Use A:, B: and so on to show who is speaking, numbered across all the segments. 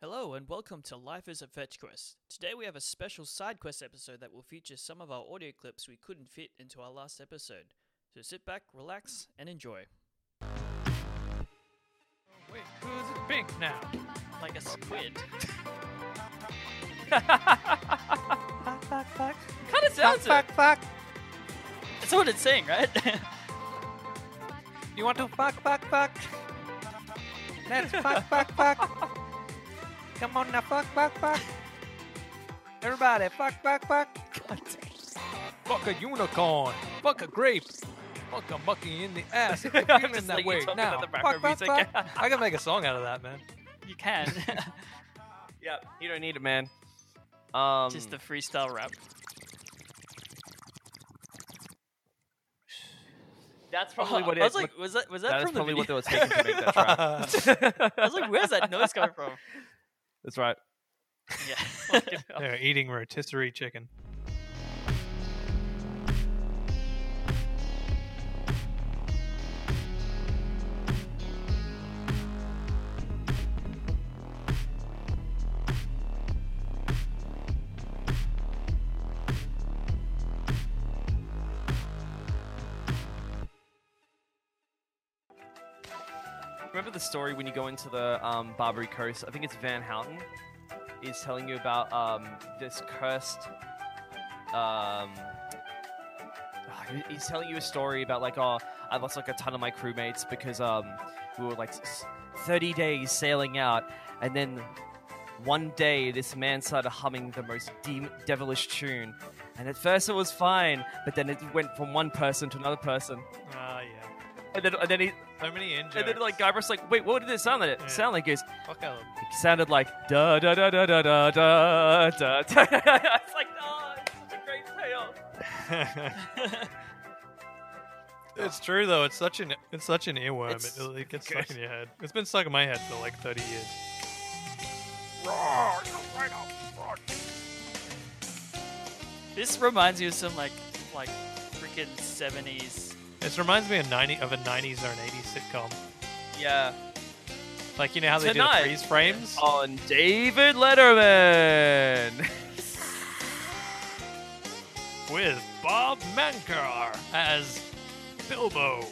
A: Hello and welcome to Life is a Fetch Quest. Today we have a special side quest episode that will feature some of our audio clips we couldn't fit into our last episode. So sit back, relax, and enjoy.
B: Wait, who's it big now?
A: Like a squid.
B: Fuck, fuck, fuck.
A: kind of sounds it.
B: fuck.
A: That's what it's saying, right?
B: You want to fuck, fuck, fuck? Let's fuck, fuck, fuck. Come on now, fuck, fuck, fuck. Everybody, fuck, fuck, fuck. Fuck a unicorn. Fuck a grape. Fuck a monkey in the ass. If you're
A: I'm
B: feeling
A: just
B: that
A: thinking
B: way
A: something
B: now.
A: in the
B: fuck,
A: background
B: fuck,
A: music.
B: fuck. I can make a song out of that, man.
A: you can.
C: Yeah, you don't need it, man. Um,
A: Just the freestyle rap.
C: that's probably what it
A: Oh, I was
C: is.
A: like, was that was that,
C: that is
A: from the
C: probably
A: video?
C: what they were taking to make that track.
B: Uh,
A: I was like, where's that noise coming from?
C: That's right.
A: Yeah.
B: They're eating rotisserie chicken.
C: Remember the story when you go into the um, Barbary Coast? I think it's Van Houten is telling you about um, this cursed. Um, ah, he- he's telling you a story about like, oh, I lost like a ton of my crewmates because um, we were like s- thirty days sailing out, and then one day this man started humming the most de- devilish tune, and at first it was fine, but then it went from one person to another person,
B: Ah, yeah.
C: and then and then he
B: So many in
C: and then like Guybrush like, wait, what did it sound like?
B: Yeah.
C: It sound like it,
B: Fuck out
C: it sounded like da da da da da da da da. da. it's like, oh, it's such a great payoff.
B: it's true though. It's such an it's such an earworm.
C: It's
B: it, it gets
C: good.
B: stuck in your head. It's been stuck in my head for like thirty years.
A: this reminds me of some like like freaking 70s
B: This reminds me of ninety of a nineties or an eighties sitcom.
C: Yeah.
B: Like you know how they
C: Tonight.
B: do
C: Oh,
B: the freeze frames.
C: On David Letterman.
B: with Bob Mancar as Bilbo.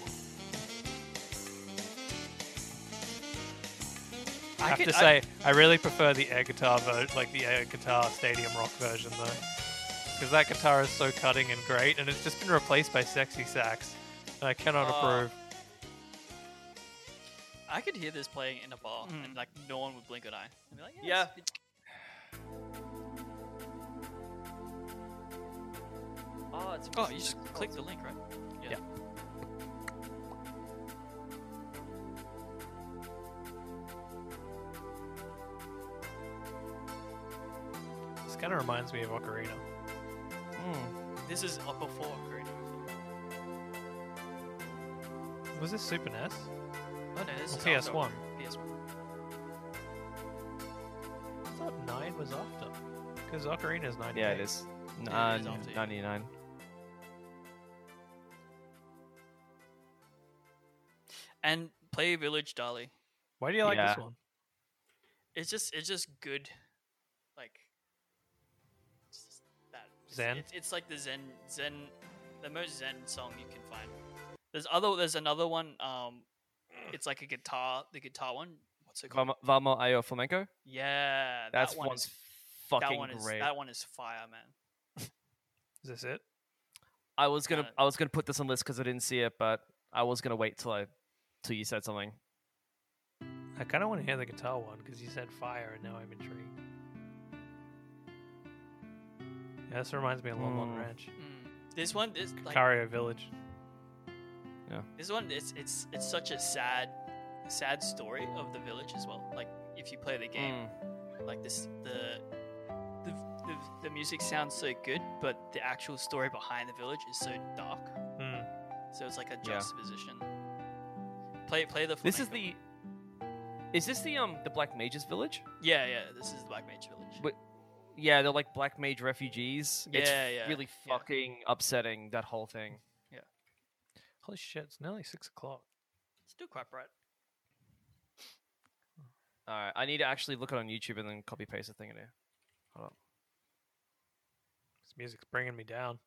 B: I, have
C: could-
B: to say, I really prefer the air guitar, ver- like the air guitar stadium rock version, though, because that guitar is so cutting and great, and it's just been replaced by sexy sax, and I cannot
C: Ah.
A: Oh.
B: approve.
A: I could hear this playing in a bar,
B: Mm.
A: and like no one would blink an eye. I'd be like,
C: Yeah.
A: it's- it's-
C: Oh, it's
A: Oh, you just click the link, right?
C: Yeah.
B: This kind of reminds me of Ocarina.
C: Hmm.
A: This is up before Ocarina. of Time.
B: Was this Super NES?
A: Oh no, this
B: Or
A: is
B: PS1?
A: after PS1.
B: I thought nine was after, because Ocarina is ninety.
C: Yeah, it is.
A: Yeah, it is
C: Nine-
A: after, yeah.
C: 99.
A: And play Village Dali.
B: Why do you like
C: Yeah.
B: this one?
A: It's just it's just good, like it's just that it's-
B: Zen?
A: It's, it's like the Zen Zen, the most Zen song you can find. There's other there's another one. Um, it's like a guitar, the guitar one. What's it called?
C: Vamo, Vamo Ayo Flamenco?
A: yeah,
C: That's
A: that one
C: one's
A: is
C: fucking
A: that one is
C: great.
A: that one is fire, man.
B: Is this it?
C: I was gonna
A: uh,
C: I was gonna put this on the list because I didn't see it, but I was gonna wait till I till you said something.
B: I kind of want to hear the guitar one because you said fire, and now I'm intrigued. Yeah, this reminds me of Lon Lon
C: Mm.
B: Ranch,
A: Mm. This one is like
B: Cario Village.
A: This one, it's it's it's such a sad, sad story of the village as well. Like if you play the game,
B: Hmm.
A: like this, the, the the the music sounds so good, but the actual story behind the village is so dark.
B: Hmm.
A: So it's like a
C: Yeah.
A: juxtaposition. Play play the.
C: This is
A: flamenco
C: the. Is this the um the Black Mages village?
A: one. Yeah, yeah. This is the Black Mage Village.
C: Wait, Yeah, they're like Black Mage refugees. it's
A: Yeah, yeah,
C: really
A: yeah.
C: fucking upsetting that whole thing.
B: Holy shit! It's nearly six o'clock.
A: Still quite bright.
C: All right, I need to actually look it on YouTube and then copy paste the thing in here.
B: This music's bringing me down.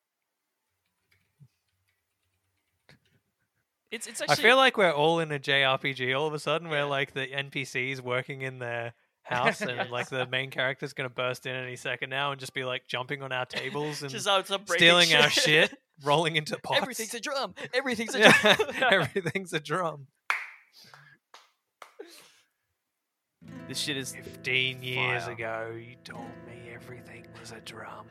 A: It's it's actually.
B: I feel like we're all in a JRPG all of a sudden, where
A: Yeah.
B: like the NPCs working in their house, and like
A: Yes.
B: the main character's gonna burst in any second now and just be like jumping on our tables and
A: just out some breaking
B: stealing our shit, rolling into pots.
A: Everything's a drum. Everything's a
B: Yeah.
A: drum.
B: Everything's a drum.
C: This shit is.
B: Fifteen years
C: Fire.
B: ago, you told me everything was a drum.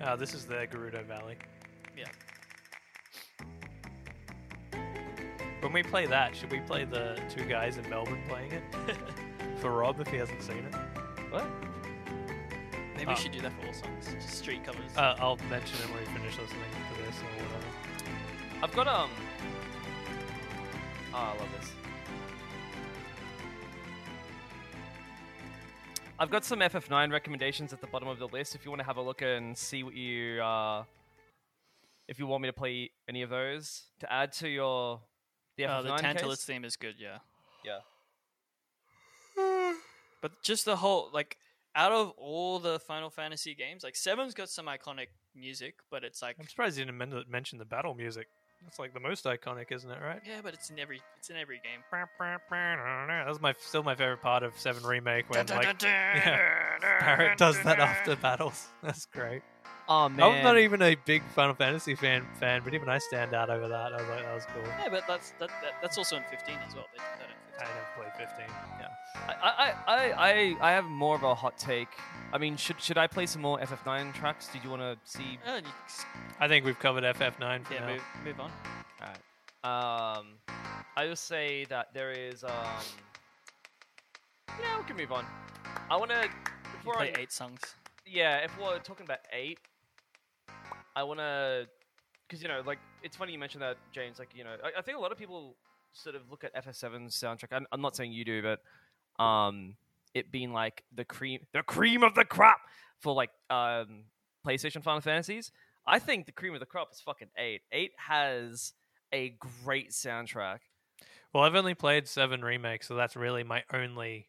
B: Ah, this is the Gerudo Valley.
A: Yeah.
B: When we play that, should we play the two guys in Melbourne playing it? For Rob, if he hasn't seen it.
A: Maybe
B: Oh.
A: we should do that for all songs. Just street covers.
B: Uh, I'll mention it when we finish listening to this or whatever.
C: I've got um. Oh, I love this. I've got some FF9 recommendations at the bottom of the list. If you want to have a look and see what you, uh, if you want me to play any of those to add to your the FF9
A: Uh, the
C: case.
A: Tantalus theme is good, yeah.
C: Yeah.
A: But just the whole like out of all the Final Fantasy games, like Seven's got some iconic music, but it's like
B: I'm surprised you didn't men- mention the battle music. That's like the most iconic, isn't it? Right?
A: yeah, but it's in every it's in every game.
B: That was my still my favorite part of Seven Remake when
A: Dun, dun,
B: like
A: dun,
B: yeah,
A: dun,
B: Barrett
A: dun,
B: does that
A: dun,
B: after battles. That's great.
C: Oh man.
B: I'm not even a big Final Fantasy fan, fan, but even I stand out over that. I was like, that was cool.
A: dun. Yeah, but that's that, that that's also in 15 as well. They did that in
B: I
A: 15.
B: never played 15.
C: I, I, I, I, I have more of a hot take. I mean, should should I play some more FF9 tracks? Did you want to see?
A: Oh, you s-
B: I think we've covered FF9 for
A: yeah,
B: now.
A: move, move on.
C: Um, I will say that there is. Um, yeah, we can move on. I want to.
A: You
C: Before I,
A: play eight songs.
C: yeah, if we're talking about eight, I want to, because you know, like it's funny you mentioned that, James. Like you know, I, I think a lot of people sort of look at FF7's soundtrack. I'm, I'm not saying you do, but um, it being like the cream, the cream of the crop for like um PlayStation Final Fantasies. I think the cream of the crop is fucking eight. Eight has a great soundtrack.
B: Well, I've only played Seven Remake, so that's really my only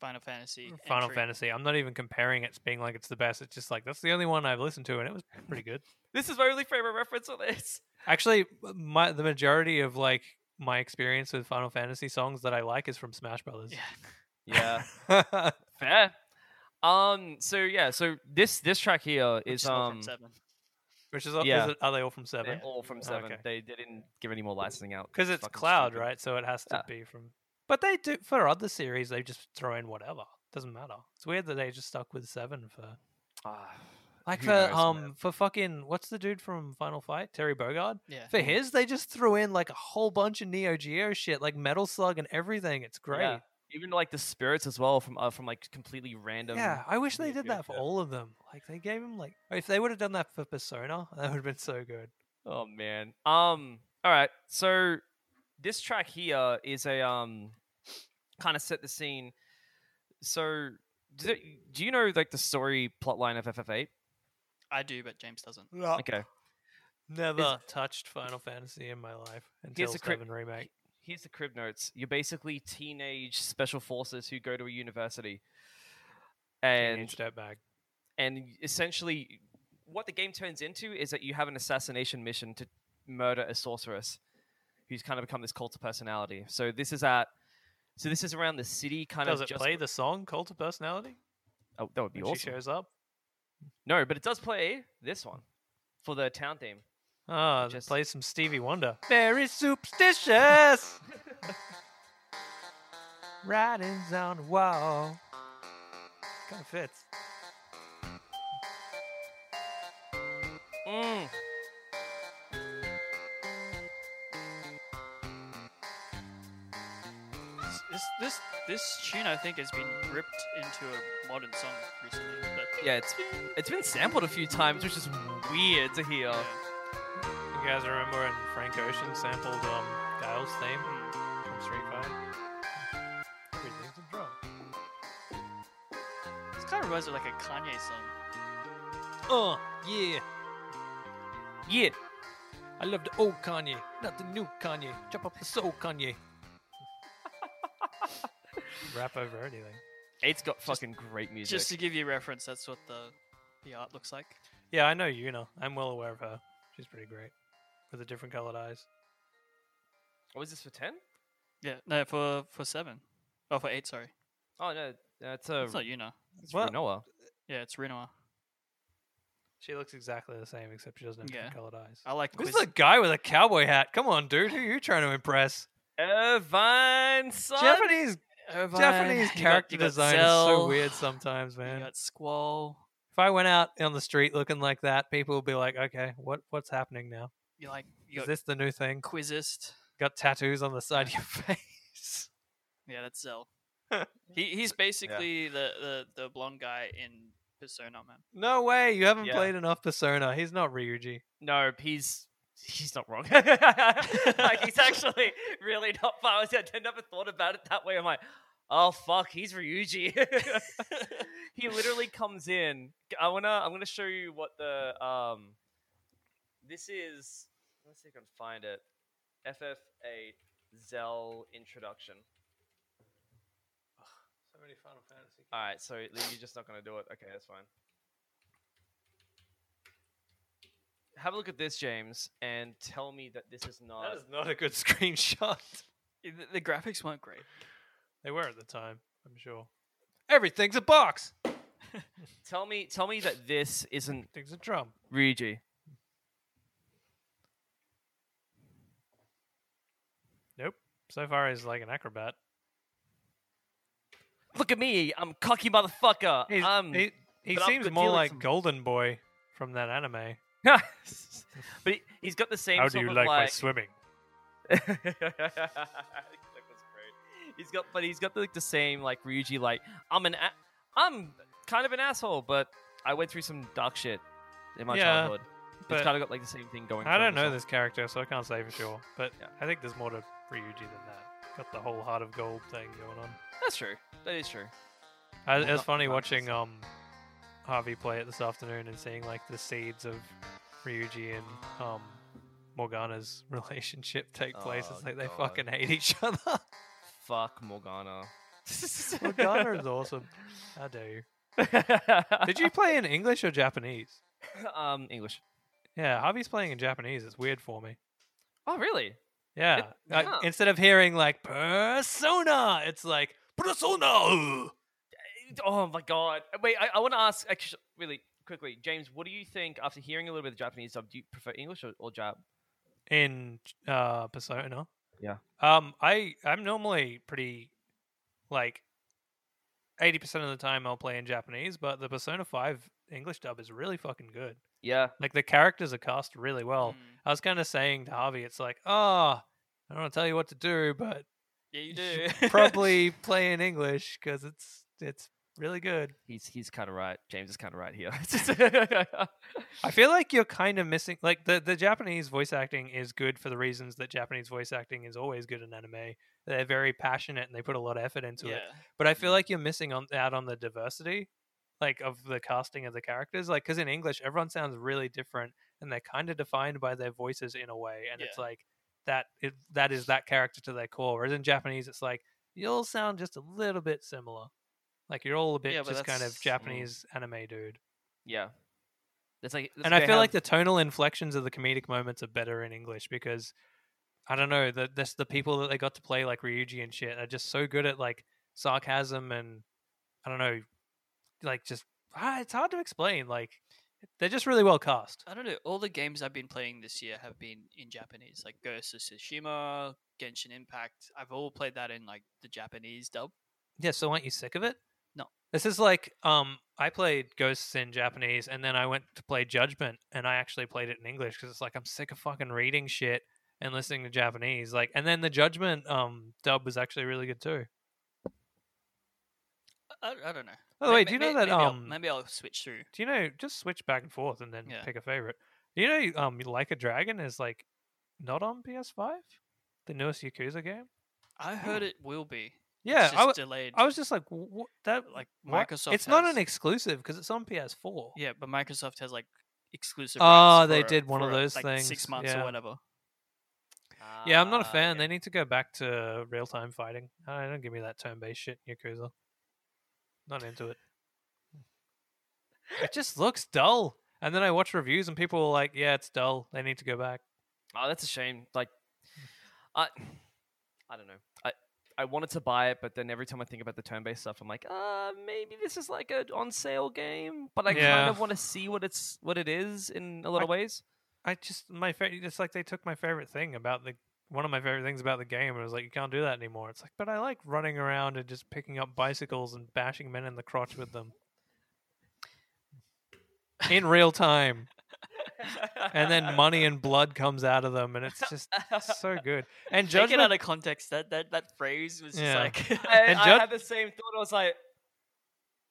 A: Final Fantasy. E-,
B: Final
A: entry.
B: Fantasy. I'm not even comparing it to being like it's the best. It's just like that's the only one I've listened to, and it was pretty good.
C: This is my only favorite reference of this.
B: Actually, my the majority of like my experience with Final Fantasy songs that I like is from Smash Brothers.
A: Yeah.
C: Yeah.
B: Yeah.
C: Fair. Um. So yeah. So this this track here
A: which
C: is
A: is all from
C: um.
A: seven.
B: Which is, all- is
C: Yeah.
B: it- are they all from
C: They're
B: Seven?
C: all from seven.
B: okay.
C: They, they didn't give any more licensing out
B: Because it's
C: fucking
B: Cloud,
C: stupid.
B: right? So it has to
C: Yeah.
B: be from. But they do for other series. They just throw in whatever. Doesn't matter. It's weird that they just stuck with Seven for
C: Ah,
B: like
C: who
B: for
C: knows,
B: um
C: man.
B: for fucking what's the dude from Final Fight Terry Bogard
A: Yeah.
B: for
C: Mm-hmm.
B: his they just threw in like a whole bunch of Neo Geo shit like Metal Slug and everything. It's great.
C: Yeah. Even like the spirits as well from uh, from like completely random.
B: Yeah, I wish they
C: weird
B: did that for
C: character.
B: all of them. Like they gave him like if they would have done that for Persona, that would have been so good.
C: Oh man. Um. All right. So this track here is a um, kind of set the scene. So do, do you know like the story plotline of FF8?
A: I do, but James doesn't.
B: Uh,
C: Okay.
B: Never touched Final Fantasy in my life until
C: Here's the cri-
B: Seven remake.
C: Here's the crib notes. You're basically teenage special forces who go to a university, and
B: Teenage Dirtbag.
C: and essentially, what the game turns into is that you have an assassination mission to murder a sorceress, who's kind of become this cult of personality. So this is at, so this is around the city, kind
B: Does
C: of.
B: it
C: just,
B: play the song Cult of Personality
C: Oh, that would be
B: when she
C: awesome.
B: shows up?
C: No, but it does play this one for the town theme.
B: Ah,
C: Just-
B: just... plays some Stevie Wonder. Very superstitious. Writings on the wall. Kind of fits.
C: Mm.
A: This- This this this tune I think has been ripped into a modern song recently. But
C: Yeah, it's it's been sampled a few times, which is weird to hear.
A: yeah.
B: You guys remember when Frank Ocean sampled um, Dale's theme
A: Hmm.
B: from Street Fighter? Everything's a drum.
A: This kind of reminds me of like a
B: Uh,
A: Kanye song.
B: Oh, yeah.
C: Yeah.
B: I love the old Kanye, not the new Kanye. Chop up the soul, Kanye. Rap over anything.
C: Eight's got fucking great music.
A: Just to give you reference, that's what the the art looks like.
B: Yeah, I know you know. I'm well aware of her. She's pretty great. With the different colored eyes.
C: oh, is this for ten?
A: Yeah, no, for for seven, oh for eight, sorry.
C: Oh no, that's a
A: It's not Yuna.
C: it's
B: Well-
C: Renoa.
A: Yeah, it's Rinoa.
B: She looks exactly the same, except she doesn't have
A: Yeah.
B: different colored eyes.
A: I like
B: Who's
A: quiz.
B: the guy with a cowboy hat? Come on, dude. Who are you trying to impress?
C: Irvine son.
B: Japanese
A: Irvine. You
B: Japanese
A: got-
B: character
A: you got
B: design is so
A: Zell,
B: weird sometimes, man.
A: You got Squall.
B: if I went out on the street looking like that, people would be like, "Okay, what what's happening now?
A: You like you
B: Is
A: got
B: this the new thing?
A: Quizzist.
B: Got tattoos on the side of your face."
A: Yeah, that's Zell. he he's basically the, the the blonde guy in Persona, man.
B: No way, you haven't
C: Yeah.
B: played enough Persona. He's not Ryuji.
C: No, he's he's not wrong. like he's actually really not far. I never thought about it that way. I'm like, oh fuck, he's Ryuji. he literally comes in. I wanna I'm gonna show you what the um this is let's see if I can find it. FF8 Zell introduction.
B: So many Final Fantasy.
C: Alright, so you're just not gonna do it. Okay, that's fine. Have a look at this, James, and tell me that this is not
B: That is not a good screenshot. Eh,
A: The, the graphics weren't great.
B: They were at the time, I'm sure. Everything's a box.
C: Tell me, tell me that this isn't
B: Everything's a drum.
C: Ryuji.
A: Mm.
B: Nope. So far, he's like an acrobat.
C: Look at me, I'm cocky motherfucker. Um,
B: He's,
C: I'm-
B: he he
C: but I'm
B: seems
C: good
B: more
C: dealing
B: like
C: some-
B: Golden Boy from that anime.
C: but he, he's got the same.
B: How do
C: sort
B: you
C: of
B: like, my
C: like
B: swimming?
C: That was great. He's got, but he's got like the same like Ryuji. Like I'm an, a- I'm kind of an asshole, but I went through some dark shit in my
B: Yeah,
C: childhood.
B: but-
C: it's kind of got like the same thing going.
B: I
C: for
B: don't
C: him as
B: know
C: well.
B: this character, so I can't say for sure. But
C: Yeah.
B: I think there's more to Ryuji than that. Got the whole heart of gold thing going on.
C: That's true. That is true.
B: I,
C: Well,
B: it's
C: not
B: funny
C: much.
B: watching um Harvey play it this afternoon and seeing like the seeds of Ryuji and um Morgana's relationship take place.
C: Oh,
B: it's like they
C: God.
B: fucking hate each other.
C: Fuck Morgana.
B: Morgana is awesome. How dare you? Did you play in English or Japanese?
C: um English?
B: Yeah, Harvey's playing in Japanese. It's weird for me.
C: Oh really?
B: Yeah. Like,
C: yeah.
B: instead of hearing like persona, it's like persona.
C: Oh my god! Wait, I, I want to ask actually really quickly, James. What do you think after hearing a little bit of Japanese dub? Do you prefer English or, or Jap?
B: in uh persona
C: Yeah.
B: um i i'm normally pretty like 80% of the time i'll play in japanese but the persona 5 english dub is really fucking good
C: Yeah,
B: like the characters are cast really well
A: Mm.
B: i was kind of saying to harvey it's like oh i don't want to tell you what to do but
A: Yeah, you
B: you
A: do.
B: should probably play in english because it's it's really good
C: he's he's kind of right. James is kind of right here.
B: I feel like you're kind of missing like the the Japanese voice acting is good for the reasons that Japanese voice acting is always good in anime. They're very passionate and they put a lot of effort into
A: yeah.
B: it. But I feel
C: Mhm.
B: like you're missing on out on the diversity like of the casting of the characters like cuz in English everyone sounds really different and they're kind of defined by their voices in a way and it's like that it, that is that character to their core. Whereas in Japanese it's like you all sound just a little bit similar. Like you're all a bit
A: Yeah, but
B: just kind
A: that's-
B: of
A: mm.
B: Japanese anime dude
C: yeah, that's like, that's
B: and I
C: they
B: feel like the
C: have-
B: tonal inflections of the comedic moments are better in English because I don't know the this, the people that they got to play like Ryuji and shit are just so good at like sarcasm and I don't know, like just ah, it's hard to explain. Like they're just really well cast.
A: I don't know. All the games I've been playing this year have been in Japanese, like Ghost of Tsushima, Genshin Impact. I've all played that in like the Japanese dub.
B: Yeah, so aren't you sick of it?
A: No.
B: This is like um I played Ghosts in Japanese and then I went to play Judgment and I actually played it in English cuz it's like I'm sick of fucking reading shit and listening to Japanese like and then the Judgment um dub was actually really good too.
A: I, I don't know.
B: By the
A: May-
B: way,
A: may-
B: do you know
A: may-
B: that,
A: maybe I'll,
B: um,
A: maybe I'll switch through.
B: Do you know just switch back and forth and then
A: Yeah.
B: pick a favorite? Do you know um Like a Dragon is like not on PS5? The newest Yakuza game?
A: I heard it will be.
B: Hmm. Yeah,
A: it's just
B: I, w-
A: delayed.
B: I was just like "Wh- what that
A: like
B: what?"
A: Microsoft.
B: It's not
A: has-
B: an exclusive because it's on PS4.
A: Yeah, but Microsoft has like exclusive.
B: Oh,
A: rights
B: they
A: for-
B: did one of
A: for,
B: those
A: like,
B: things,
A: Six months
B: yeah.
A: or whatever.
B: Yeah, I'm not a
C: Ah,
B: fan.
C: okay.
B: They need to go back to real time fighting. I don't give me that turn based shit, in Yakuza. Not into it. It just looks dull. And then I watch reviews and people are like, "Yeah, it's dull. They need to go back."
C: Oh, that's a shame. Like, I, I don't know. I, I wanted to buy it, but then every time I think about the turn-based stuff, I'm like, uh, maybe this is like a on-sale game. But I
B: Yeah.
C: kind of want to see what it's what it is in a lot
B: I-
C: of ways.
B: I just my favorite. It's like they took my favorite thing about the one of my favorite things about the game. It was like you can't do that anymore. It's like, but I like running around and just picking up bicycles and bashing men in the crotch with them in real time. And then money and blood comes out of them, and it's just so good. And
A: Take it
B: judgment,
A: out of context. That that that phrase was
B: Yeah.
A: just like.
C: I,
B: And
C: I
B: Jud-
C: had the same thought. I was like,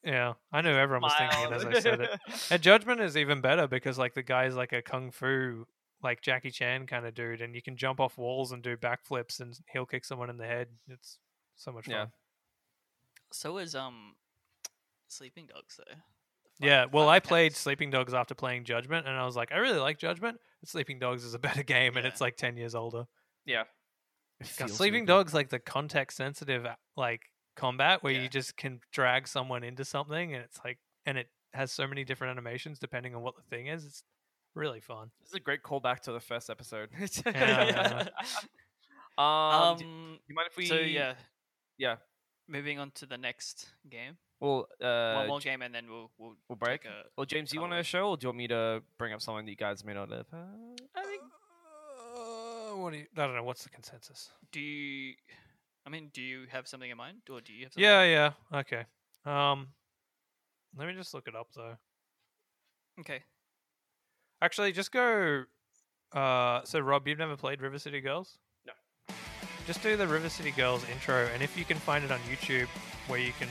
B: yeah, I knew everyone was thinking it as I said it. And judgment is even better because like the guy's like a kung fu, like Jackie Chan kind of dude, and you can jump off walls and do backflips, and he'll kick someone in the head. It's so much fun.
C: Yeah.
A: so is um, Sleeping Dogs though. The
B: Yeah,
A: fuck-
B: well,
A: fuck
B: I
A: accounts.
B: played Sleeping Dogs after playing Judgment, and I was like, I really like Judgment. but Sleeping Dogs is a better game, and
A: Yeah.
B: it's like ten years older.
C: yeah. It
B: 'Cause
C: feels
B: Sleeping
C: really good.
B: Dogs like the context sensitive like combat where
A: Yeah.
B: you just can drag someone into something, and it's like, and it has so many different animations depending on what the thing is. It's really fun.
C: This is a great callback to the first episode.
B: Yeah.
C: um,
A: Um.
C: do you mind if we?
A: so yeah,
C: yeah.
A: Moving on to the next game.
C: Well, uh,
A: One more game, and then we'll we'll
C: we'll break.
A: Take a,
C: Well, James, do you
A: cut
C: want
A: away.
C: to show, or do you want me to bring up something that you guys may not have? heard?
B: I think. Uh, what do you? I don't know. What's the consensus?
A: do you? I mean, do you have something in mind, or do you have? Something
B: Yeah, yeah, okay. Um, let me just look it up though.
A: Okay.
B: Actually, just go. Uh, so Rob, you've never played River City Girls?
C: No.
B: Just do the River City Girls intro, and if you can find it on YouTube, where you can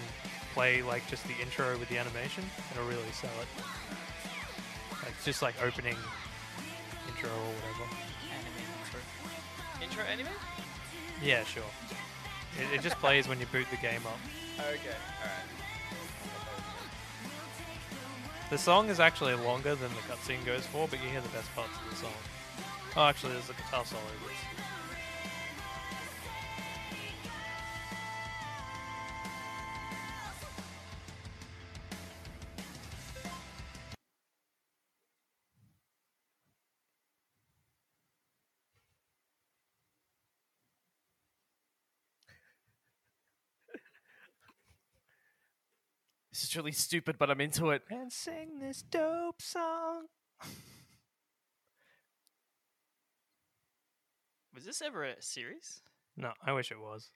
B: play like just the intro with the animation, it'll really sell it. Like just like opening intro or whatever.
C: Intro anime?
B: Yeah, sure. It, it just plays when you boot the game up.
C: Okay, alright.
B: The song is actually longer than the cutscene goes for, but you hear the best parts of the song. Oh, actually, there's a guitar solo. which-
C: This is really stupid, but I'm into it.
B: And sing this dope song.
A: Was this ever a series?
B: No, I wish it was.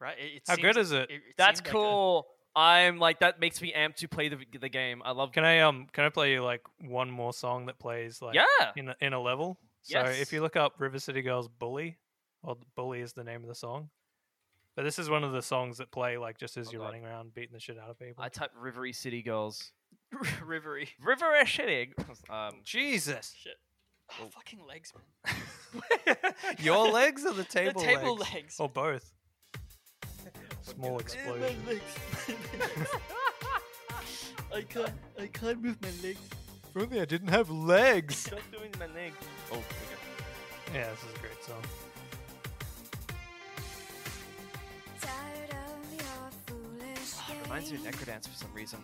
A: Right. It, it
B: How good
A: seems-
B: is it?
C: That's
A: seemed like a-
C: cool. I'm like that makes me amped to play the the game. I love.
B: Can I um can I play you like one more song that plays like
C: yeah.
B: in a, in a level? So
C: Yes.
B: if you look up River City Girls Bully, or the Bully is the name of the song. But this is one of the songs that play like just as
C: Oh,
B: you're
C: God.
B: running around beat the shit out of people.
C: I type Rivery City Girls.
A: Rivery.
C: Rivery City. Girls, Um,
B: Jesus.
A: Shit.
C: Oh.
A: Fucking legs, man.
B: Your legs or the
A: the
B: table,
A: table
B: legs?
A: legs.
B: Or both. Small explosion.
A: I can't. I can't move my legs.
B: If only I didn't have legs.
C: Stop doing my leg. Oh, okay.
B: yeah, this is a great song.
C: it reminds me of Necrodance for some reason.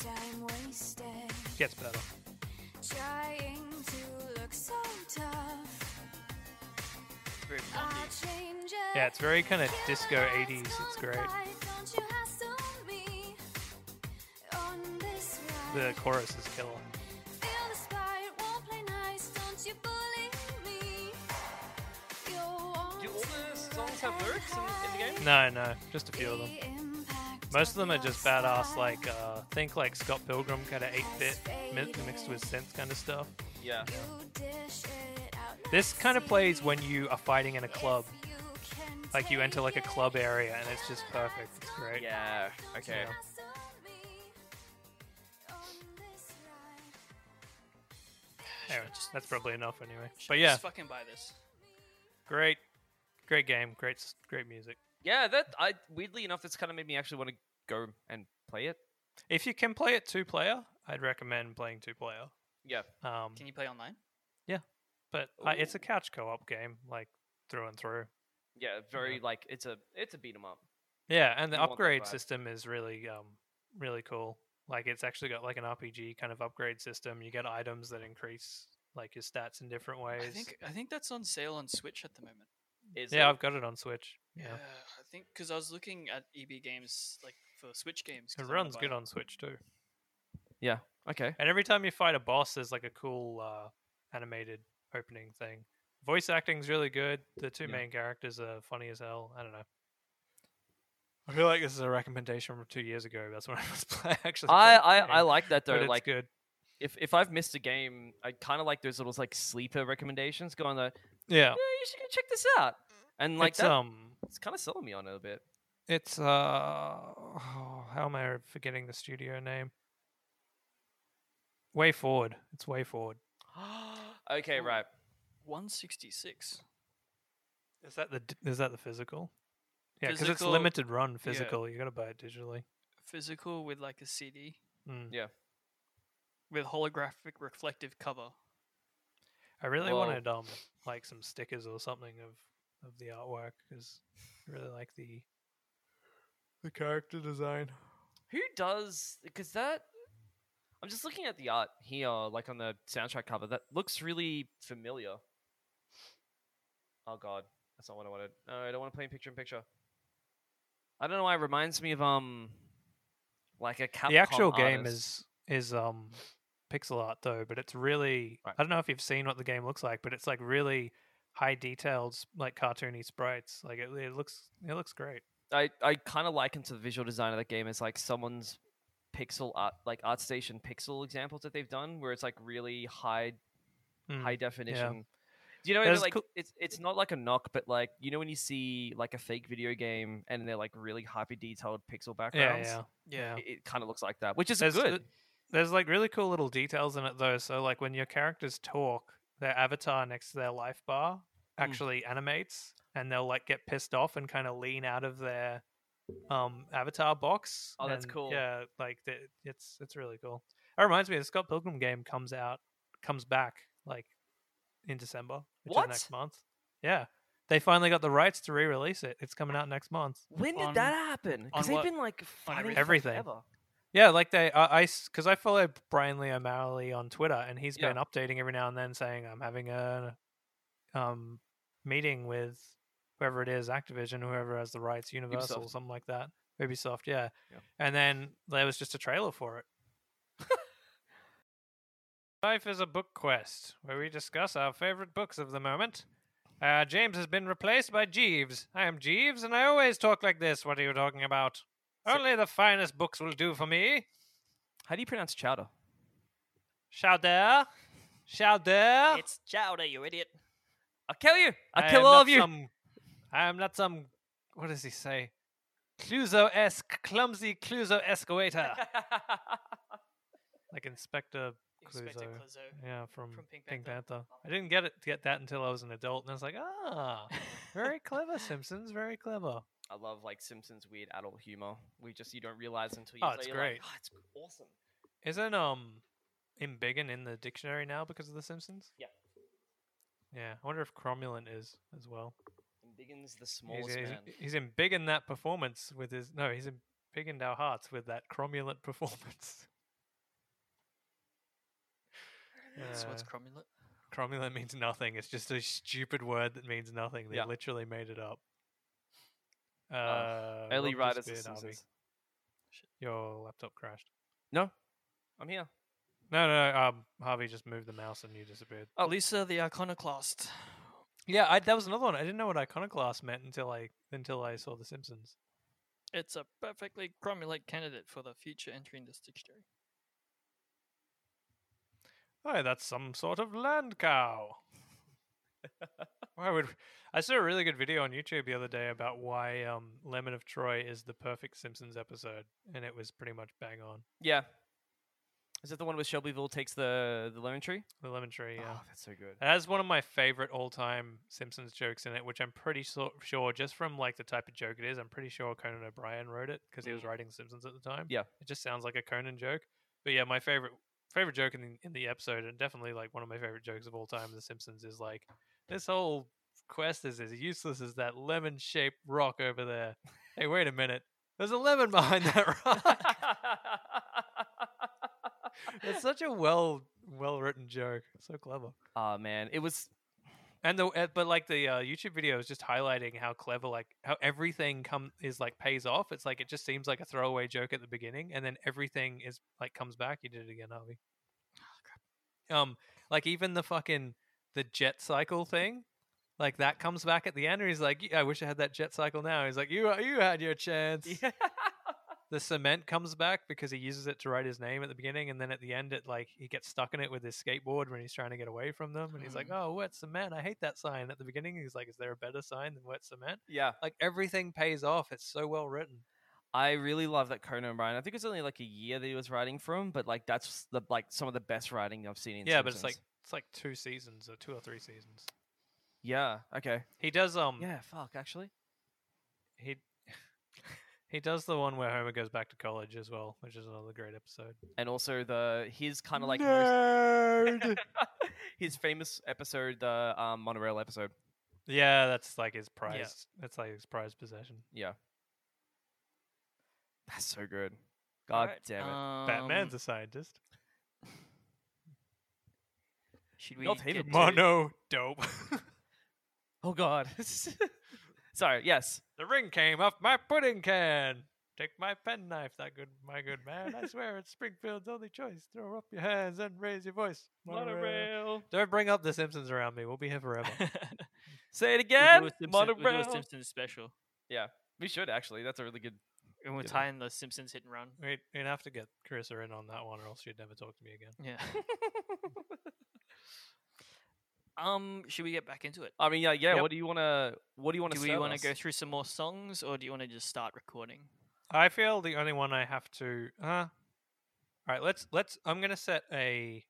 D: Time wasted,
B: Gets better.
D: trying to look so tough.
A: Very
D: I
A: bendy.
D: change
B: Yeah, it's very kind of disco 80s. It's great. The chorus is killer.
C: Do all the songs have lyrics in, in the game?
B: No, no, just a few of them. Most of them are just badass, like uh, think like Scott Pilgrim, kind of 8-bit mi- mixed with synth kind of stuff.
C: Yeah.
B: This kind of plays when you are fighting in a club, like you enter like a club area, and it's just perfect. It's great.
C: Yeah. Okay.
B: Yeah. Anyway, that's probably enough anyway.
A: Should
B: But
A: I
B: yeah,
A: Just fucking buy this.
B: great, great game, great, s- great music.
C: Yeah. That I weirdly enough, that's kind of made me actually want to go and play it.
B: If you can play it two player, I'd recommend playing two player.
C: Yeah.
B: Um,
A: Can you play online?
B: but I, it's a couch co-op game, like through and through.
C: Yeah. Very like it's a it's a beat 'em up.
B: Yeah, and the
C: You want that
B: upgrade
C: vibe.
B: system is really, um, really cool. Like it's actually got like an RPG kind of upgrade system. You get items that increase like your stats in different ways.
A: I think I think that's on sale on Switch at the moment. Uh,
C: Is
B: yeah,
C: it?
B: I've got it on Switch. Yeah,
A: I think because I was looking at EB Games like for Switch games. 'cause
B: it
A: I wanna
B: runs
A: buy
B: good
A: it.
B: on Switch too.
C: okay.
B: And every time you fight a boss, there's like a cool uh, animated opening thing. Voice acting's really good. The two
C: Yeah.
B: main characters are funny as hell. I don't know. I feel like this is a recommendation from two years ago. That's when I was play, actually.
C: I,
B: playing
C: I,
B: the
C: I
B: game,
C: like
B: but
C: that though.
B: it's
C: Like
B: good.
C: if, if I've missed a game, I kind of like those little like sleeper recommendations. Going like,
B: Yeah,
C: yeah, you should go check this out. And like
B: it's
C: that,
B: um,
C: it's kind of selling me on it a bit.
B: it's uh, oh, how am I forgetting the studio name? Way Forward. It's Way Forward.
C: okay,
A: Ooh.
C: right.
A: 166.
B: Is that the d- is that the physical? Yeah, because it's
A: Physical-
B: limited run physical. You got to buy it digitally.
A: Physical with like a CD
B: Mm.
A: with holographic reflective cover.
B: I really
C: Well-
B: wanted um like some stickers or something of of the artwork because I really like the the character design.
C: Who does? Because that, I'm just looking at the art here, like on the soundtrack cover. That looks really familiar. Oh god, that's not what I wanted. No, I don't want to play in picture in picture. I don't know why it reminds me of um, like a Capcom
B: the actual game
C: artist.
B: is is um pixel art though, but it's really
C: Right.
B: I don't know if you've seen what the game looks like, but it's like really high detailed s- like cartoony sprites. Like it, it looks it looks great.
C: I, I kind of liken to the visual design of that game as like someone's pixel art like ArtStation pixel examples that they've done where it's like really high
B: Mm.
C: high definition. Do you know what I
B: There's
C: mean? Like
B: cool-
C: it's it's not like a knock, but like you know when you see like a fake video game and they're like really hyper detailed pixel
B: yeah,
C: backgrounds.
B: yeah, yeah.
C: It, kind of looks like that, which is
B: There's
C: good.
B: the- There's like really cool little details in it though. So like when your characters talk, their avatar next to their life
C: Hmm.
B: bar actually animates and they'll like get pissed off and kind of lean out of their um avatar box.
C: Oh, that's
B: and,
C: cool.
B: Yeah, like the, it's it's really cool. That reminds me the Scott Pilgrim game comes out comes back like in December, which is
C: What?
B: next month. Yeah. They finally got the rights to re-release it. It's coming out next month.
C: when did
A: on-
C: that happen?
A: on
C: Because they've
A: what-
C: been like fighting for
B: everything.
C: forever.
B: Yeah, like they, I, because I, follow Brian Lee O'Malley on Twitter, and he's
C: Yeah.
B: been updating every now and then saying I'm having a, um, meeting with whoever it is, Activision, whoever has the rights, Universal,
C: Ubisoft.
B: something like that, Ubisoft, yeah.
C: Yeah.
B: And then there was just a trailer for it. Life is a book quest where we discuss our favorite books of the moment. Uh, James has been replaced by Jeeves. I am Jeeves, and I always talk like this. What are you talking about?
C: So-
B: Only the finest books will do for me.
C: How do you pronounce chowder?
B: Chowder. Chowder.
A: Ah. It's chowder, you idiot.
C: I'll kill you. I'll
B: I
C: kill
B: am
C: all
B: not
C: of you.
B: some- I am not some. What does he say? Cluzo esque, clumsy Cluzo esque waiter. like Inspector
A: Expected
B: Cluzo.
A: Clouseau.
B: Yeah, from,
A: From Pink
B: Pink
A: Panther.
B: Panther. I didn't get it get that until I was an adult, and I was like, ah, very clever, Simpsons, very clever.
C: I love like Simpsons weird adult humor. We just you don't realize until you.
B: Oh,
C: play,
B: it's
C: you're like,
B: great.
C: "Oh, it's awesome.
B: Isn't um Embiggen in the dictionary now because of The Simpsons?
C: Yeah.
B: Yeah, I wonder if Cromulent is as well.
C: And Biggins the
B: He's,
C: smallest
B: he's,
C: man.
B: he's embiggened that performance with his no, he's embiggened our hearts with that cromulent performance.
A: That's what's
B: Uh,
A: crumulant.
B: cromulent means nothing. It's just a stupid word that means nothing. They
C: Yeah.
B: literally made it up. Uh,
C: Early
B: Rob
C: riders of
B: disappeared, Harvey.
C: Simpsons.
B: Your laptop crashed.
C: No, I'm here.
B: No, no, no, um, Harvey just moved the mouse and you disappeared.
C: Oh.
A: Lisa the Iconoclast.
B: Yeah, I, that was another one. I didn't know what iconoclast meant until I until I saw The Simpsons.
A: It's a perfectly crumulate candidate for the future entry in this dictionary.
B: Oh, that's some sort of land cow. why would I saw a really good video on YouTube the other day about why um, Lemon of Troy is the perfect Simpsons episode, and it was pretty much bang on.
C: Yeah. Is it the one where Shelbyville takes the the lemon tree?
B: The lemon tree, uh, yeah.
C: Oh, that's so good.
B: It has one of my favorite all-time Simpsons jokes in it, which I'm pretty so- sure, just from like the type of joke it is, I'm pretty sure Conan O'Brien wrote it because he was
C: Mm.
B: writing Simpsons at the time.
C: Yeah.
B: it just sounds like a Conan joke. But yeah, my favorite favorite joke in the, in the episode, and definitely like one of my favorite jokes of all time, The Simpsons, is like this whole quest is as useless as that lemon shaped rock over there. hey, wait a minute. There's a lemon behind that rock. it's such a well well written joke. So clever.
C: Oh man, it was
B: And the uh, but like the uh, YouTube video is just highlighting how clever like how everything come is like pays off. It's like it just seems like a throwaway joke at the beginning, and then everything is like comes back. You did it again, Harvey. Um, like even the fucking the jet cycle thing, like that comes back at the end, and he's like, "Yeah, "I wish I had that jet cycle now." He's like, "You you had your chance." The cement comes back because he uses it to write his name at the beginning, and then at the end, it like he gets stuck in it with his skateboard when he's trying to get away from them, and he's like, "Oh, wet cement! I hate that sign." At the beginning, he's like, "Is there a better sign than wet cement?"
C: yeah.
B: Like everything pays off. It's so well written.
C: I really love that Conan O'Brien. I think it's only like a year that he was writing from, but like that's the like some of the best writing I've seen in.
B: yeah, but it's like
C: Simpsons.
B: it's like two seasons or two or three seasons.
C: yeah, okay,
B: He does um
C: yeah, fuck, actually,
B: he he does the one where Homer goes back to college as well, which is another great episode.
C: and also the his kind of like most,
D: Nerd.
C: his famous episode, the um, monorail episode.
B: Yeah, that's like his prized. That's like his prized possession.
C: Yeah, that's so good. God
A: Alright,
C: damn it!
B: Batman's
A: um,
B: a scientist.
A: Should we
C: Not even
A: get to-
B: Mono dope.
C: oh God, sorry. Yes,
B: the ring came off my pudding can. Take my penknife, that good, my good man. I swear it's Springfield's only choice. Throw up your hands and raise your voice. Monorail. Don't bring up the Simpsons around me. We'll be here forever.
A: We'll
C: say it
A: do a
C: again.
A: Simpson- we'll do a
C: monorail.
A: Simpsons special.
C: we should actually. That's a really good.
A: And we'll
C: Yeah.
A: tie in the Simpsons hit and run.
B: We'd, we'd have to get Carissa in on that one, or else she'd never talk to me again.
A: Yeah. um, should we get back into it?
C: I mean, yeah, yeah.
B: Yep.
C: What do you wanna? What do you wanna?
A: Do we
C: sell
A: want to
C: us?
A: go through some more songs, or do you want to just start recording?
B: I feel the only one I have to. Uh, all right, let's let's. I'm gonna set a.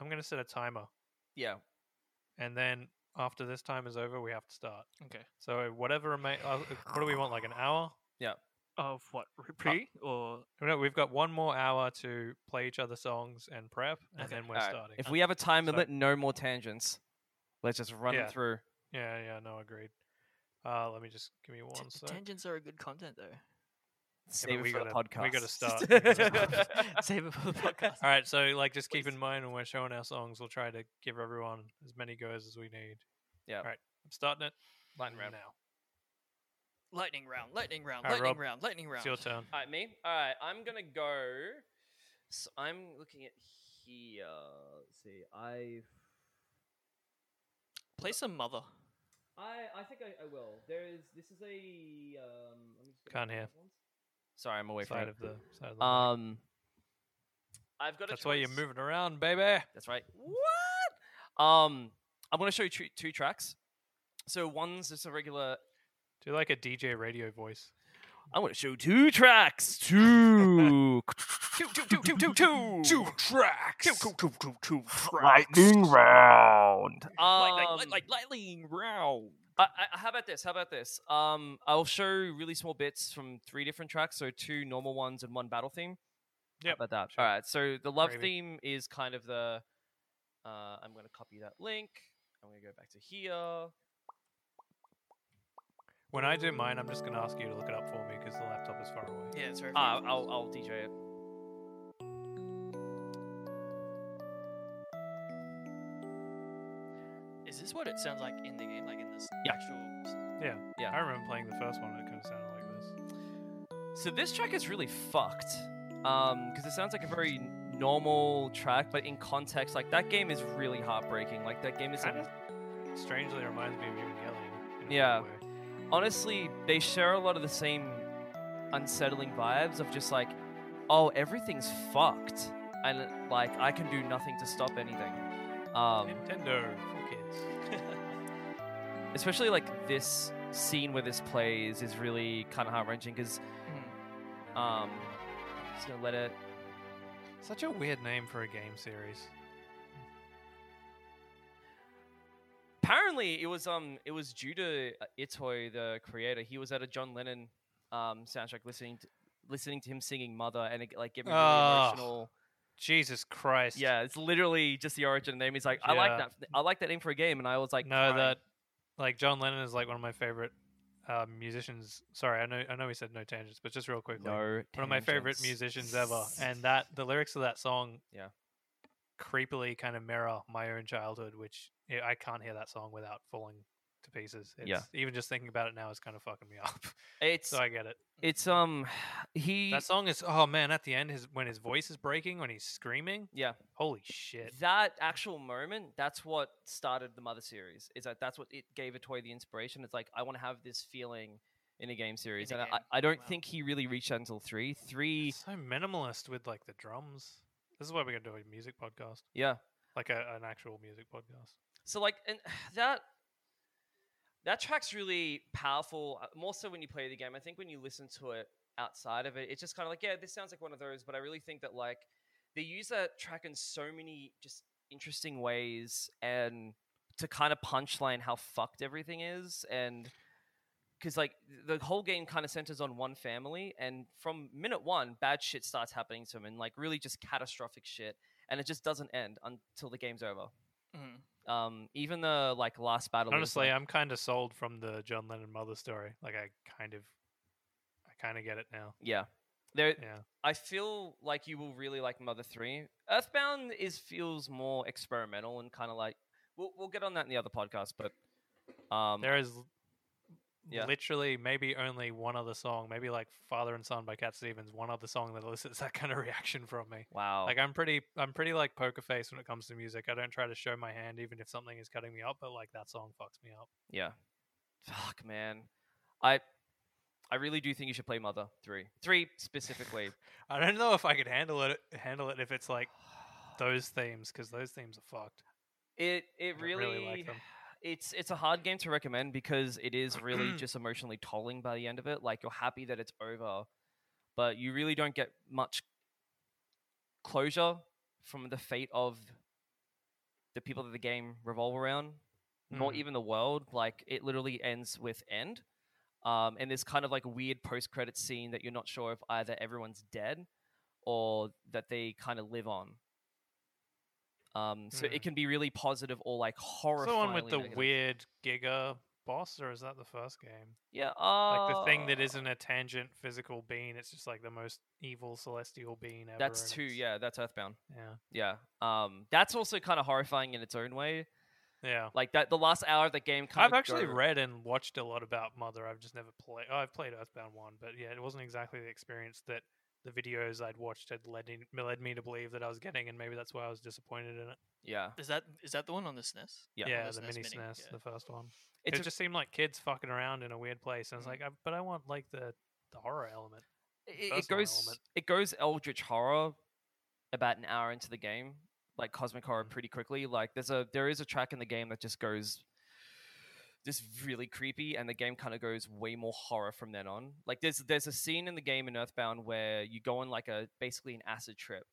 B: I'm gonna set a timer,
C: Yeah,
B: and then after this time is over, we have to start.
A: Okay.
B: So whatever remain. Uh, what do we want? Like an hour?
A: Of what
B: uh,
A: pre or
B: No, we've got one more hour to play each other songs and prep, and
A: Okay.
B: then we're
C: All right,
B: starting.
C: If we have a time
B: so-
C: limit, no more tangents. Let's just run
B: Yeah.
C: it through.
B: yeah, yeah, no, agreed. Uh, let me just give me one sec.
A: tangents are a good content though.
B: Yeah,
C: Save
B: but
C: it
B: we
C: for the
B: gotta-
C: podcast.
B: we gotta
A: Save it for the podcast.
B: All right, so like just keep
A: Please.
B: in mind when we're showing our songs, we'll try to give everyone as many goes as we need.
C: Yeah.
B: All right, I'm starting it. Lightning
C: round.
B: now.
A: Lightning round, lightning round,
B: All right,
A: lightning
B: Rob,
A: round, lightning round.
B: It's your turn.
C: All right, me. All right, I'm gonna go. So I'm looking at here. Let's see, I,
A: Play some mother.
C: I, I think I, I will. There is. This is a. Um, let me just go
B: Can't
C: back
B: hear.
C: to ones. Sorry, I'm away
B: Side
C: from
B: of the side of the.
C: it.
B: mic.
C: Um, I've got.
B: That's
C: a
B: why you're
C: choice.
B: moving around, baby.
C: That's right. What? Um, I'm gonna show you two, two tracks. So one's just a regular
B: Do like a DJ radio voice.
C: I'm gonna show two tracks. Um, Two. two, two, two, two, two, two. Two tracks. Two, two, two, two, two Lightning round. Um,
A: Lightning, like lightning round.
C: I, I, how about this? How about this? Um, I'll show really small bits from three different tracks, so two normal ones and one battle theme.
B: Yep,
C: How about that.
B: sure.
C: All right. So the love
B: Gravy.
C: theme is kind of the. Uh, I'm gonna copy that link. I'm gonna go back to here.
B: When I do mine, I'm just gonna ask you to look it up for me because the laptop is far away.
A: Yeah, it's very.
C: Uh, I'll, I'll DJ it.
A: Is this what it sounds like in the game, like in this
C: Yeah.
A: actual?
C: Yeah.
B: I remember playing the first one. and It kind of sounded like this.
C: So this track is really fucked because it sounds like a very n- normal track, but in context, like that game is really heartbreaking. Like that game is
B: Kind of strangely reminds me of you and yelling. in a weird
C: Yeah.
B: way.
C: honestly they share a lot of the same unsettling vibes of just like, oh everything's fucked, and like I can do nothing to stop anything. Um,
B: Nintendo for kids.
C: especially like this scene where this plays is really kind of heart wrenching because um, just gonna let it.
B: Such a weird name for a game series.
C: apparently it was um it was due to uh, Itoy the creator. He was at a John Lennon um soundtrack listening to listening to him singing Mother and it like gave me really
B: Ah.
C: emotional
B: Jesus Christ.
C: Yeah, it's literally just the origin name. He's like, I like
B: Yeah.
C: that. I like that name for a game, and I was like,
B: no,
C: crying.
B: that like John Lennon is like one of my favorite uh, musicians. Sorry, I know I know he said no tangents, but just real quickly,
C: no.
B: one of my favorite
C: tangents.
B: musicians ever, and that the lyrics of that song,
C: Yeah.
B: creepily kind of mirror my own childhood, which yeah, I can't hear that song without falling to pieces. It's,
C: Yeah.
B: even just thinking about it now is kind of fucking me up.
C: It's
B: so I get it.
C: it's um he
B: That song is oh man, at the end, his when his voice is breaking, when he's screaming,
C: yeah
B: holy shit.
C: that actual moment that's what started the mother series is that that's what it gave a toy the inspiration it's like i want to have this feeling in a game series
A: a
C: and
A: game.
C: I, I don't
A: Wow.
C: think he really reached that until three three
B: so minimalist with like the drums. This is why we're gonna do a music podcast,
C: yeah
B: like a, an actual music podcast.
C: so like and that that track's really powerful uh, more so when you play the game i think when you listen to it outside of it it's just kind of like yeah this sounds like one of those but i really think that like they use that track in so many just interesting ways and to kind of punchline how fucked everything is and because like th- the whole game kind of centers on one family and from minute one bad shit starts happening to them and like really just catastrophic shit and it just doesn't end until the game's over
A: Mhm.
C: um, even the like last battle. is,
B: Honestly,
C: like-
B: I'm kind of sold from the John Lennon mother story. Like I kind of, I kind of get it now.
C: yeah. There,
B: Yeah,
C: I feel like you will really like Mother Three. Earthbound is feels more experimental and kind of like we'll we'll get on that in the other podcast, but um,
B: there is l-
C: Yeah.
B: literally maybe only one other song, maybe like "Father and Son" by Cat Stevens, one other song that elicits that kind of reaction from me.
C: wow,
B: Like I'm pretty, I'm pretty like poker face when it comes to music. I don't try to show my hand, even if something is cutting me up. But like that song fucks me up.
C: yeah, fuck man, I I really do think you should play Mother Three, three specifically.
B: I don't know if I could handle it. Handle it if it's like those themes, because those themes are fucked.
C: It it
B: I
C: really,
B: really like them.
C: it's it's a hard game to recommend because it is really just emotionally tolling by the end of it. Like you're happy that it's over, but you really don't get much closure from the fate of the people that the game revolve around, nor
B: Mm.
C: even the world. Like it literally ends with end. Um, and there's kind of like a weird post credit scene that you're not sure if either everyone's dead or that they kind of live on. Um, so
B: Mm.
C: it can be really positive or like horrifying.
B: Is the one with the weird Giga boss, or is that the first game?
C: Yeah.
B: Like the thing that
C: uh,
B: isn't a tangent physical being, it's just like the most evil celestial being ever.
C: That's
B: and
C: two.
B: it's-
C: Yeah, that's Earthbound.
B: Yeah.
C: Yeah. Um, that's also kind of horrifying in its own way.
B: Yeah.
C: Like that, the last hour of the game. Kind
B: I've actually read and watched a lot about Mother. I've just never played. Oh, I've played Earthbound 1, but yeah, it wasn't exactly the experience that the videos I'd watched had led, in, led me to believe that I was getting, and maybe that's why I was disappointed in it.
C: Yeah,
A: Is that is that the one on the E SNES?
C: Yeah.
B: Yeah,
A: Those
B: the
A: NES
B: mini
A: mini,
B: SNES,
A: yeah.
B: the first one.
C: it's
B: it
C: a-
B: just seemed like kids fucking around in a weird place, and it's
A: Mm.
B: like, I, but I want like the, the horror element.
C: it, it
B: personal
C: goes
B: element.
C: it goes eldritch horror about an hour into the game, like cosmic horror,
B: Mm.
C: pretty quickly. Like there's a there is a track in the game that just goes just really creepy, and the game kind of goes way more horror from then on. Like there's there's a scene in the game in Earthbound where you go on like a basically an acid trip.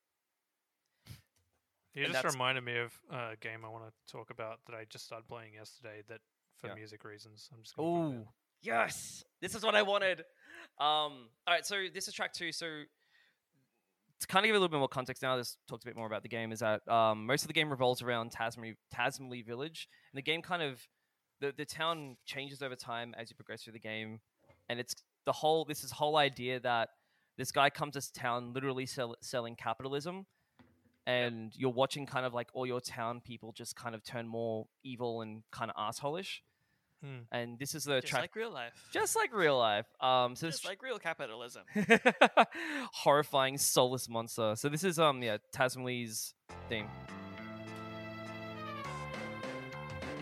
B: You
C: And
B: just
C: that's-
B: reminded me of a game I want to talk about that I just started playing yesterday. That for
C: Yeah.
B: music reasons, I'm just. Gonna put it in.
C: Oh, yes. This is what I wanted. Um, all right, so this is track two. So to kind of give a little bit more context now, this talks a bit more about the game, is that um, most of the game revolves around Tasmany, Tasmany Village. And the game kind of, the, the town changes over time as you progress through the game. And it's the whole, this is whole idea that this guy comes to town literally sell, selling capitalism. And you're watching kind of like all your town people just kind of turn more evil and kind of assholish.
B: Hmm.
C: And this is the
A: Just
C: track
A: like real life.
C: just like real life. Um, so
A: Just
C: this
A: like real capitalism.
C: horrifying soulless monster. So this is um yeah Tasmanlee's theme.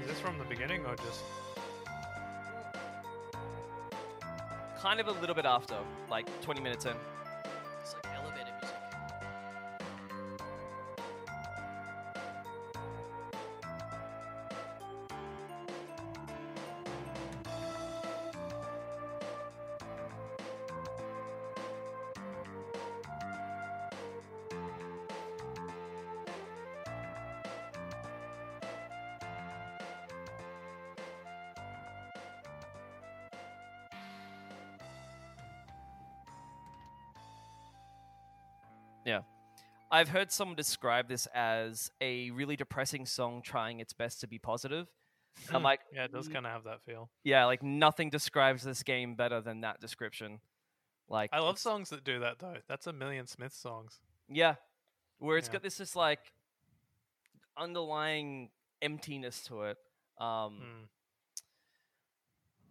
B: Is this from the beginning or just?
C: Kind of a little bit after, like 20 minutes in.
A: It's like elevator music.
C: I've heard someone describe this as a really depressing song trying its best to be positive. I'm like,
B: Yeah, it
A: Mm.
B: does kind of have that feel.
C: yeah, like nothing describes this game better than that description. Like,
B: I love
C: it's-
B: songs that do that though. That's a million Smith songs.
C: Yeah, where it's
B: Yeah.
C: got this just like underlying emptiness to it.
B: Mm.
C: Um,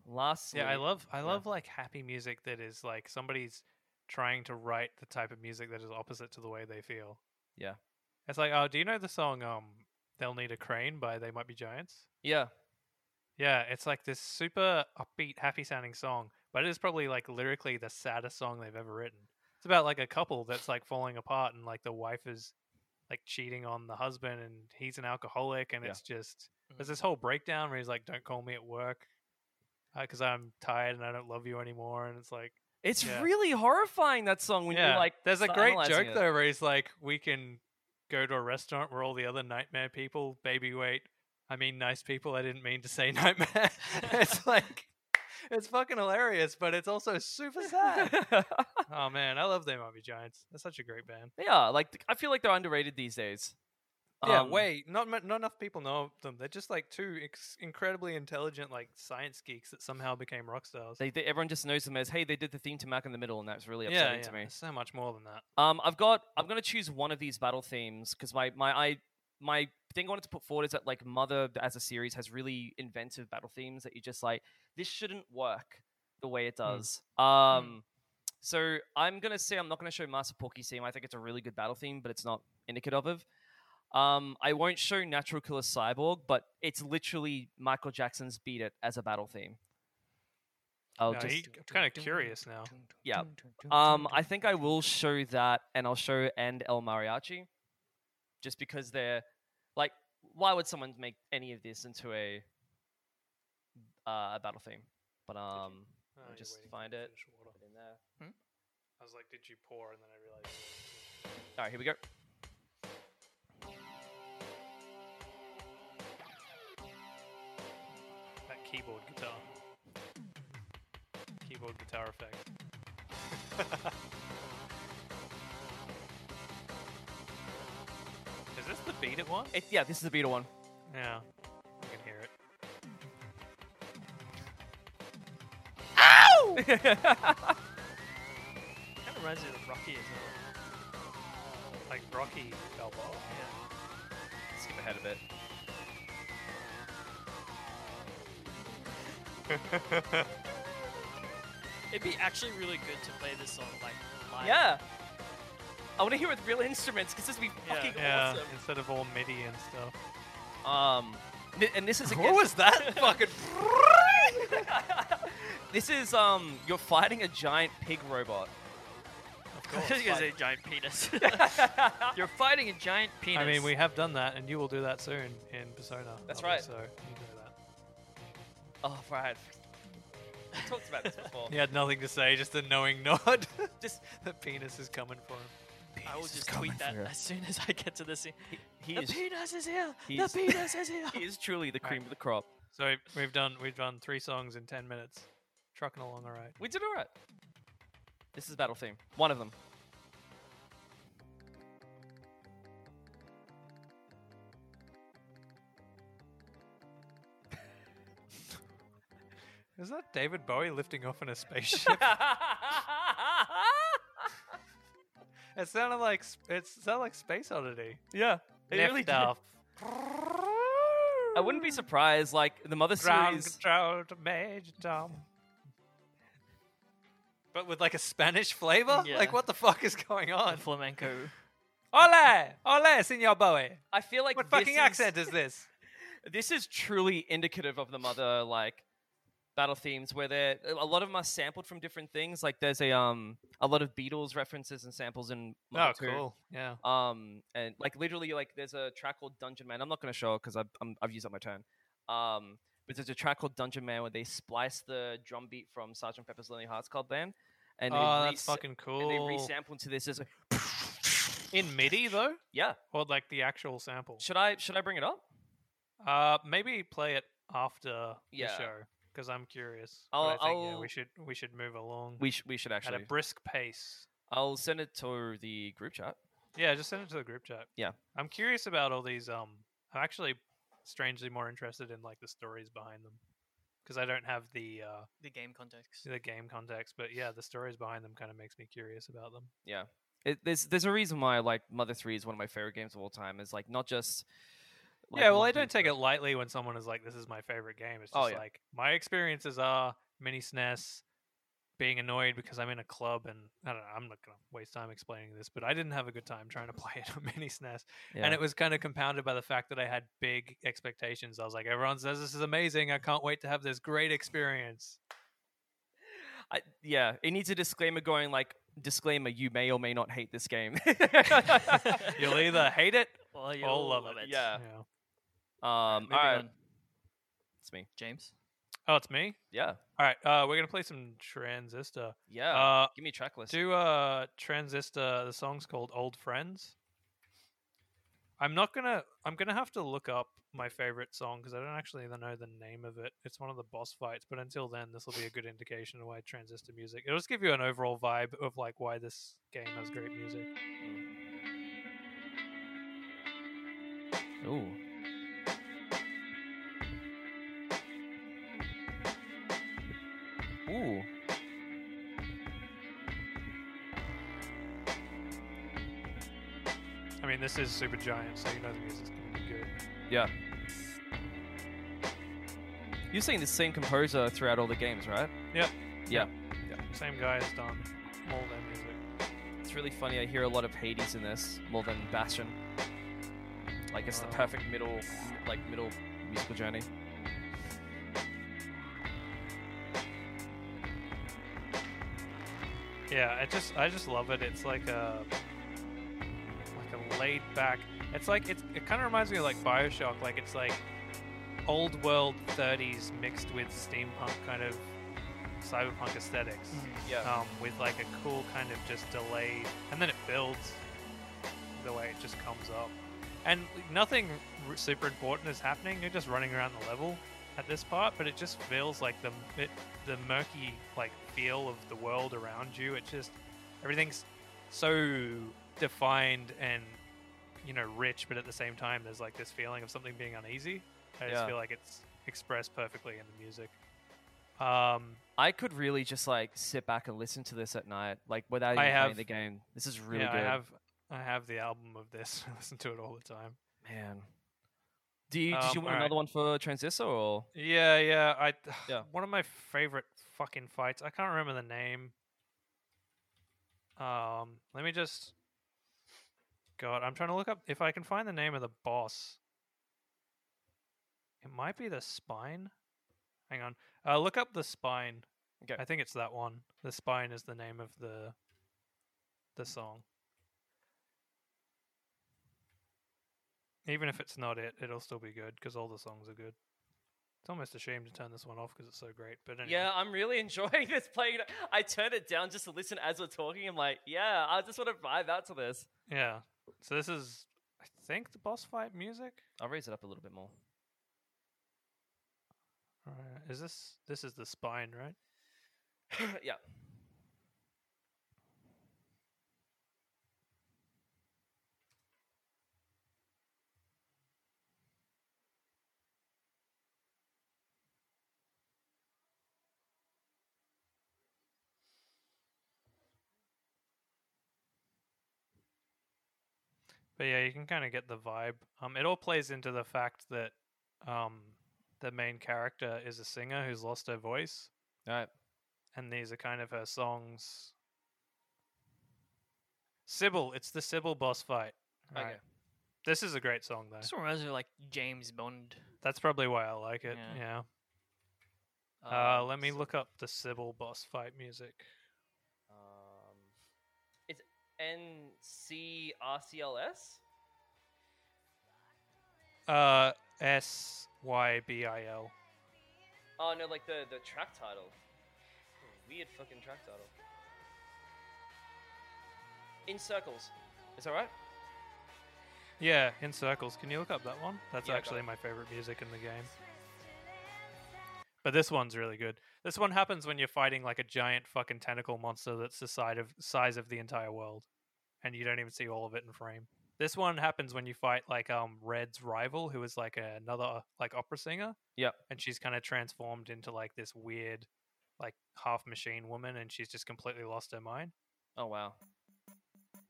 C: Lastly,
B: Hmm. Yeah, I love I
C: yeah.
B: love like happy music that is like somebody's trying to write the type of music that is opposite to the way they feel.
C: Yeah.
B: It's like, oh, do you know the song um They'll Need a Crane by They Might Be Giants?
C: Yeah,
B: Yeah, it's like this super upbeat, happy sounding song, but it is probably like lyrically the saddest song they've ever written. It's about like a couple that's like falling apart and like the wife is like cheating on the husband and he's an alcoholic and
C: Yeah.
B: it's just
A: Mhm.
B: there's this whole breakdown where he's like, "Don't call me at work because I'm tired and I don't love you anymore," and it's like.
C: it's
B: Yeah.
C: really horrifying that song when you like.
B: there's a
C: start
B: great
C: analyzing
B: joke
C: it.
B: though where he's like, we can go to a restaurant where all the other nightmare people, baby wait, I mean nice people. I didn't mean to say nightmare. it's like, it's fucking hilarious, but it's also super sad. oh man, I love They Might Be Giants. That's such a great band.
C: yeah, like th- I feel like they're underrated these days.
B: yeah,
C: Um,
B: way not mu- not enough people know of them. They're just like two ex- incredibly intelligent like science geeks that somehow became rock stars.
C: They, they, everyone just knows them as, hey, they did the theme to Mac in the Middle, and that's really
B: yeah,
C: upsetting
B: yeah,
C: to me.
B: there's so much more than that.
C: Um, I've got. I'm gonna choose one of these battle themes because my my I my thing I wanted to put forward is that like Mother as a series has really inventive battle themes that you just like this shouldn't work the way it does. Um, so I'm gonna say I'm not gonna show Master Porky's theme. I think it's a really good battle theme, but it's not indicative of. Um, I won't show Natural Killer Cyborg, but it's literally Michael Jackson's "Beat It" as a battle theme. I'll
B: No,
C: just
B: he- I'm kind of curious now.
C: yeah. Um, I think I will show that, and I'll show and El Mariachi, just because they're like, why would someone make any of this into a uh, a battle theme? But um,
B: Oh,
C: Let me
B: you're
C: just
B: waiting for
C: find
B: me to
C: it.
B: finish water.
C: put in there.
A: Hmm?
B: I was like, did you pour? And then I realized.
C: All right, here we go.
B: That keyboard guitar. Keyboard guitar effect. Is this the beat it one?
C: It, yeah, this is the beta one.
B: Yeah. I can hear it.
A: Kind of reminds me of Rocky as well.
B: Like Rocky Balboa.
C: Skip ahead a bit.
A: It'd be actually really good to play this song like live.
C: Yeah. I want to hear it with real instruments because this would be
A: Yeah,
C: fucking
B: Yeah, instead of all MIDI and stuff.
C: awesome. Um, thi- and this is
A: What
C: again,
A: was that? Fucking.
C: this is um, you're fighting a giant pig robot.
B: Of
A: I was
B: course.
A: gonna say giant penis. You're fighting a giant penis.
B: I mean, we have done that, and you will do that soon in Persona.
C: That's
B: Lovely,
C: right.
B: So you know that.
C: Oh, right. We talked about this before.
B: He had nothing to say, just a knowing nod.
C: Just-
B: the penis is coming for him.
A: I will just tweet that as soon as I get to this scene.
C: He, he
A: the
C: is,
A: penis is here. The
C: he's-
A: penis is here.
C: he is truly the
B: Right.
C: cream of the crop.
B: So we've done we've done three songs in ten minutes, trucking along all right.
C: We did all right. This is battle theme. One of them.
B: Is that David Bowie lifting off in a spaceship? it sounded like sp- it sounded like Space Oddity.
C: yeah. It
B: Lift
C: really did.
B: off,
C: I wouldn't be surprised. Like the mother
B: ground
C: series.
B: control to Major Tom. But with like a Spanish flavor?
A: Yeah.
B: Like what the fuck is going
A: The
B: on?
A: flamenco.
B: Ole! Ole, Senor Bowie!
C: I feel like
B: What
C: this
B: fucking
C: is-
B: accent is this?
C: This is truly indicative of the mother like battle themes where they're a lot of them are sampled from different things. Like there's a um a lot of Beatles references and samples in Mother 2.
B: Oh, Yeah.
C: Um, and like literally, like there's a track called Dungeon Man. I'm not gonna show it because I've I'm, I've used up my turn. Um, but there's a track called Dungeon Man where they splice the drum beat from Sergeant Pepper's Lonely Hearts Club Band, and they
B: oh, that's
C: resa-
B: fucking
C: and they
B: cool.
C: resample into this as
B: In MIDI though?
C: yeah.
B: Or like the actual sample?
C: Should I should I bring it up?
B: Uh, maybe play it after
C: Yeah.
B: the show because I'm curious.
C: I'll-
B: but I think yeah,
C: I'll-
B: we should we should move along
C: We sh- we should
B: at a
C: actually.
B: brisk pace.
C: I'll send it to the group chat.
B: Yeah, just send it to the group chat.
C: Yeah.
B: I'm curious about all these. Um, I'm actually strangely more interested in like the stories behind them because I don't have the uh
A: The game context.
B: the game context, but yeah, the stories behind them kind of makes me curious about them.
C: It, there's there's a reason why like Mother Three is one of my favorite games of all time. Is like not just. like,
B: yeah, well,
C: logged
B: I don't
C: into
B: take
C: it.
B: it lightly when someone is like, "This is my favorite game." It's just
C: Oh, yeah.
B: like my experiences are mini SNES, being annoyed because I'm in a club, and I don't know. I'm not gonna waste time explaining this, but I didn't have a good time trying to play it on mini E SNES,
C: Yeah.
B: and it was kind of compounded by the fact that I had big expectations. I was like, "Everyone says this is amazing. I can't wait to have this great experience."
C: I, yeah, it needs a disclaimer going like disclaimer: you may or may not hate this game.
B: You'll either hate it.
A: Well, you
B: All of
A: love
B: it,
A: it.
C: yeah.
B: Yeah.
C: Um. All
A: Moving
C: right,
A: on.
C: it's me.
A: James.
B: Oh, it's me.
C: Yeah,
B: All right, uh, we're gonna play some Transistor.
C: yeah.
B: Uh,
C: Give me a track list.
B: Do uh Transistor the song's called Old Friends. I'm not gonna I'm gonna have to look up my favorite song because I don't actually know the name of it. It's one of the boss fights, but until then this will be a good indication of why transistor music. It'll just give you an overall vibe of like why this game has great music.
C: Ooh. Ooh.
B: I mean this is super giant, so you know the music's gonna be good.
C: Yeah. You're saying the same composer throughout all the games, right?
B: Yep.
C: Yeah.
B: Same guy has done all their music.
C: It's really funny. I hear a lot of Hades in this more than Bastion. Like it's the
B: Wow.
C: perfect middle, like middle musical journey.
B: Yeah, I just I just love it. It's like a like a laid back. It's like it's, it kind of reminds me of like BioShock. Like it's like old world 30s mixed with steampunk kind of cyberpunk esthetics
C: Yeah.
B: um, with like a cool kind of just delay, and then it builds the way it just comes up, and nothing r- super important is happening. You're just running around the level at this part, but it just feels like the it, the murky like feel of the world around you. It just everything's so defined and you know rich, but at the same time, there's like this feeling of something being uneasy. I just
C: Yeah.
B: feel like it's expressed perfectly in the music. Um,
C: I could really just like sit back and listen to this at night, like without even
B: I
C: playing
B: have-
C: the game. This is really
B: yeah,
C: good,
B: I have I have the album of this. I listen to it all the time.
C: man. Do you, did
B: Um,
C: you want
B: alright.
C: another one for Transistor or?
B: Yeah, yeah. I
C: Yeah.
B: one of my favorite fucking fights. I can't remember the name. Um, let me just. God, I'm trying to look up if I can find the name of the boss. It might be the spine. Hang on. Uh, look up the spine.
C: Okay.
B: I think it's that one. The spine is the name of the the song. Even if it's not it, it'll still be good because all the songs are good. It's almost a shame to turn this one off because it's so great. But anyway,
C: Yeah, I'm really enjoying this playing. I turned it down just to listen as we're talking. I'm like, yeah, I just want to vibe out to this.
B: yeah. So this is, I think, the boss fight music.
C: I'll raise it up a little bit more.
B: Uh, is this this is the spine, right?
C: yeah.
B: But yeah, you can kind of get the vibe. Um, it all plays into the fact that um, the main character is a singer who's lost her voice,
C: All right.
B: and these are kind of her songs. Sybil, it's the Sybil boss fight.
C: Okay.
B: Right. This is a great song though.
A: This one reminds me of like James Bond.
B: That's probably why I like it.
A: Yeah.
B: yeah. Uh,
A: um,
B: let me
A: so-
B: look up the Sybil boss fight music.
C: Um, it's N C R C L S.
B: Uh, S Y B I L.
C: Oh no, like the the track title. Weird fucking track title. In circles. Is that right?
B: Yeah, in circles. Can you look up that one? That's
C: Yeah, I got
B: actually
C: it.
B: my favorite music in the game. But this one's really good. This one happens when you're fighting like a giant fucking tentacle monster that's the side of size of the entire world, and you don't even see all of it in frame. This one happens when you fight like um Red's rival, who is like another like opera singer.
C: Yep.
B: And she's kind of transformed into like this weird, like half machine woman, and she's just completely lost her mind,
C: Oh wow.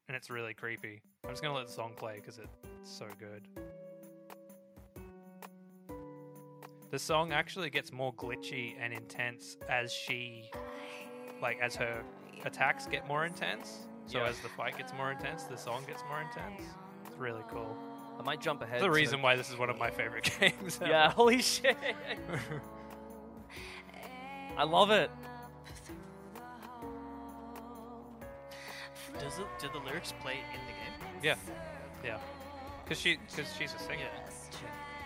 B: and it's really creepy. I'm just gonna let the song play because it's so good. The song actually gets more glitchy and intense as she, like, as her attacks get more intense. So
C: Yeah.
B: as the fight gets more intense, the song gets more intense. It's really cool.
C: I might jump ahead.
B: It's the
C: so-
B: reason why this is one of my favorite games. ever.
C: Yeah. Holy shit. I love it.
A: Does it, do the lyrics play in the game?
B: Yeah. Yeah. Cause she, cause she's a singer.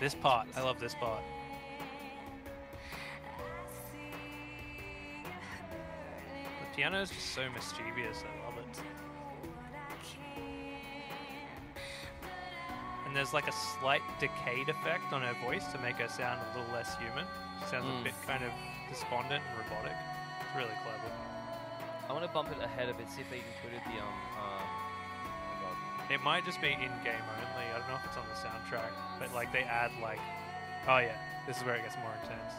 B: This part, I love this part. The piano is just so mischievous. I love it. And there's like a slight decayed effect on her voice to make her sound a little less human. She sounds
C: Mm.
B: a bit kind of despondent and robotic. It's really clever.
C: I want to bump it ahead a bit. See if they included the um. Uh, oh God.
B: It might just be in game only. I don't know if it's on the soundtrack, but like they add like, oh yeah, this is where it gets more intense.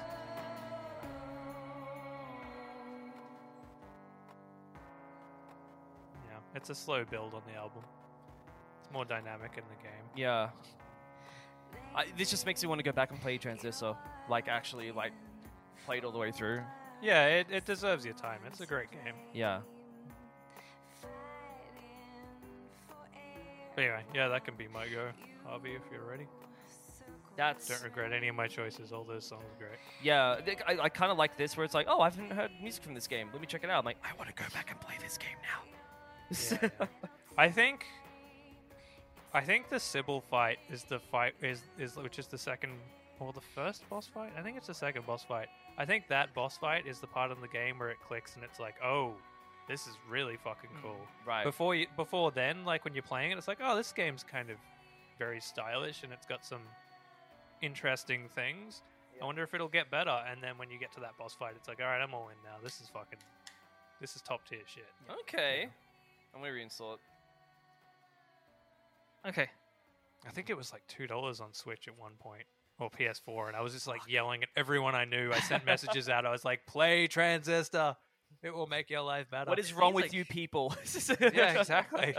B: Yeah, it's a slow build on the album. It's more dynamic in the game.
C: Yeah. I, this just makes me want to go back and play Transistor. Like, actually, like, play it all the way through.
B: Yeah, it, it deserves your time. It's a great game.
C: Yeah.
B: But anyway, yeah, that can be my go, Harvey, if you're ready.
C: That's.
B: Don't regret any of my choices. All those songs are great.
C: Yeah. th- I, I kind of like this where it's like, oh, I haven't heard music from this game. Let me check it out. I'm like, I want to go back and play this game
B: Yeah,
C: now.
B: yeah. I think I think the Sybil fight is the fight is is which is the second or the first boss fight. I think it's the second boss fight. I think that boss fight is the part in the game where it clicks and it's like, "Oh, this is really fucking cool."
C: right.
B: Before you before then, like when you're playing it, it's like, "Oh, this game's kind of very stylish and it's got some interesting things." I wonder if it'll get better. And then when you get to that boss fight, it's like, "All right, I'm all in now. This is fucking this is top tier shit."
C: Okay. I'm going to reinstall it.
A: Okay.
B: I think it was like two dollars on Switch at one point or PS4, and I was just like yelling at everyone I knew. I sent messages out. I was like, "Play Transistor, it will make your life better."
C: What is
A: think
C: wrong
A: it's
C: with
A: like-
C: you people?
B: yeah, exactly.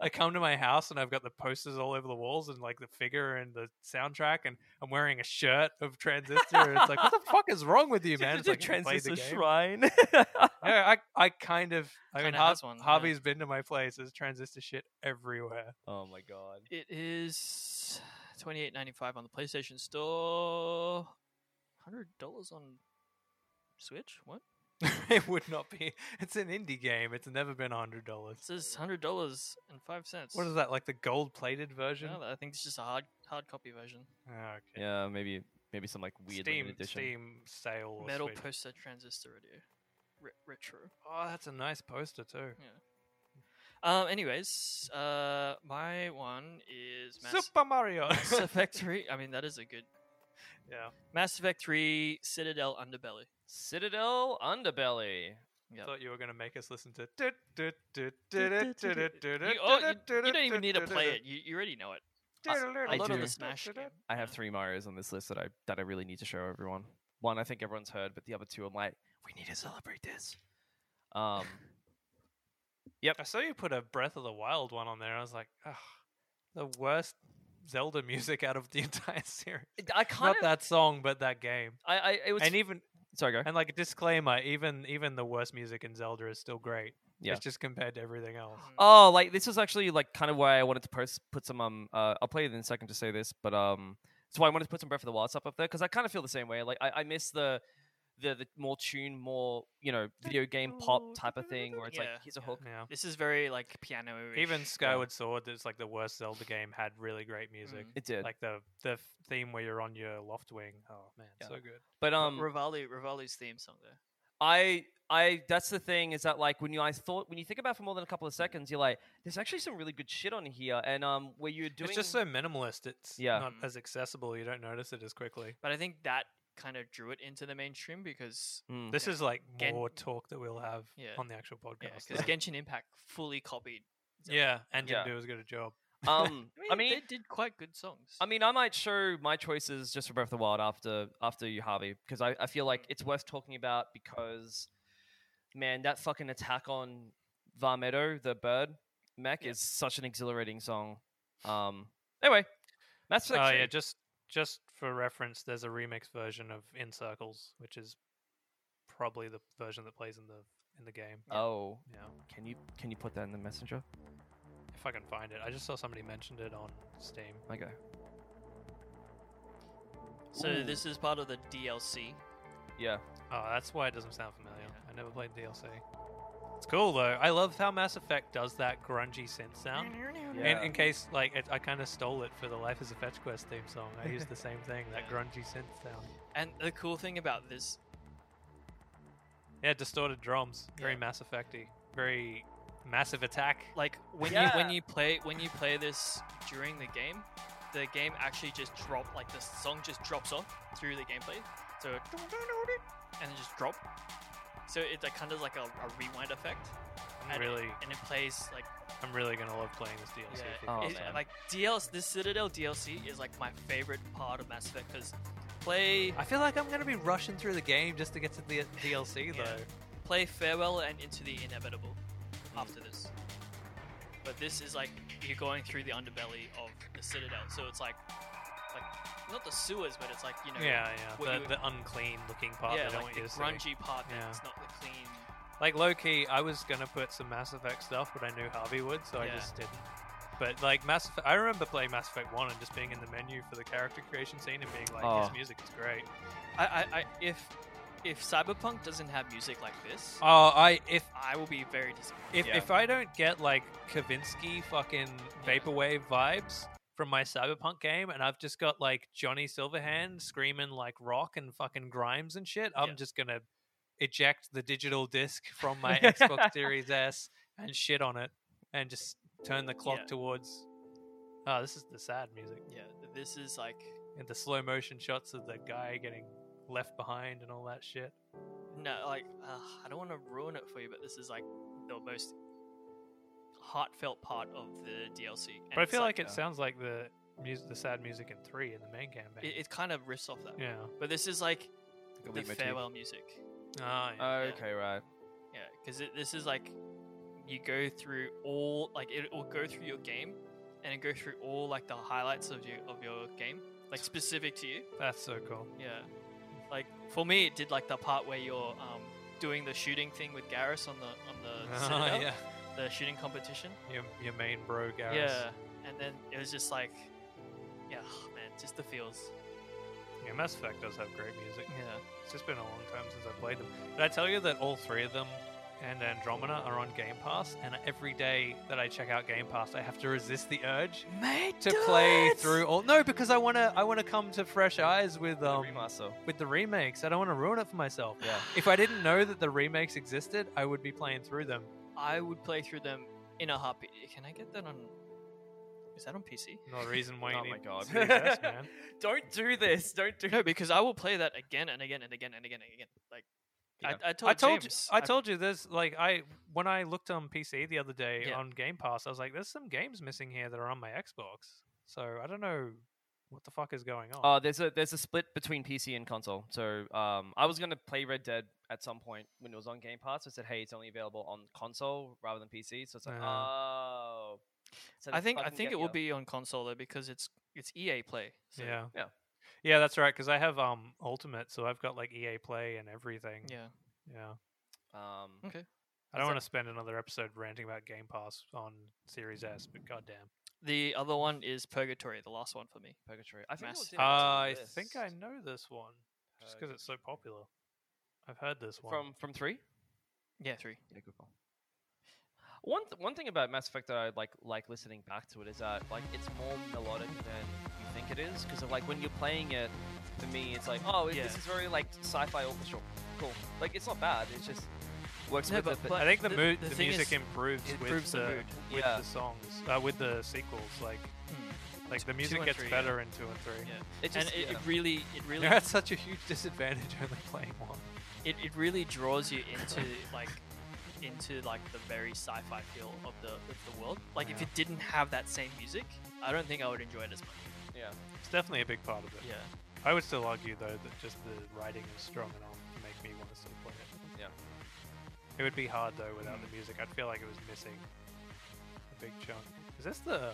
B: I come to my house and I've got the posters all over the walls and like the figure and the soundtrack, and I'm wearing a shirt of Transistor. and it's like, what the fuck is wrong with you, man? It's like you play the
C: Transistor
B: game.
C: Shrine.
B: Yeah, I, I kind of. I mean,
A: Kinda
B: Har-
A: has one, yeah.
B: Harvey's been to my place. There's Transistor shit everywhere.
C: oh, my God.
A: It is twenty eight ninety five on the PlayStation Store. Hundred dollars on Switch. What?
B: it would not be. It's an indie game. It's never been a hundred dollars.
A: It says hundred dollars and five cents.
B: What is that? Like the gold plated version?
A: No, I think it's just a hard hard copy version.
B: Ah, okay.
C: Yeah, maybe maybe some, like, weird limited
B: Steam
C: edition.
B: Steam sale. Or
A: Metal
B: Switch.
A: poster transistor radio, Re- retro.
B: oh, that's a nice poster too.
A: Mm, Um. Anyways, uh, my one is Mass,
B: Super Mario.
A: Mass Effect Three. I mean, that is a good
B: yeah.
A: Mass Effect Three Citadel Underbelly.
C: Citadel Underbelly.
A: Yep. oh,
B: Thought you were gonna make us listen to.
A: You, oh, you, you don't even need to play it. You, you already know it.
C: I
A: A lot of
C: do.
A: the Smash game.
C: I have three Marios on this list that I that I really need to show everyone. One I think everyone's heard, but the other two I'm like, we need to celebrate this. Um,
B: I saw you put a Breath of the Wild one on there. I was like, ugh, the worst Zelda music out of the entire series.
C: it- I kind
B: Not
C: of
B: that song, but that game.
C: I, I it was
B: And even
C: sorry go
B: And like a disclaimer, even even the worst music in Zelda is still great.
C: Yeah.
B: It's just compared to everything
A: Hmm.
B: else.
A: Mm.
C: oh like this is actually like kind of why I wanted to post put some um uh, I'll play it in a second to say this, but um that's why I wanted to put some Breath of the Wild stuff up there because I kind of feel the same way. Like I, I miss the the the more tune, more you know video game pop type of thing where it's like
A: Yeah,
C: here's a
A: yeah.
C: hook.
B: Yeah.
A: This is very like Hmm. piano.
B: Even Skyward Sword, that's like the worst Zelda game, had really great music.
A: Mm.
C: It did,
B: Like the the f- theme where you're on your loft wing. Oh man,
C: Yeah.
B: so good.
C: but um
A: Rivali Rivali's theme song there.
C: I I that's the thing is that like when you I thought when you think about it for more than a couple of seconds, you're like, there's actually some really good shit on here, and um, where you're doing
B: It's just so minimalist. It's
C: Yeah.
B: not
A: Mm.
B: as accessible. You don't notice it as quickly.
A: But I think that kind of drew it into the mainstream because
C: Mm.
B: This
A: Yeah.
B: is like
A: Gen-
B: more talk that we'll have
A: Yeah.
B: on the actual
A: yeah,
B: podcast.
A: because
B: though.
A: Genshin Impact fully copied
B: Yeah, and didn't
C: Yeah.
B: do as good a job.
C: Um, I mean,
A: they did quite good songs.
C: I mean, I might show my choices just for Breath of the Wild after after you, Harvey, because I, I feel like it's worth talking about because, man, that fucking attack on Varmedo, the bird mech, is such an exhilarating song. Um, anyway, Mass
B: Oh
C: Effect.
B: yeah,
C: 2.
B: just just for reference, there's a remix version of In Circles, which is probably the version that plays in the in the game.
C: Oh,
B: Yeah,
C: can you can you put that in the messenger?
B: if I can find it, I just saw somebody mentioned it on Steam.
C: Okay.
A: so
C: Ooh.
A: this is part of the DLC.
C: Yeah.
B: Oh, that's why it doesn't sound familiar.
A: Yeah.
B: I never played DLC. It's cool though. I love how Mass Effect does that grungy synth sound.
A: Mm-hmm.
B: In,
C: Yeah.
B: in case, like, it, I kind of stole it for the Life is a Fetch Quest theme song. I used the same thing, that
A: Yeah.
B: grungy synth sound.
A: And the cool thing about this,
B: Yeah, distorted drums, very
A: Yeah.
B: Mass Effecty, very massive attack.
A: like when you when
C: Yeah.
A: you play when you play this during the game, the game actually just drop like the song just drops off through the gameplay. So and it just drop. So it's like kind of like a, a rewind effect.
B: I'm
A: And
B: really,
A: it, and it plays like
B: I'm really gonna love playing this DLC.
A: Yeah,
B: for the
C: Oh,
B: first
A: it-
C: man.
B: time.
A: like DLC, this Citadel DLC is like my favorite part of Mass Effect because play
B: I feel like I'm gonna be rushing through the game just to get to the DLC
A: Yeah.
B: though.
A: play farewell and into the inevitable
B: Hmm.
A: after this. But this is like you're going through the underbelly of the Citadel, so it's like like not the sewers, but it's like you know
B: Yeah,
A: what
B: yeah,
A: you-
B: the, the unclean looking part.
A: yeah
B: they
A: like
B: don't want
A: the
B: you to see.
A: grungy part
B: Yeah.
A: that's not the clean.
B: Like low key, I was gonna put some Mass Effect stuff, but I knew Harvey would, so
A: Yeah.
B: I just didn't. But like Mass Effect, I remember playing Mass Effect One and just being in the menu for the character creation scene and being like,
C: Oh.
B: "This music is great."
A: I, I, I if if Cyberpunk doesn't have music like this,
B: Oh, I if
A: I will be very disappointed.
B: if,
C: Yeah.
B: if I don't get like Kavinsky fucking vaporwave vibes from my cyberpunk game, and I've just got like Johnny Silverhand screaming like rock and fucking grimes and shit, I'm
A: Yeah.
B: just gonna eject the digital disc from my Xbox Series S and shit on it, and just turn the clock
A: Yeah.
B: towards. Oh, this is the sad music
A: Yeah, this is like
B: and the slow motion shots of the guy getting left behind and all that shit.
A: no like uh, I don't want to ruin it for you, but this is like the most heartfelt part of the DLC. and
B: But I
A: it's uh,
B: feel like it
C: yeah.
B: sounds like the music, the sad music in three in the main campaign.
A: it, it kind of riffs off that.
B: yeah.
A: But this is like
C: Got
A: the
C: leave my teeth.
A: farewell music.
B: Ah, yeah.
C: Okay, right.
A: Yeah, because this is like you go through all like it will go through your game, and it go through all like the highlights of your of your game, like specific to you.
B: That's so cool.
A: Yeah, like for me, it did like the part where you're um, doing the shooting thing with Garrus on the on
C: uh,
A: the Citadel,
B: Oh, yeah.
A: the shooting competition.
B: Your, your main bro, Garrus.
A: Yeah, and then it was just like, yeah, man, just the feels.
B: Yeah, Mass Effect does have great music.
A: Yeah,
B: It's just been a long time since I played them. Did I tell you that all three of them and Andromeda are on Game Pass? And every day that I check out Game Pass, I have to resist the urge
A: mate,
B: to play through all. No, because I wanna I wanna come to fresh eyes with
C: The
B: um
C: remaster.
B: with the remakes. I don't want to ruin it for myself.
C: Yeah.
B: If I didn't know that the remakes existed, I would be playing through them.
A: I would play through them in a heartbeat. Can I get that on? Is that on PC?
B: No reason why you
C: Oh
B: need
C: my god.
B: Series S, man.
C: Don't do this. Don't do
A: No, because I will play that again and again and again and again and again. Like
C: Yeah.
A: I, I told
B: I told
A: James,
B: you. I told you. There's like I when I looked on PC the other day
A: Yeah.
B: on Game Pass, I was like, "There's some games missing here that are on my Xbox." So I don't know what the fuck is going
A: Oh.
B: on.
C: Uh, there's a there's a split between PC and console. So um, I was gonna play Red Dead at some point when it was on Game Pass. I said, hey, it's only available on console rather than PC. So it's like,
B: Yeah.
C: oh. So
A: Uh-huh. I
C: they
A: think I
C: fucking
A: think
C: get
A: it will
C: ya.
A: be on console though because it's it's EA Play. So,
B: yeah.
C: yeah.
B: Yeah, that's right. Because I have um Ultimate, so I've got like EA Play and everything.
A: yeah.
B: Yeah.
C: Um,
A: Okay.
B: I don't
A: that-
B: want to spend another episode ranting about Game Pass on Series S, but goddamn.
A: The other one is Purgatory, the last one for me.
C: Purgatory. I think it
A: Mass-
C: was in-
B: Uh,
C: it's
B: I
C: on the
B: think I
C: list. Uh,
B: know this one just because it's so popular. I've heard this one.
C: from from three.
A: Yeah, three.
C: Yeah, good call. One th- one thing about Mass Effect that I like like listening back to it is that like it's more melodic than you think it is because like when you're playing it, for me it's like oh
A: Yeah.
C: this is very like sci-fi orchestral, cool. Like it's not bad. It's just works
A: No,
C: with
A: but-
C: it.
A: but
B: I think the,
A: the-
B: mood,
A: the
B: the
A: thing
B: music
A: is,
B: improves
A: it
B: with
A: improves the mood.
B: with
C: Yeah.
B: the songs, uh, with the sequels. Like, like
A: Hmm.
B: the
A: Two
B: music
A: and
B: gets
A: three, yeah.
B: better in two and three.
A: Yeah.
C: it
A: and
C: just,
A: it,
C: yeah.
A: it really, it really,
B: They're at such a huge disadvantage only playing one.
A: it, it really draws you into like into like the very sci-fi feel of the of the world. Like if it didn't have that same music, I don't think I would enjoy it as much.
C: Yeah.
B: It's definitely a big part of it.
A: Yeah.
B: I would still argue though that just the writing is strong enough to make me want to still play it.
C: Yeah.
B: It would be hard though without
A: Hmm.
B: the music. I'd feel like it was missing a big chunk. Is this the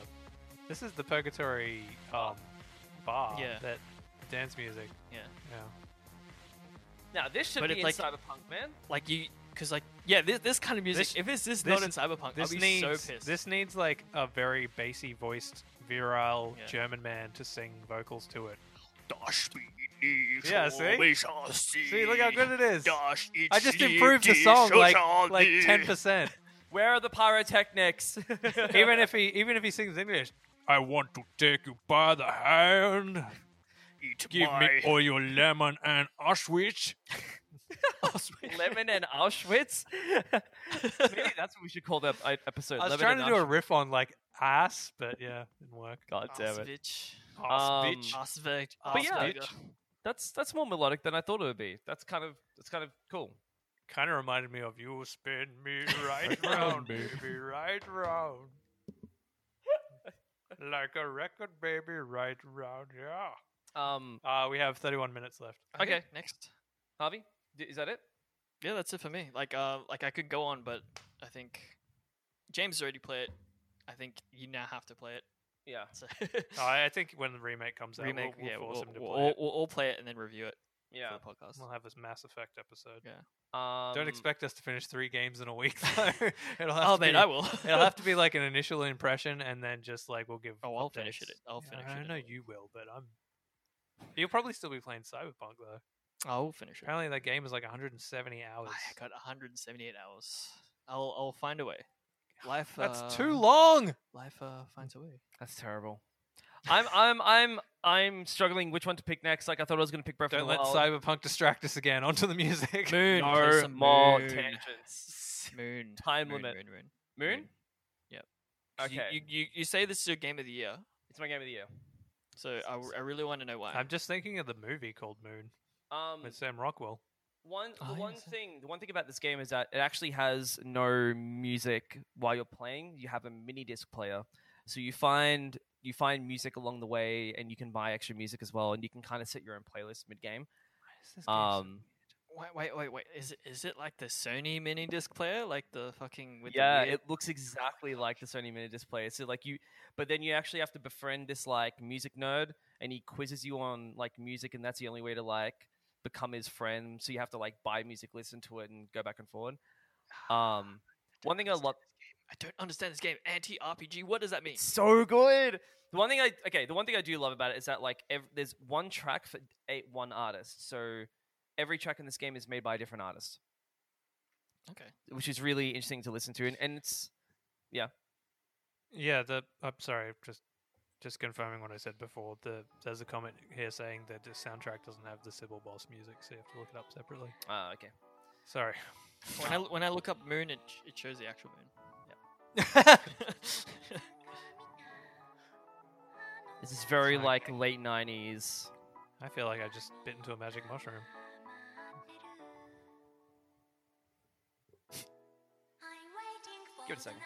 B: this is the purgatory um bar
A: Yeah.
B: that dance music.
A: Yeah.
B: Yeah.
C: Now this should
A: But it's
C: be in
A: like-
C: Cyberpunk, man.
A: Like you, because like yeah, this this kind of music.
B: This-
A: if it's this,
B: this-
A: not in Cyberpunk, I'll
B: This
A: be
B: needs
A: so pissed.
B: this needs like a very bassy voiced virile
A: Yeah.
B: German man to sing vocals to it.
A: Dash me
B: Yeah, see?
A: we shall see.
B: See, look how good it is.
A: Dash
B: I just improved the song like like ten percent.
C: Where are the pyrotechnics?
B: even if he even if he sings English, I want to take you by the hand. Give me all your lemon and Auschwitz.
C: Lemon and Auschwitz. Maybe that's what we should call that e- episode.
B: I was
C: Lemon
B: trying to
C: and
B: do a
C: Auschwitz. Oh,
B: riff on like ass, but yeah, didn't work.
C: God damn it.
A: Bitch.
B: Ass,
C: Um,
B: bitch.
A: Asvig.
C: But yeah, that's that's more melodic than I thought it would be. That's kind of that's kind of cool.
B: Kind of reminded me of you spin me right round, baby, right round. like a record, baby, right round. Yeah.
C: Um,
B: Uh, we have 31 minutes left.
C: Okay.
A: next.
C: Harvey, d- is that it?
A: Yeah, that's it for me. Like, uh, like I could go on, but I think James already played it. I think you now have to play it.
C: Yeah.
A: So
B: I I think when the remake comes out,
A: remake.
B: we'll, we'll
A: yeah,
B: force
A: we'll,
B: him to
A: we'll,
B: play
A: all-
B: it.
A: we'll all play it and then review it
C: Yeah.
A: for the podcast.
B: We'll have this Mass Effect episode.
C: Um,
B: Don't expect us to finish three games in a week. Though. it'll have
A: oh
B: to
A: man,
B: be,
A: I will.
B: it'll have to be like an initial impression, and then just like we'll give.
A: oh, I'll finish
B: updates.
A: it. I'll
B: Yeah,
A: finish
B: I
A: it.
B: know you will, but I'm. You'll probably still be playing Cyberpunk though.
A: I'll finish it.
B: Apparently, that game is like 170 hours.
A: I got 178 hours. I'll I'll find a way. Life.
B: That's
A: uh,
B: too long.
A: Life uh, finds a way.
C: That's terrible. I'm I'm I'm I'm struggling which one to pick next. Like I thought I was going to pick Breath
B: Don't
C: of
B: let
C: the Wild.
B: Cyberpunk distract us again. Onto the music.
A: Moon. Play
C: No
A: some
C: more
A: moon.
C: tangents.
A: Moon.
C: Time
A: moon,
C: limit.
A: Moon. Moon.
C: Moon.
A: 'Cause you-
C: Okay.
A: You, you, you say this is your game of the year,
C: It's my game of the year.
A: so I, I really want to know why.
B: I'm just thinking of the movie called Moon
C: Um,
A: Mm.
B: with Sam Rockwell.
C: one the
A: Oh, yeah,
C: one
A: so-
C: thing the one thing about this game is that it actually has no music while you're playing. You have a mini disc player, so you find you find music along the way, and you can buy extra music as well, and you can kind of set your own playlist mid game. Um,
A: Wait, wait, wait, wait. Is it is it like the Sony mini disc player, like the fucking with
C: yeah,
A: the weird-
C: it looks exactly like the Sony Mini Display. So like you, but then you actually have to befriend this like music nerd, and he quizzes you on like music, and that's the only way to like become his friend. So you have to like buy music, listen to it, and go back and forward. Um, one thing I love,
A: I don't understand this game. Anti RPG. What does that mean?
C: so good. The one thing I okay, the one thing I do love about it is that like ev- there's one track for eight, one artist. So every track in this game is made by a different artist,
A: Okay.
C: which is really interesting to listen to, and, and it's
B: Yeah, the I'm sorry, just just confirming what I said before. The there's a comment here saying that the soundtrack doesn't have the Sybil Boss music, so you have to look it up separately.
C: uh, okay.
B: Sorry.
A: When I when I look up moon, it sh- it shows the actual moon.
C: This is very
B: Sorry.
C: like late '90s.
B: I feel like I just bit into a magic mushroom.
C: Give it a second.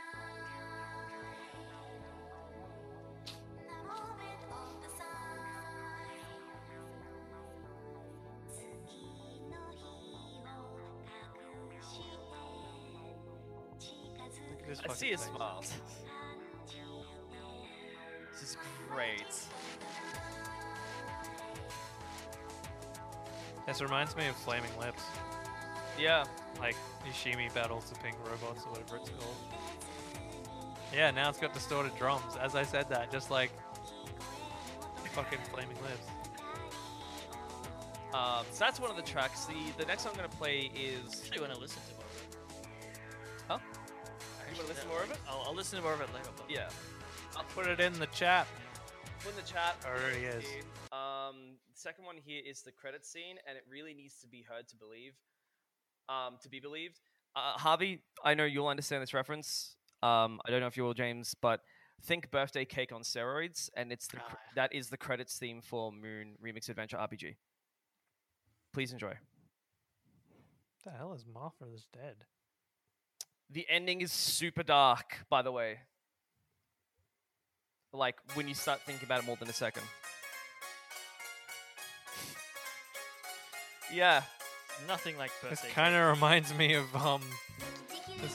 B: Look at this
C: I
B: fucking
C: see his
B: thing.
C: smiles. this is great.
B: This reminds me of Flaming Lips,
C: Yeah.
B: like Ishimi battles the pink robots or whatever it's called. Yeah, now it's got distorted drums. As I said that, just like fucking Flaming Lips.
C: Um, so that's one of the tracks. The the next one I'm gonna play is.
A: Actually, when I listen to more.
C: Huh?
A: of it.
C: You
A: Actually,
C: wanna listen
A: no,
C: more of it?
A: I'll, I'll listen to more of it later. But
C: Yeah.
B: I'll put it in the chat.
C: Put in the chat.
B: Oh, there he is.
C: Um, the second one here is the credit scene, and it really needs to be heard to believe, um, to be believed. Uh, Harvey, I know you'll understand this reference. Um, I don't know if you will, James, but think birthday cake on steroids, and it's the cr-
A: Ah.
C: that is the credits theme for Moon Remix Adventure RPG. Please enjoy.
B: What the hell is Mothra is dead?
C: The ending is super dark, by the way. Like when you start thinking about it more than a second. Yeah.
A: Nothing like
B: This
A: birthday.
B: kind of reminds me of um. This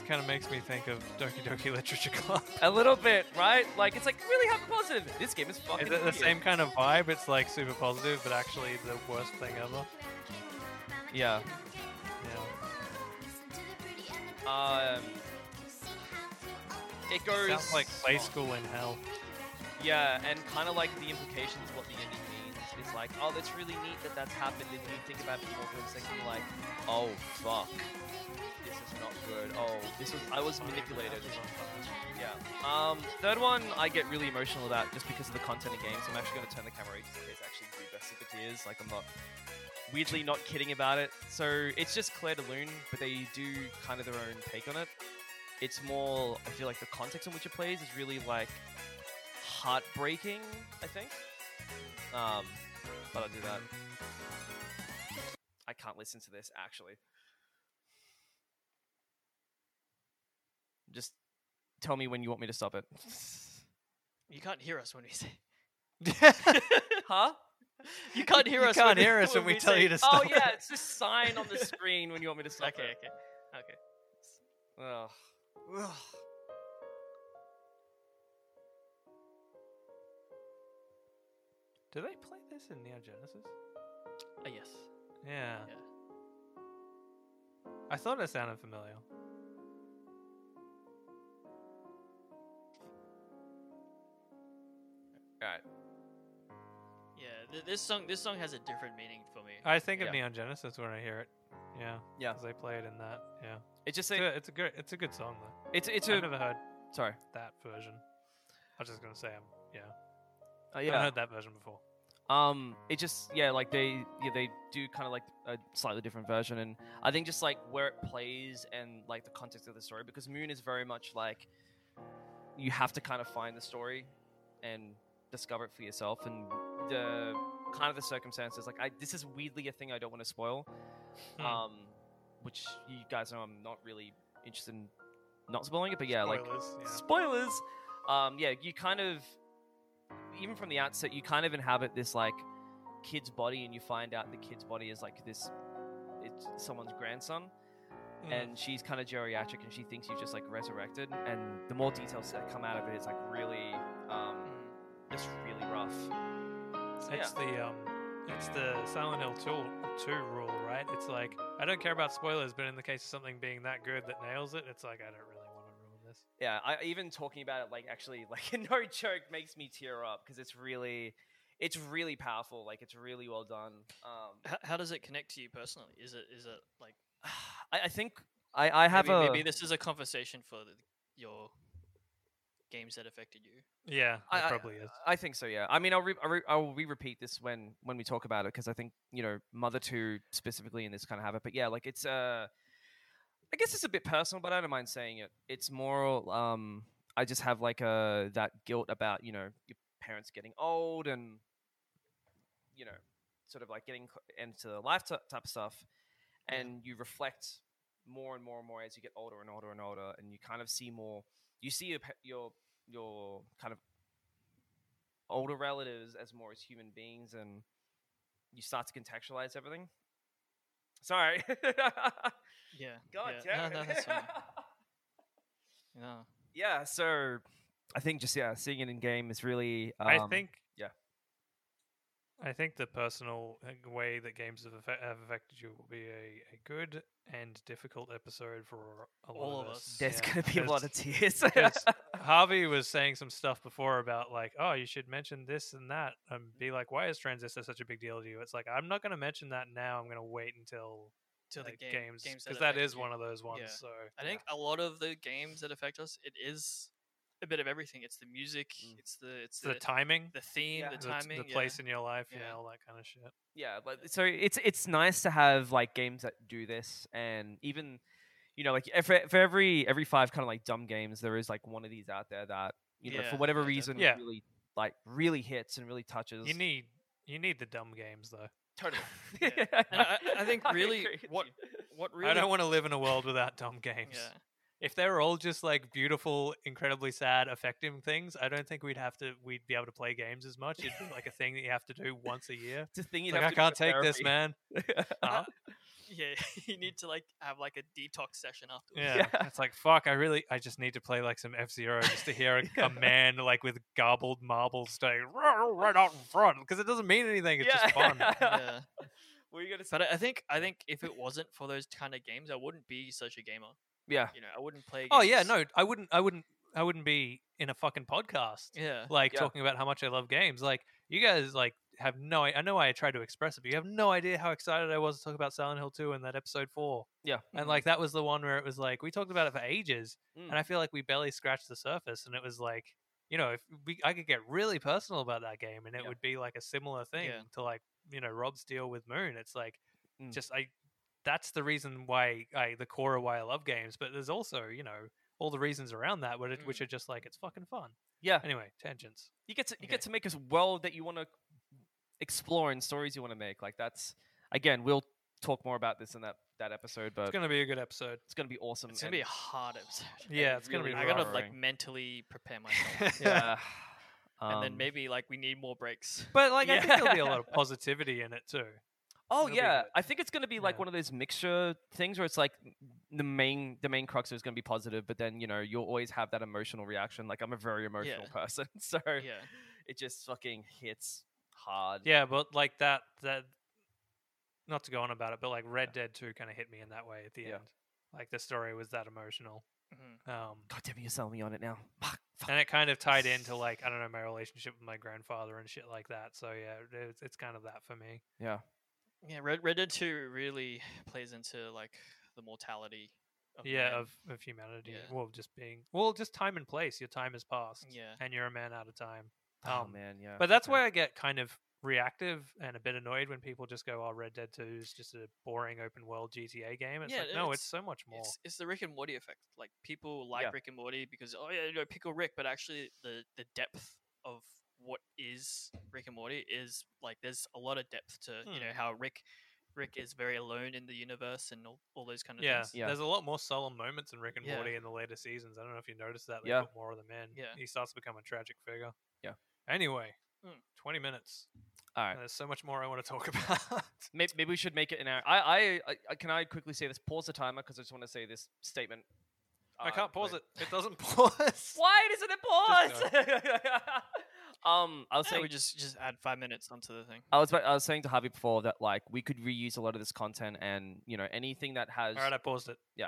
E: This
B: kind of makes me think of Doki Doki Literature Club.
C: A little bit, right? Like it's like really hyper positive. This game is fucking.
B: Is it the
C: weird.
B: same kind of vibe? It's like super positive, but actually the worst thing ever.
C: Yeah.
B: Yeah.
C: Um, it goes
B: Sounds like play school in hell.
C: Yeah, and kind of like the implications of what the ending means is like, oh, that's really neat that that's happened. And you think about it more for a second, you're like, oh fuck, this is not good. Oh, this was I was manipulated. Yeah. Um, third one I get really emotional about just because of the content of games. I'm actually going to turn the camera just in case I actually do burst into tears. Like I'm not weirdly not kidding about it. So it's just Claire de Lune, but they do kind of their own take on it. It's more I feel like the context in which it plays is really like heartbreaking. I think. Um, but I'll do that. I can't listen to this actually. Just tell me when you want me to stop it.
A: you can't hear us when we say.
C: huh?
A: You can't hear
B: You
A: us. when
B: can't hear us when we tell
A: say-
B: you to
C: Oh
B: stop.
C: yeah, it's this sign on the screen when you want me to stop
A: Okay,
C: it.
A: okay, okay.
C: Ugh. Ugh.
B: Do they play this in Neo Genesis?
A: Oh, yes.
B: Yeah.
A: Yeah.
B: I thought it sounded familiar.
C: Alright.
A: Yeah. Th- this song, this song has a different meaning for me.
B: I think of
C: Yeah.
B: Neon Genesis when I hear it. Yeah.
C: Yeah.
B: 'cause they play it in that. Yeah.
C: It's just
B: It's
C: a,
B: a, it's a good it's a good song though.
C: it's it's
B: I've
C: a
B: never heard
C: sorry.
B: that version. I was just gonna say I'm yeah.
C: Uh,
B: I've
C: yeah.
B: heard that version before.
C: Um. It just yeah like they yeah they do kind of like a slightly different version and I think just like where it plays and like the context of the story because Moon is very much like you have to kind of find the story and discover it for yourself and the kind of the circumstances like I this is weirdly a thing I don't want to spoil
B: Hmm.
C: um which you guys know I'm not really interested in not spoiling it but yeah like
B: Spoilers, yeah.
C: spoilers um yeah you kind of even from the outset you kind of inhabit this like kid's body and you find out the kid's body is like this it's someone's grandson
B: Mm.
C: and she's kind of geriatric and she thinks you just like resurrected and the more details that come out of it it's like really um
A: Mm.
C: just really rough so,
B: It's the um, it's the Silent Hill two two rule, right? It's like I don't care about spoilers, but in the case of something being that good that nails it, it's like I don't really want to ruin this.
C: yeah i even talking about it like actually like no joke makes me tear up because it's really it's really powerful like it's really well done um
A: H- how does it connect to you personally? Is it is it like
C: I, I think I, I have
A: maybe,
C: a
A: maybe this is a conversation for the, your games that affected you.
B: Yeah, it
C: I- I-
B: probably is.
C: I think so. Yeah. I mean, I'll re- I'll, re- I'll re-repeat this when when we talk about it because I think you know Mother Two specifically in this kind of habit. But yeah, like it's uh, I guess it's a bit personal, but I don't mind saying it. It's more um, I just have like a that guilt about you know your parents getting old and you know sort of like getting cl- into the life ty- type of stuff, and you reflect more and more and more as you get older and older and older, and you kind of see more. You see your pa- your your kind of older relatives as more as human beings and you start to contextualize everything. Sorry. God
A: Yeah. yeah.
C: damn
A: No, no,
C: it.
A: that's fine. Yeah.
C: yeah, so I think just yeah, seeing it in game is really um,
B: I think
C: yeah.
B: I think the personal uh, way that games have, affe- have affected you will be a, a good and difficult episode for a lot
A: All
B: of
A: of
B: us.
A: us.
C: there's
B: Yeah,
C: gonna be a
B: because-
C: lot of tears.
B: because Harvey was saying some stuff before about like, oh, you should mention this and that, and be like, why is transistor such a big deal to you? It's like I'm not going to mention that now. I'm going to wait until
A: To the
B: like,
A: game,
B: games
A: games
B: because that
A: affected
B: is
A: you.
B: one of those ones.
A: Yeah.
B: So
A: I think a lot of the games that affect us, it is a bit of everything. It's the music.
C: Mm.
A: It's the it's
B: the, timing,
A: the theme,
C: Yeah.
A: the
B: the, t-
A: timing,
B: the
A: yeah.
B: place in your life, yeah,
A: Yeah.
B: all that kind of shit.
C: yeah but so it's it's nice to have like games that do this and even you know like e- for, for every every five kind of like dumb games there is like one of these out there that you know for
A: Yeah,
C: whatever
A: yeah,
C: reason
B: definitely. Yeah.
C: really like really hits and really touches
B: You need you need the dumb games though.
C: totally
A: Yeah. And I- I think really
C: agree with
A: what-
C: you.
A: What really?
B: I don't want to live in a world without dumb games.
A: Yeah.
B: if they were all just like beautiful, incredibly sad, affecting things, I don't think we'd have to. We'd be able to play games as much. It'd be like a thing that you have to do once a year.
C: It's a thing
B: It's
C: you
B: like I can't take this, man. Huh?
A: Yeah, you need to like have like a detox session afterwards.
B: Yeah.
C: Yeah.
B: It's like fuck. I really, I just need to play like some F Zero just to hear a, a man like with garbled marbles say "Roar," right out in front because it doesn't mean anything. It's just fun.
A: Yeah.
C: What are you gonna say?
A: But I I think I think if it wasn't for those kind of games, I wouldn't be such a gamer.
C: Yeah.
A: You know, I wouldn't play. Games.
B: Oh yeah, no, I wouldn't. I wouldn't. I wouldn't be in a fucking podcast.
A: Yeah.
B: like
C: Yeah.
B: talking about how much I love games. Like you guys like have no I know I tried to express it, but you have no idea how excited I was to talk about Silent Hill 2 and that episode 4.
C: Yeah.
A: Mm-hmm.
B: And like that was the one where it was like we talked about it for ages
C: Mm.
B: and I feel like we barely scratched the surface and it was like you know, if we I could get really personal about that game and it
C: Yeah.
B: would be like a similar thing
A: Yeah.
B: to like, you know, Rob's deal with Moon. It's like
C: Mm.
B: just I that's the reason why I the core of why I love games, but there's also, you know, all the reasons around that, which, which are just like it's fucking fun.
C: Yeah.
B: Anyway, tangents.
C: you get to you
A: Okay.
C: get to make a s- world that you want to explore and stories you want to make. Like that's again, we'll talk more about this in that that episode, but
B: It's gonna be a good episode.
C: it's gonna be awesome.
A: It's gonna be a
C: and-
A: hard episode.
B: Yeah, it's gonna be.
A: I
C: really
A: gotta
B: rough.
A: like
C: Jarring.
A: mentally prepare myself,
C: yeah.
A: and then
C: Um,
A: maybe like we need more breaks.
B: but like I think there'll be a
C: Yeah.
B: lot of positivity in it too.
C: Oh
B: It'll be
C: yeah,
B: good.
C: I think it's gonna be like
B: Yeah.
C: one of those mixture things where it's like the main the main crux is gonna be positive, but then you know you'll always have that emotional reaction. Like I'm a very emotional person, so
A: Yeah.
C: it just fucking hits hard.
B: Yeah, but like that that not to go on about it, but like Red Dead Two kind of hit me in that way at the
C: Yeah.
B: end. Like the story was that emotional,
A: Mhm.
B: um,
C: God damn it, you're selling me on it now. Fuck, fuck.
B: and it kind of tied into like I don't know my relationship with my grandfather and shit like that. So yeah, it's, it's kind of that for me.
C: Yeah.
A: Yeah. Red, Red Dead Two really plays into like the mortality. Of Oh,
B: yeah,
A: man.
B: of of humanity.
A: Yeah.
B: Well, just being well, just time and place. Your time has passed,
A: yeah.
B: and you're a man out of time.
C: Oh
B: Um,
C: man, yeah.
B: But that's
C: okay.
B: where I get kind of reactive and a bit annoyed when people just go, "Oh, Red Dead Two is just a boring open world GTA game." It's
A: Yeah,
B: like, no, it's,
A: it's-
B: so much more.
A: It's, it's the Rick and Morty effect. Like people like
C: Yeah.
A: Rick and Morty because oh yeah, you know, pickle Rick, but actually the the depth of what is Rick and Morty is like there's a lot of depth to
B: Hmm.
A: you know how Rick Rick is very alone in the universe and all, all those kind of
B: Yeah,
A: things.
C: Yeah.
B: there's a lot more solemn moments in Rick and
A: Yeah.
B: Morty in the later seasons. I don't know if you noticed that. They
C: Yeah.
B: put more of them in.
A: Yeah.
B: he starts to become a tragic figure.
C: Yeah.
B: Anyway,
A: Mm.
B: twenty minutes.
C: All right.
B: and There's so much more I want to talk about.
C: Maybe, maybe we should make it an hour. I, I, I can I quickly say this. Pause the timer because I just want to say this statement.
B: I
C: uh,
B: can't pause
C: quick.
B: it. It doesn't pause.
C: Why doesn't it pause? um, I was
A: So
C: saying
A: we just just add five minutes onto the thing.
C: I was about- I was saying to Harvey before that like we could reuse a lot of this content and you know anything that has
B: All right, I paused it.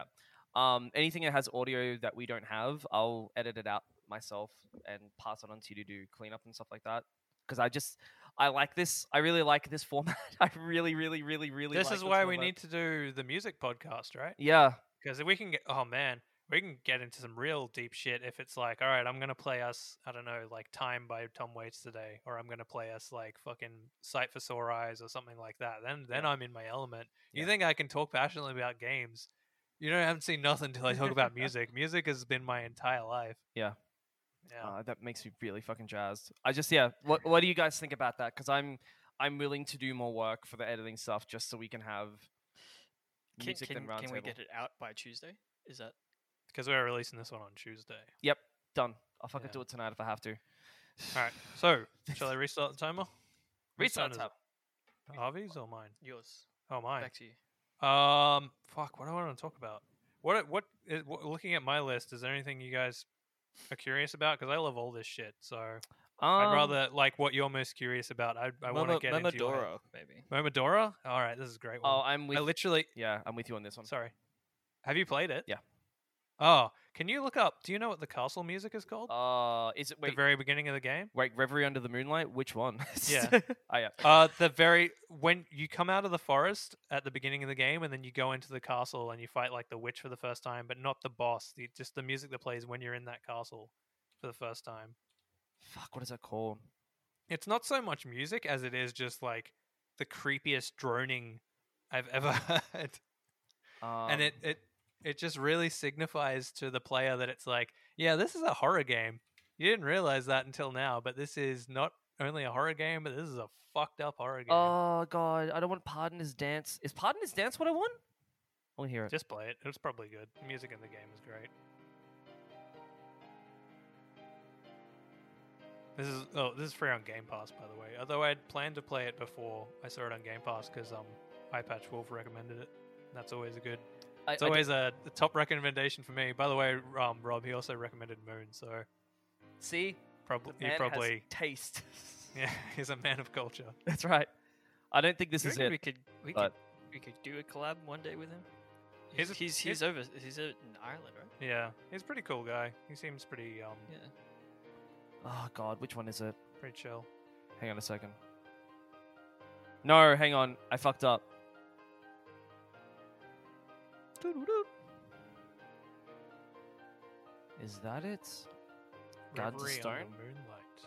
C: um anything that has audio that we don't have, I'll edit it out myself and pass it on to you to do cleanup and stuff like that. Because I just I like this. I really like this format. I really, really, really, really.
B: This
C: like
B: is why we
C: format.
B: need to do the music podcast, right?
C: Yeah,
B: because we can get oh man we can get into some real deep shit if it's like all right i'm gonna play us i don't know like time by tom waits today or i'm gonna play us like fucking sight for sore eyes or something like that then then i'm in my element you
C: Yeah.
B: think i can talk passionately about games you know i haven't seen nothing until i talk about music music has been my entire life
C: Yeah.
B: yeah
C: uh, that makes me really fucking jazzed. I just yeah. What What do you guys think about that? Because I'm I'm willing to do more work for the editing stuff just so we can have
A: Can,
C: music
A: can,
C: and roundtable
A: can we get it out by Tuesday? Is that
B: because we're releasing this one on tuesday
C: done. I'll fucking
B: Yeah.
C: do it tonight if I have to.
B: all right so shall i restart the timer Whose
C: Restart
B: turn is
C: tab.
B: it? harvey's or mine
A: yours?
B: oh mine
A: Back to you.
B: Um, fuck. What do I want to talk about? What? What? Is, what looking at my list, is there anything you guys are curious about? Because I love all this shit. So I'd
C: Um,
B: rather like what you're most curious about. I I want to get into your head.
A: maybe.
B: Momodora. All right, this is a great one.
C: Oh, I'm with.
B: I literally.
C: yeah, I'm with you on this one.
B: Sorry. Have you played it?
C: Yeah.
B: Oh, can you look up? Do you know what the castle music is called?
C: Uh, is it
B: the
C: wait?
B: very beginning of the game.
C: wait, Reverie under the moonlight. Which one?
B: Yeah.
C: oh yeah.
B: Uh, the very when you come out of the forest at the beginning of the game, and then you go into the castle and you fight like the witch for the first time, but not the boss. The, just the music that plays when you're in that castle for the first time.
C: Fuck. What is that called?
B: It's not so much music as it is just like the creepiest droning I've ever heard,
C: Um,
B: and it it it just really signifies to the player that it's like, yeah, this is a horror game. You didn't realize that until now, but this is not only a horror game, but this is a fucked up horror game.
C: Oh god, I don't want Pardon His Dance. Is Pardon His Dance what I want? want to hear it.
B: Just play it. It was probably good. The music in the game is great. This is oh, this is free on Game Pass, by the way. Although I had planned to play it before I saw it on Game Pass because um, iPatch Wolf recommended it. That's always a good.
C: I-
B: It's
C: I d-
B: always a, a top recommendation for me. By the way, um, Rob, he also recommended Moon, so
C: see,
B: probably
C: the
B: he
C: man has
B: probably
C: taste.
B: yeah, he's a man of culture.
C: That's right. I don't think this
A: Do you
C: is
A: reckon
C: it.
A: We could we
C: but-
A: could we could do a collab one day with him.
B: Here's
A: He's
B: a-
A: he's,
B: here's-
A: he's over he's over in Ireland, right?
B: Yeah, he's a pretty cool guy. He seems pretty um
A: Yeah.
C: Oh God, which one is it?
B: pretty chill.
C: Hang on a second. No, hang on. I fucked up. Doo-doo-doo. Is that it?
B: Reverie
C: Gods of
B: on the
C: Stone?
B: Moonlight.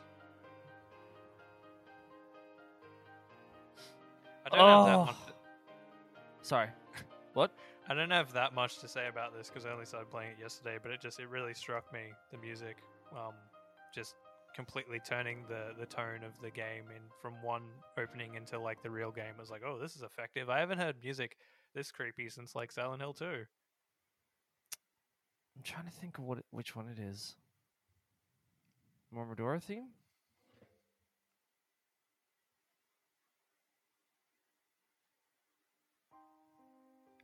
B: I don't have that
C: Oh.
B: much.
C: Sorry.
B: I don't have that much to say about this because I only started playing it yesterday, but it just it really struck me the music, um, just completely turning the the tone of the game in from one opening into like the real game. I was like, oh, this is effective. I haven't heard music this creepy since like Silent Hill Two.
C: I'm trying to think of what it, which one it is. Mormodora theme?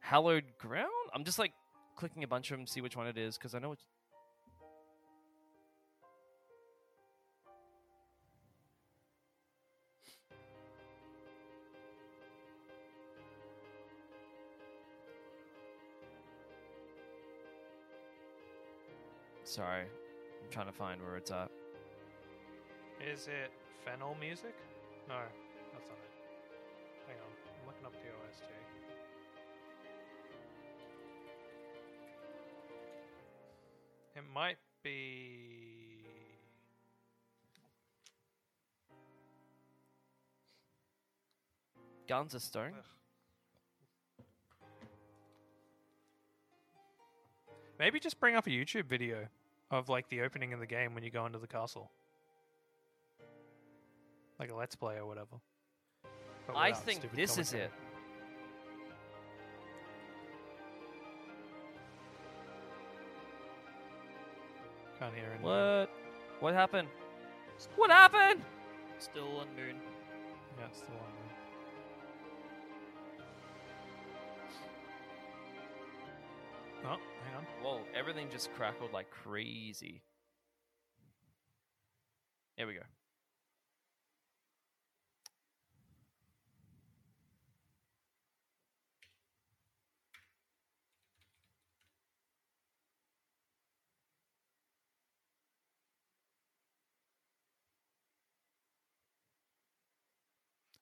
C: Hallowed Ground? I'm just like clicking a bunch of them, see which one it is, because I know it's. Sorry, I'm trying to find where it's at.
B: Is it Fennel music? No, that's not it. Hang on, I'm looking up the OST. It might be.
C: Guns of Stone?
B: Ugh. Maybe just bring up a YouTube video of like the opening of the game when you go into the castle, like a let's play or whatever. but
C: I
B: without
C: think
B: stupid
C: this is
B: commentary.
C: it.
B: Can't hear anything.
C: What? What happened? What happened?
A: Still on moon.
B: Yeah, it's the one. yeah. Oh, hang on.
C: Whoa, everything just crackled like crazy. There we go.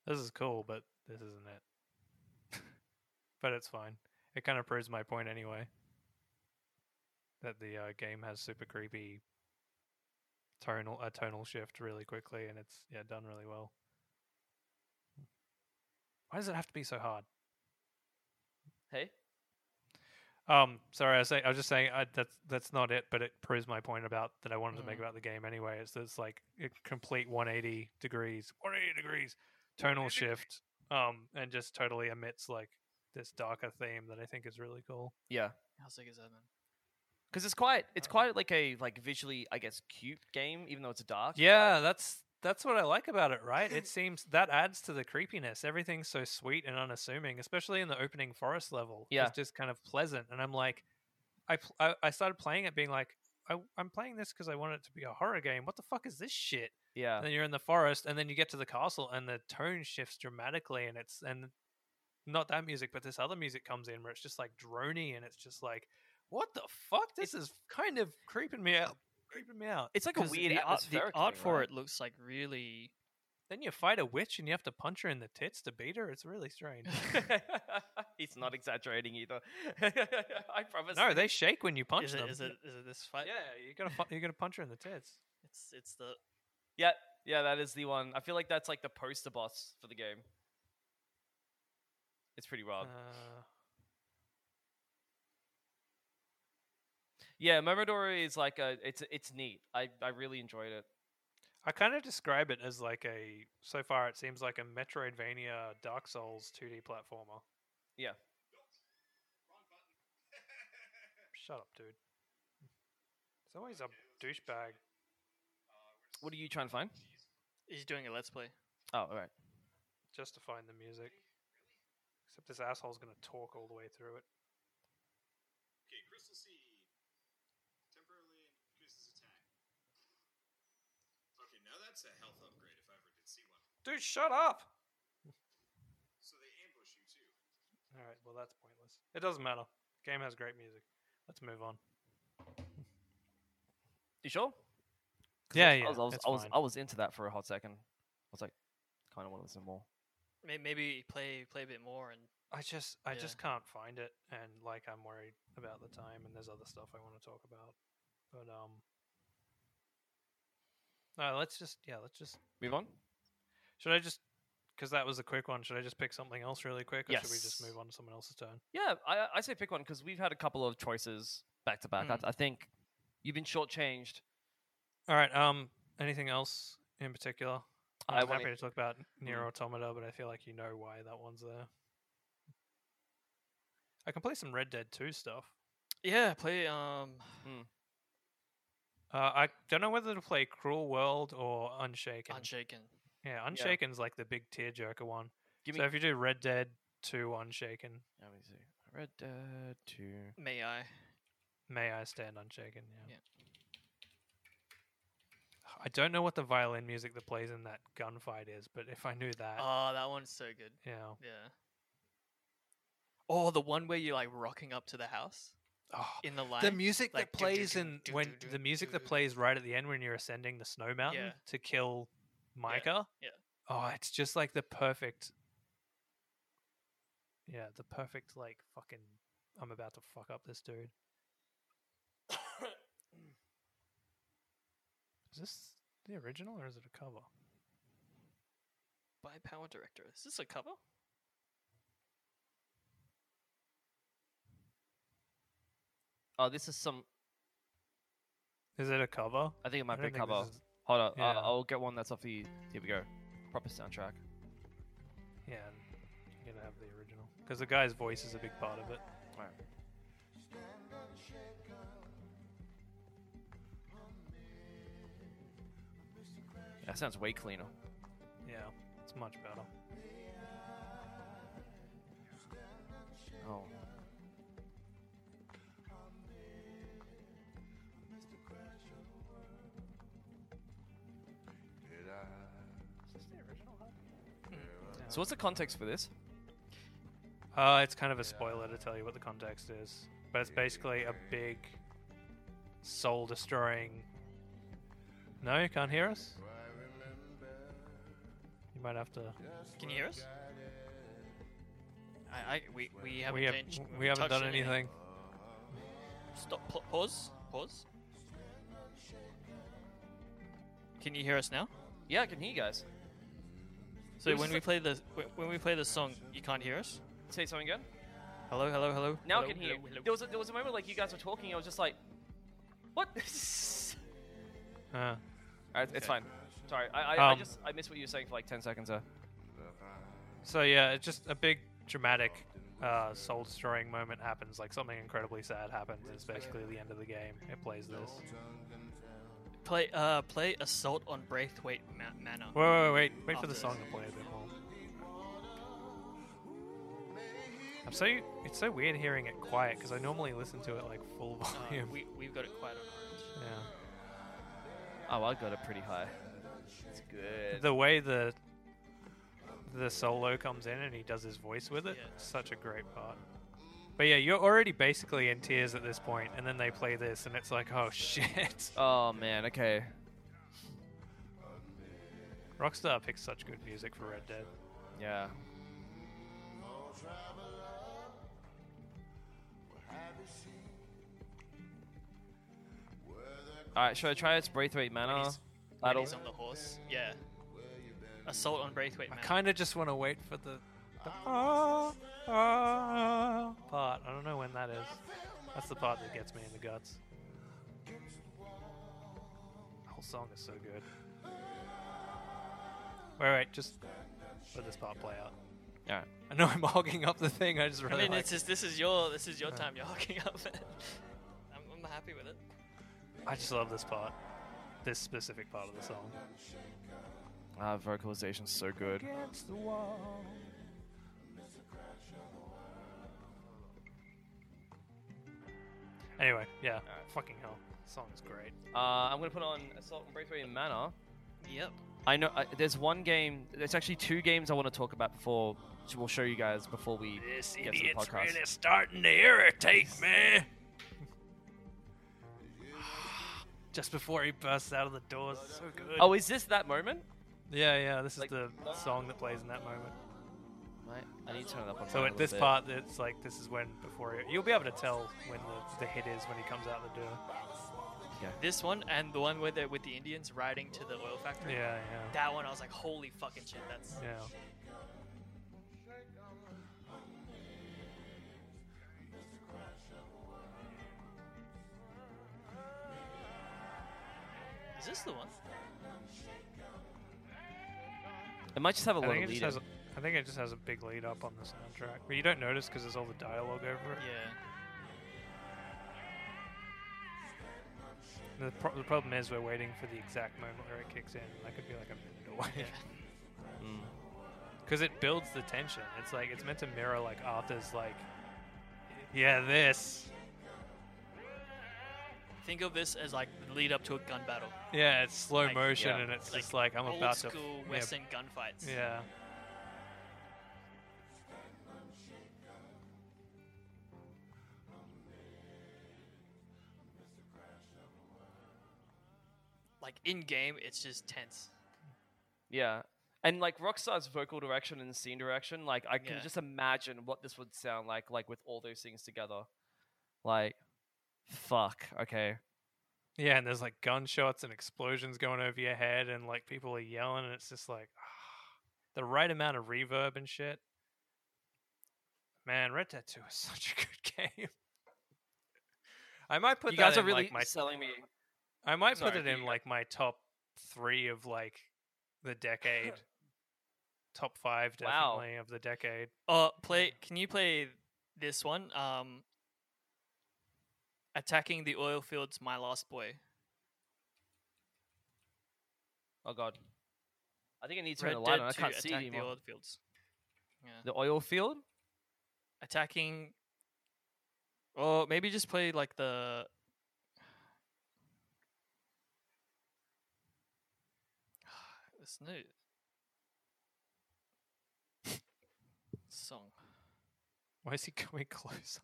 B: This is cool, but this isn't it. but it's fine. It kind of proves my point anyway. That the uh, game has super creepy tonal a tonal shift really quickly, and it's yeah done really well. Why does it have to be so hard?
C: Hey?
B: Um, sorry, I was, say, I was just saying I, that's that's not it, but it proves my point about that I wanted to make
C: Mm.
B: about the game anyway. It's that it's like a complete 180 degrees, 180 degrees tonal shift, um, and just totally omits like this darker theme that I think is really cool.
C: Yeah.
A: How sick is that then?
C: Cause it's quite it's
B: Uh,
C: quite like a like visually I guess cute game, even though it's a dark. but,
B: Yeah,
C: like,
B: that's that's what I like about it, right? It seems that adds to the creepiness. Everything's so sweet and unassuming, especially in the opening forest level.
C: Yeah.
B: it's just kind of pleasant, and I'm like, I pl- I, I started playing it, being like, I, I'm playing this because I want it to be a horror game. What the fuck is this shit?
C: yeah.
B: And then you're in the forest, and then you get to the castle, and the tone shifts dramatically, and it's and not that music, but this other music comes in where it's just like drony, and it's just like, what the fuck? This is kind of creeping me out. Creeping me out.
C: It's like a
A: 'Cause
C: weird
A: the art, the
C: atmospheric
A: art
C: thing,
A: for
C: right?
A: it looks like really
B: Then you fight a witch and you have to punch her in the tits to beat her. It's really strange.
C: He's not exaggerating either. I promise.
B: no, they shake when you punch
A: is it,
B: them.
A: is it is it this fight?
B: Yeah, you gotta fu- you gotta punch her in the tits.
A: It's it's the
C: Yeah, yeah, that is the one. I feel like that's like the poster boss for the game. It's pretty
B: Uh,
C: wild. yeah, Momodori is like a it's it's neat. I I really enjoyed it.
B: I kind of describe it as like a. So far, it seems like a Metroidvania Dark Souls 2D platformer.
C: Yeah.
B: Shut up, dude. There's always a douchebag.
C: What are you trying to find?
A: He's doing a let's play.
C: Oh, all right.
B: justifying the music. Except this asshole's gonna talk all the way through it.
F: Okay, Crystal Seed. Temporarily increases attack. Okay, now that's a health upgrade if I ever did see one.
B: Dude, shut up!
F: So they ambush you too.
B: All right, well that's pointless. It doesn't matter. Game has great music. Let's move on.
C: You sure?
B: Yeah,
C: I was, I was,
B: it's
C: I was,
B: fine.
C: I was into that for a hot second. I was like, kind of want to listen more.
A: May- Maybe play play a bit more and
B: I just, I
A: Yeah.
B: just can't find it, and like I'm worried about the time, and there's other stuff I want to talk about. But um, no, let's just, yeah, let's just.
C: Move on.
B: Should I just? Because that was a quick one. Should I just pick something else really quick, or should we just
C: Yes.
B: move on to someone else's turn?
C: Yeah, I, I say pick one because we've had a couple of choices back to back. I
B: Hmm.
C: I think you've been shortchanged.
B: All right. Um, anything else in particular?
C: I e
B: I'm
C: wanna-
B: happy to talk about
C: Mm.
B: Near Automata, but I feel like you know why that one's there. I can play some Red Dead 2 stuff.
A: yeah, play um
B: Uh, I don't know whether to play Cruel World or Unshaken.
A: Unshaken.
B: yeah, Unshaken's like the big tearjerker one.
C: Give
B: so
C: me-
B: if you do Red Dead 2 Unshaken,
C: Let me see. Red Dead Two.
A: May I?
B: may I stand unshaken? Yeah.
A: Yeah.
B: I don't know what the violin music that plays in that gunfight is, but if I knew that,
A: Oh, that one's so good.
B: yeah.
A: Yeah. Oh, the one where you're like rocking up to the house
B: Oh,
A: in the line.
B: the music
A: like,
B: that
A: doo doo
B: plays
A: doo,
B: in
A: doo
B: when
A: doo doo
B: the music
A: doo
B: that
A: doo.
B: plays right at the end when you're ascending the snow mountain
A: Yeah.
B: to kill Micah.
A: yeah.
B: Oh, it's just like the perfect. Yeah, the perfect like fucking. I'm about to fuck up this dude. is this the original or is it a cover?
A: by Power Director. Is this a cover?
C: Oh, this is some.
B: Is it a cover?
C: I think
B: I
C: it might be a
B: don't think
C: cover.
B: this is-
C: Hold on.
B: Yeah.
C: Uh, I'll get one that's off the. Here we go. Proper soundtrack.
B: Yeah, you're gonna have the original because the guy's voice is a big part of it.
C: Alright. That sounds way cleaner.
B: Yeah, it's much better.
C: Oh. So what's the context for this?
B: Uh, it's kind of a spoiler to tell you what the context is, but it's basically a big soul destroying. No, you can't hear us. You might have to.
A: Can you hear us? I, I we, we haven't
B: We, have,
A: changed.
B: we haven't
A: touched
B: done anything.
A: Stop. pa- pause. Pause. Can you hear us now?
C: Yeah, I can hear you guys.
A: So when we play the wh- when we play the song, you can't hear us.
C: Say something again.
A: Hello, hello, hello.
C: Now
A: hello,
C: I can hear.
A: hello, hello.
C: There was a, there was a moment like you guys were talking. I was just like, what? All
B: Uh,
C: right, it's fine. Sorry, I, I, I
B: Um,
C: just I missed what you were saying for like ten seconds uh. there.
B: so yeah, it's just a big dramatic, uh, soul destroying moment happens. Like something incredibly sad happens. It's basically the end of the game. It plays this.
A: Play uh play assault on Braithwaite Ma- Manor.
B: Wait, wait, wait, wait, wait for the
A: After
B: song to play a bit more. I'm so it's so weird hearing it quiet because I normally listen to it like full
A: Uh,
B: volume.
A: we we've got it quite on orange.
B: yeah.
C: Oh, I got it pretty high. It's good.
B: The way the the solo comes in and he does his voice with it,
A: Yeah.
B: such a great part. But yeah, you're already basically in tears at this point, and then they play this, and it's like, oh shit!
C: Oh man, okay.
B: Rockstar picks such good music for Red Dead.
C: Yeah. Alright, should I try its Braithwaite Manor?
A: he's- When
C: Battle.
A: he's on the horse. Yeah. Assault on Braithwaite
B: I
A: Manor.
B: kind of just want to wait for the, the ah, ah part. I don't know when that is. That's the part that gets me in the guts. The whole song is so good. Wait, wait, just let this part play out.
C: Alright.
B: I know I'm hogging up the thing. I just
A: I
B: really
A: mean,
B: like
C: Uh.
A: it's just, this is your this is your time. You're hooking up. man. happy with it.
B: I just love this part, this specific part of the song.
C: Ah, vocalization's so good.
D: Against the wall.
B: Anyway, yeah,
C: Alright.
B: fucking hell, song is great.
C: Uh, I'm gonna put on Assault and Braithwaite and Manor.
A: Yep.
C: I know I, there's one game. There's actually two games I want to talk about before. We'll show you guys before we
B: This
C: get to the
B: idiot's
C: podcast.
B: really starting to irritate me. Just before he bursts out of the doors, it's so good.
C: Oh, is this that moment?
B: yeah, yeah. This is
C: like-
B: the song that plays in that moment.
C: Mate, I need to turn it up on.
B: So at
C: mine a little
B: this
C: bit.
B: part, it's like this is when before he, you'll be able to tell when the, the hit is when he comes out the door.
A: This one and the one where they're with the Indians riding to the oil factory.
B: Yeah, yeah,
A: That one, I was like, holy fucking shit, that's
B: yeah.
A: Is this the one?
C: it might just have a
B: I
C: little
B: think it just
C: lead. in.
B: has. A, I think it just has a big lead up on the soundtrack, but you don't notice because there's all the dialogue over it.
A: Yeah.
B: The, pro- the problem is we're waiting for the exact moment where it kicks in. That could be like a minute away.
C: Mm.
B: Because it builds the tension. It's like it's meant to mirror like Arthur's like, yeah, this.
A: Think of this as like the lead up to a gun battle.
B: Yeah, it's slow
A: Like,
B: motion
C: yeah.
B: and it's
A: Like,
B: just like I'm
A: Old
B: about to.
A: school
B: yeah,
A: Western gunfights.
B: Yeah.
A: Like in game, it's just tense.
C: Yeah. And like Rockstar's vocal direction and scene direction, like I can
A: Yeah.
C: just imagine what this would sound like, like with all those things together. Like, fuck. Okay.
B: Yeah, and there's like gunshots and explosions going over your head, and like people are yelling, and it's just like "Ah." the right amount of reverb and shit. Man, Red Dead 2 is such a good game. I might put
C: you
B: that
C: guys are
B: in,
C: really
B: like, my
C: selling me.
B: I might
C: Sorry,
B: put it
C: you
B: in
C: go.
B: like my top three of like the decade, top five
C: Wow.
B: definitely of the decade.
A: Uh, play. Can you play this one? Um, attacking the oil fields. My last boy.
C: Oh god. I think I need to turn
A: Red
C: the
A: Dead
C: light on. I
A: 2,
C: can't see it
A: attack the
C: anymore.
A: oil fields. Yeah.
C: The oil field.
A: Attacking. Oh, maybe just play like the. This new song.
B: Why is he going closer?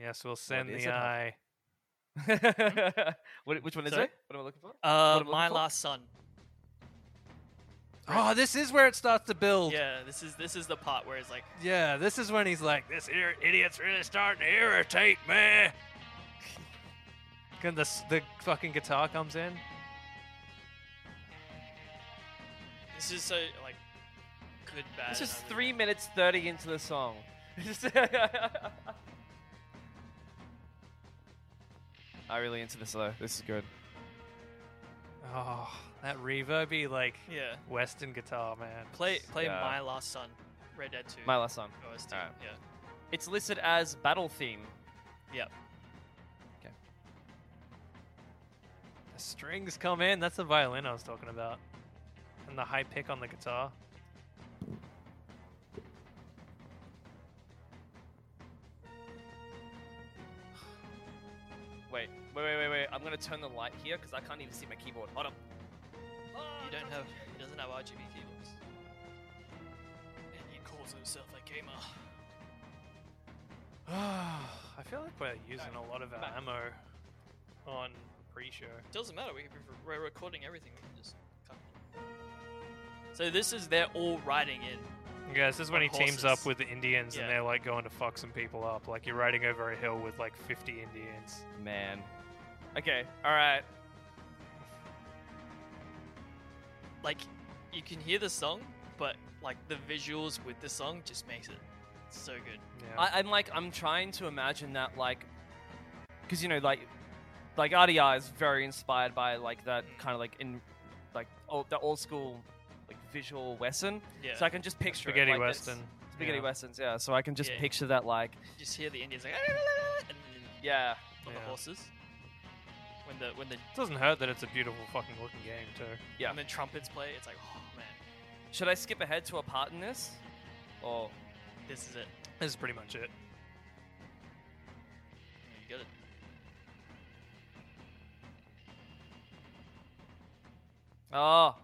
B: Yes, we'll send
C: is
B: the
C: it, Huff?
B: eye.
C: what, which one is
A: Sorry?
C: it? What am I looking for?
A: Uh,
C: am I looking
A: my
C: for?
A: last son.
B: Oh, this is where it starts to build.
A: Yeah, this is this is the part where it's like,
B: Yeah, this is when he's like, "This ir- idiot's really starting to irritate me." Can the s- the fucking guitar comes in?
A: this is so like good bad.
C: It's
A: and
C: just
A: ugly.
C: three minutes thirty into the song. I really into this though. This is good.
B: Oh, that reverby like
A: Yeah,
B: Western guitar, man.
A: play play
C: Yeah.
A: my last son, Red Dead Two.
C: My last song.
A: OST.
C: Alright.
A: Yeah.
C: It's listed as battle theme.
B: The strings come in. That's the violin I was talking about, and the high pick on the guitar.
C: Wait, wait, wait, wait, wait. I'm gonna turn the light here because I can't even see my keyboard. Hold up.
A: You don't have. He doesn't have RGB keyboards. And he calls himself a gamer.
B: I feel like we're using a lot of our ammo on pre-show.
A: Doesn't matter. We can, we're recording everything. We can just cut. it. So this is they're all riding in.
B: Yeah, this is when
A: On
B: he teams up
A: horses.
B: with the Indians
A: Yeah.
B: and they're like going to fuck some people up. Like you're riding over a hill with like 50 Indians.
C: Man. Okay. All right.
A: Like you can hear the song, but like the visuals with the song just makes it so good.
B: Yeah.
C: I, I'm like, I'm trying to imagine that, like, because you know, like, like RDR is very inspired by like that kind of like in, like, old, the old school, like visual western.
A: Yeah.
C: So I can just picture it,
B: Spaghetti
C: like, that's-
B: Western.
C: Spaghetti
B: Yeah.
C: westerns, yeah. So I can just
A: Yeah.
C: picture that, like,
A: You just hear the Indians like and then
C: yeah,
A: on the
B: Yeah.
A: horses. When the when the
B: It doesn't hurt that it's a beautiful fucking looking game too.
C: Yeah.
A: when the trumpets play, it's like oh man,
C: Should I skip ahead to a part in this? Oh. Or
A: this is it.
B: This is pretty much it.
A: You got it.
C: oh,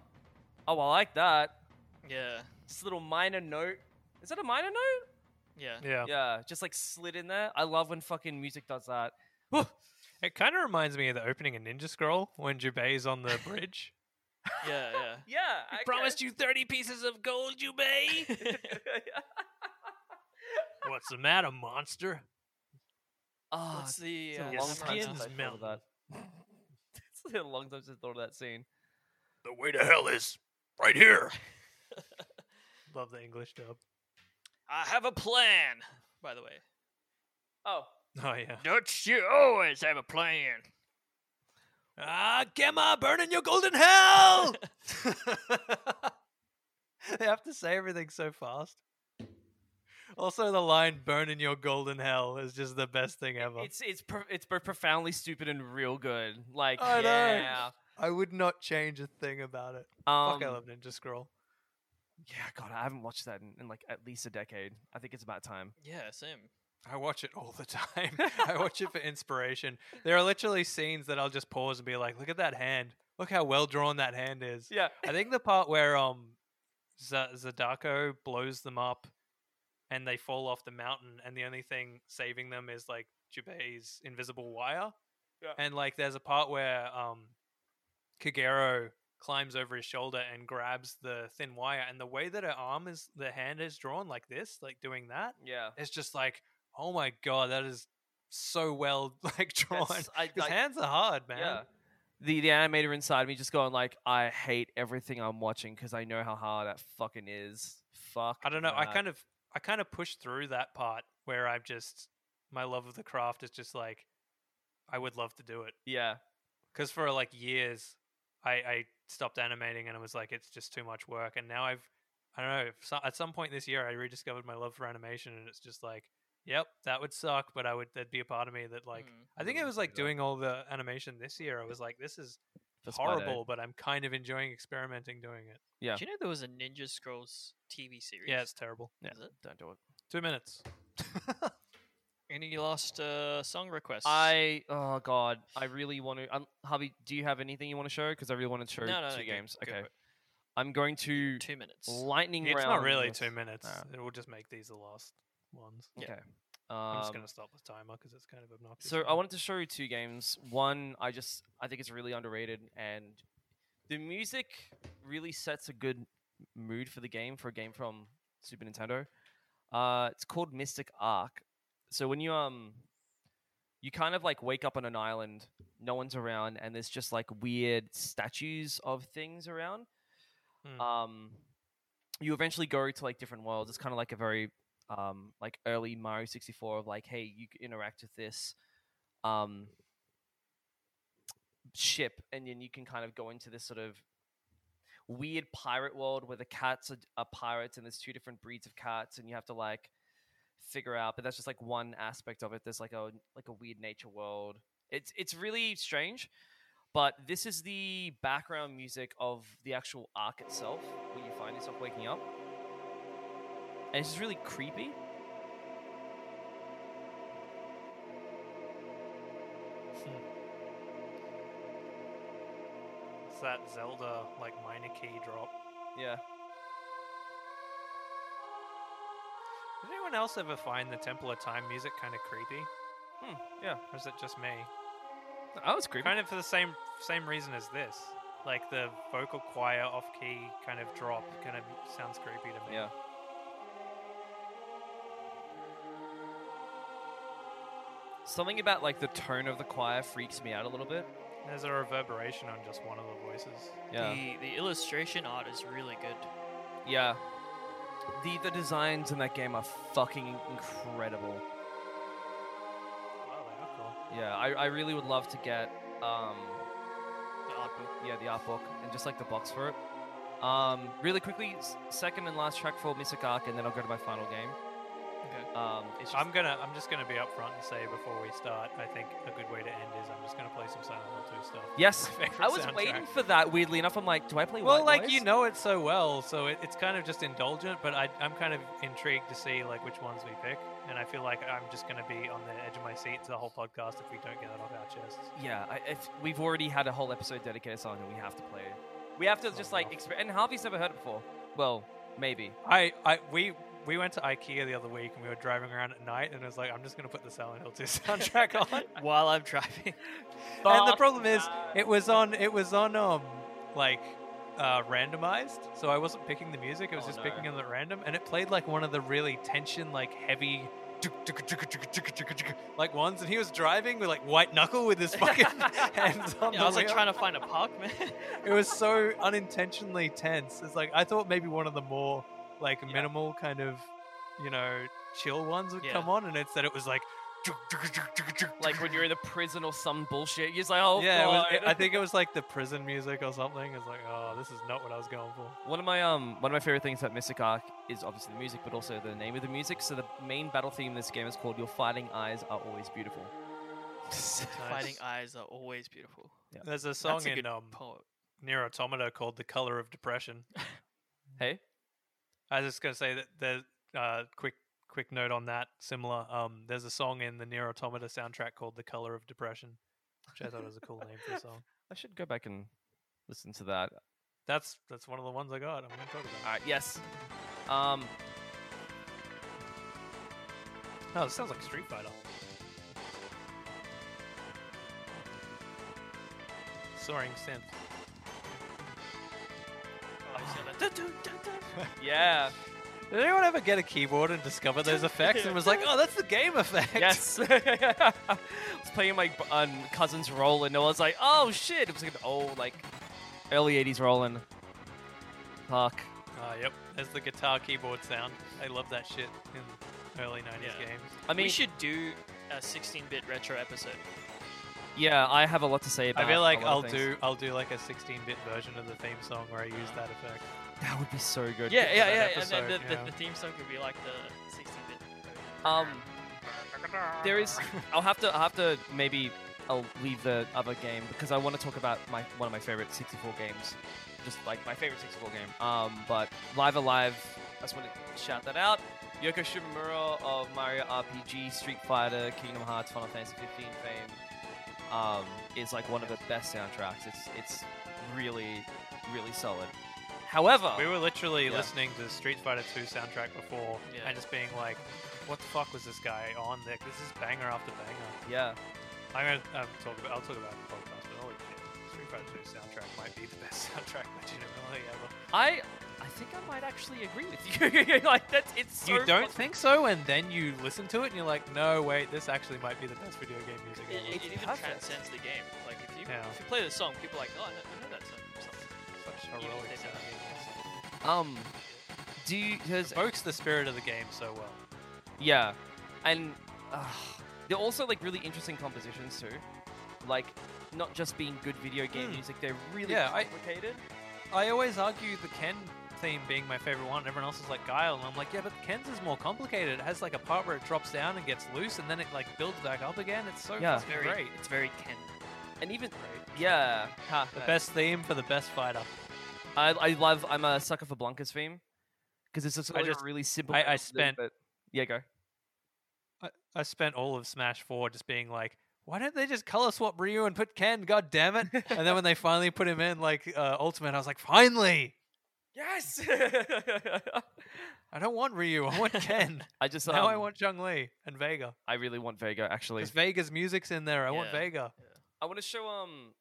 C: oh, I like that.
A: Yeah,
C: This little minor note. Is that a minor note?
A: yeah.
B: Yeah.
C: Yeah, just like slid in there. I love when fucking music does that. Whew.
B: It kind of reminds me of the opening of Ninja Scroll when Jubei's on the bridge.
A: Yeah, yeah.
C: yeah, I
B: Promised you 30 pieces of gold, Jubei! What's the matter, monster?
C: oh,
A: What's the
C: it's
A: uh,
C: been a
B: your
C: long
A: number
C: time
B: skin's
C: since
A: now?
C: I thought of that. it's been a long time since I thought of that scene.
B: The way to hell is right here. Love the English dub.
A: I have a plan. By the way,
C: Oh,
B: Oh, yeah.
A: don't you always have a plan?
B: Ah, Gemma, burn in your golden hell! they have to say everything so fast. Also, the line "burn in your golden hell" is just the best thing ever.
C: it's it's pro- it's both profoundly stupid and real good. Like,
B: I know.
C: yeah.
B: I would not change a thing about it.
C: Um,
B: Fuck, I love Ninja Scroll.
C: yeah, God, I haven't watched that in, in like at least a decade. I think it's about time.
A: Yeah, same.
B: I watch it all the time. I watch it for inspiration. There are literally scenes that I'll just pause and be like, "Look at that hand! Look how well drawn that hand is."
C: Yeah,
B: I think the part where um Z- Zadako blows them up and they fall off the mountain and the only thing saving them is like Jubei's invisible wire.
C: Yeah.
B: And like there's a part where um Kagero climbs over his shoulder and grabs the thin wire and the way that her arm is the hand is drawn like this, like doing that,
C: yeah.
B: it's just like, oh my god, that is so well like drawn.
C: That's- I,
B: Because
C: like,
B: hands are hard, man.
C: yeah. The the animator inside me just going like, I hate everything I'm watching because I know how hard that fucking is. Fuck.
B: I don't know. I
C: that.
B: kind of I kind of pushed through that part where I've just my love of the craft is just like I would love to do it
C: yeah.
B: because for like years I I stopped animating and I was like it's just too much work and now I've I don't know so, at some point this year I rediscovered my love for animation and it's just like yep that would suck but I would there'd be a part of me that like
A: Mm.
B: I think it was like doing all the animation this year I was like this is
C: That's about it.
B: horrible but I'm kind of enjoying experimenting doing it
C: Yeah.
A: Do you know there was a Ninja Scrolls TV series?
B: yeah it's terrible
C: Yeah.
A: Is it?
C: Don't do it.
B: two minutes
A: Any last uh, song requests?
C: I oh god, I really want to. Um, Hubby, do you have anything you want to show? Because I really want to show
A: No, no, no,
C: two
A: go-
C: games.
A: go
C: okay,
A: for it.
C: I'm going to
A: two minutes.
C: lightning
B: It's
C: round.
B: not really
C: this.
B: two minutes.
C: Alright.
B: It will just make these the last ones.
A: Yeah.
C: Okay.
B: I'm just
C: Um,
B: gonna stop the timer because it's kind of obnoxious.
C: So I
B: now.
C: wanted to show you two games. One, I just I think it's really underrated, and the music really sets a good mood for the game for a game from Super Nintendo. Uh, it's called Mystic Arc. So when you um, you kind of like wake up on an island, no one's around, and there's just like weird statues of things around.
B: Hmm.
C: Um, you eventually go to like different worlds. It's kind of like a very um, like early Mario 64 of like, hey, you c- interact with this um, ship, and then you can kind of go into this sort of weird pirate world where the cats are, are pirates, and there's two different breeds of cats, and you have to like figure out. But that's just like one aspect of it. There's like a like a weird nature world. It's it's really strange. But this is the background music of the actual arc itself, where you find yourself waking up. And it's just really creepy.
B: it's that Zelda like minor key drop.
C: Yeah.
B: Did anyone else ever find the Temple of Time music kind of creepy,
C: Hmm, yeah.
B: or is it just me?
C: That was creepy.
B: Kind of for the same same reason as this, like the vocal choir off key kind of drop kind of sounds creepy to me.
C: Yeah. Something about like the tone of the choir freaks me out a little bit.
B: There's a reverberation on just one of the voices.
C: Yeah.
A: The the illustration art is really good.
C: Yeah. The the designs in that game are fucking incredible.
B: Wow, they are cool.
C: Yeah, I, I really would love to get um
A: The art book.
C: yeah, the art book and just like the box for it. Um, really quickly, s- second and last track for Mystic Arc, and then I'll go to my final game.
B: Okay.
C: Um, it's just,
B: I'm gonna, I'm just gonna be upfront and say before we start, I think a good way to end is I'm just gonna play some Silent Hill 2 stuff.
C: yes,
B: My favorite
C: I was
B: soundtrack.
C: waiting for that. Weirdly enough, I'm like, do I play?
B: Well,
C: White
B: like
C: Noise?
B: you know it so well, so it, it's kind of just indulgent. But I, I'm kind of intrigued to see like which ones we pick, and I feel like I'm just going to be on the edge of my seat to the whole podcast if we don't get that off our chests.
C: Yeah, I, if we've already had a whole episode dedicated to Silent Hill. We have to play it. We have to just like, exp- and Harvey's never heard it before. Well, maybe.
B: I, I, we, we went to IKEA the other week, and we were driving around at night, and it was like I'm just going to put the Silent Hill 2 soundtrack on.
A: while I'm driving.
B: and the problem is, it was on, it was on, um, like. Uh, randomized, so I wasn't picking the music. I was
C: Oh,
B: just
C: no.
B: picking them at random, and it played like one of the really tension, like heavy like ones, and he was driving with like white knuckle with his fucking hands on
A: Yeah,
B: the
A: I was like
B: wheel.
A: trying to find a park, man.
B: It was so unintentionally tense. It's like I thought maybe one of the more like
C: Yeah.
B: minimal kind of you know chill ones would
A: Yeah.
B: come on, and instead it was like
C: Like when you're in the prison or some bullshit, you're just like, oh
B: yeah. It was,
C: God.
B: it- I think it was like the prison music or something. It's like oh, this is not what I was going for.
C: One of my um one of my favorite things about Mystic Arc is obviously the music, but also the name of the music. So the main battle theme in this game is called "Your Fighting Eyes Are Always Beautiful."
A: Fighting eyes are always beautiful.
B: There's a song
A: That's a
B: in
A: good
B: um,
A: poem.
B: Near Automata called "The Color of Depression."
C: Hey,
B: I was just gonna say that there's uh, quick quick note on that. Similar, um, there's a song in the Near Automata soundtrack called "The Color of Depression," which I thought was a cool name for a song.
C: I should go back and listen to that.
B: That's that's one of the ones I got. I'm gonna talk about.
C: All right, yes. Um,
B: it. No, this sounds like Street Fighter. Soaring synth.
A: Oh, he's got that dun-dun-dun-dun.
C: yeah,
B: Did anyone ever get a keyboard and discover those effects and was like, "Oh, that's the game effect"?
C: yes. I was playing my b- um, cousin's role, and I was like, "Oh shit!" It was like an old, like early '80s Roland. Fuck.
B: Ah, yep. There's the guitar keyboard sound. I love that shit in early '90s
A: Yeah.
B: games.
C: I mean,
A: we should do a 16-bit retro episode.
C: yeah, I have a lot to say about.
B: I feel like
C: a lot
B: I'll
C: of things.
B: do I'll do like a 16-bit version of the theme song where I use that effect.
C: That would be so good.
A: Yeah, yeah,
B: that
A: yeah.
B: episode,
A: and then the,
B: yeah.
A: the, the theme song could be like the 16-bit.
C: Um, there is. I'll have to. I'll have to maybe. I'll leave the other game because I want to talk about my one of my favorite 64 games, just like my favorite 64 game. Um, but Live Alive. I just want to shout that out. Yoko Shimomura of Mario RPG, Street Fighter, Kingdom Hearts, Final Fantasy 15 fame, um, is like one of the best soundtracks. It's it's really really solid. However,
B: We were literally
C: Oh. Yeah.
B: listening to the Street Fighter 2 soundtrack before
A: Yeah.
B: and just being like, what the fuck was this guy on? Like, this is banger after banger.
C: yeah,
B: I'm gonna um, talk about I'll talk about it in the podcast, but holy shit, Street Fighter 2 soundtrack might be the best soundtrack legitimately ever.
C: I I think I might actually agree with you. like that's it's so
B: you don't think
C: fucking-
B: so, and then you listen to it and you're like, no, wait, this actually might be the best video game music
A: It,
B: ever.
A: it, even
C: perfect.
A: transcends the game. Like if you
B: Yeah.
A: if you play the song, people are like, oh, I know, I know that song. from something."
B: Such
A: even if
B: heroic
A: they never
B: sound.
C: Um, do you, does,
B: Evokes the spirit of the game so well.
C: yeah, and uh, they're also like really interesting compositions too, like not just being good video game
B: Hmm.
C: music. They're really
B: Yeah, I-
C: complicated.
B: I always argue the Ken theme being my favorite one. Everyone else is like Guile, and I'm like, yeah, but Ken's is more complicated. It has like a part where it drops down and gets loose, and then it like builds back up again. It's so
C: Yeah.
B: fucking
A: It's very,
B: great.
A: it's very Ken.
C: and even
B: Great.
C: yeah, ha,
B: The
C: no.
B: best theme for the best fighter.
C: I, I love. I'm a sucker for Blanca's theme because it's just,
B: I
C: like
B: just-
C: a really simple.
B: I- I
C: melody,
B: spent-
C: but- yeah, go.
B: I, I spent all of Smash Four just being like, why don't they just color swap Ryu and put Ken? God damn it! and then when they finally put him in like uh, Ultimate, I was like, finally!
C: Yes.
B: I don't want Ryu. I want Ken.
C: I just
B: now I
C: um,
B: want Chung Li and Vega.
C: I really want Vega actually.
B: Because Vega's music's in there. I want
A: Yeah.
B: Vega.
C: I want to show um.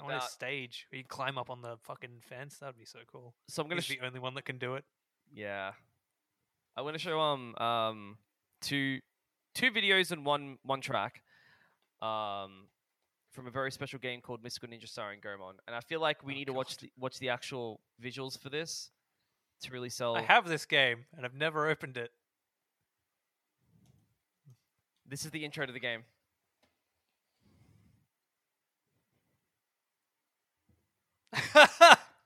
B: I want a
C: about-
B: stage where you climb up on the fucking fence. That'd be so cool.
C: So I'm gonna
B: He's
C: sh-
B: the only one that can do it.
C: Yeah. I want to show um um two two videos and one one track um from a very special game called Mystical Ninja starring Gomon, and I feel like we
B: Oh,
C: need to watch the, watch the actual visuals for this to really sell.
B: I have this game and I've never opened it.
C: this is the intro to the game.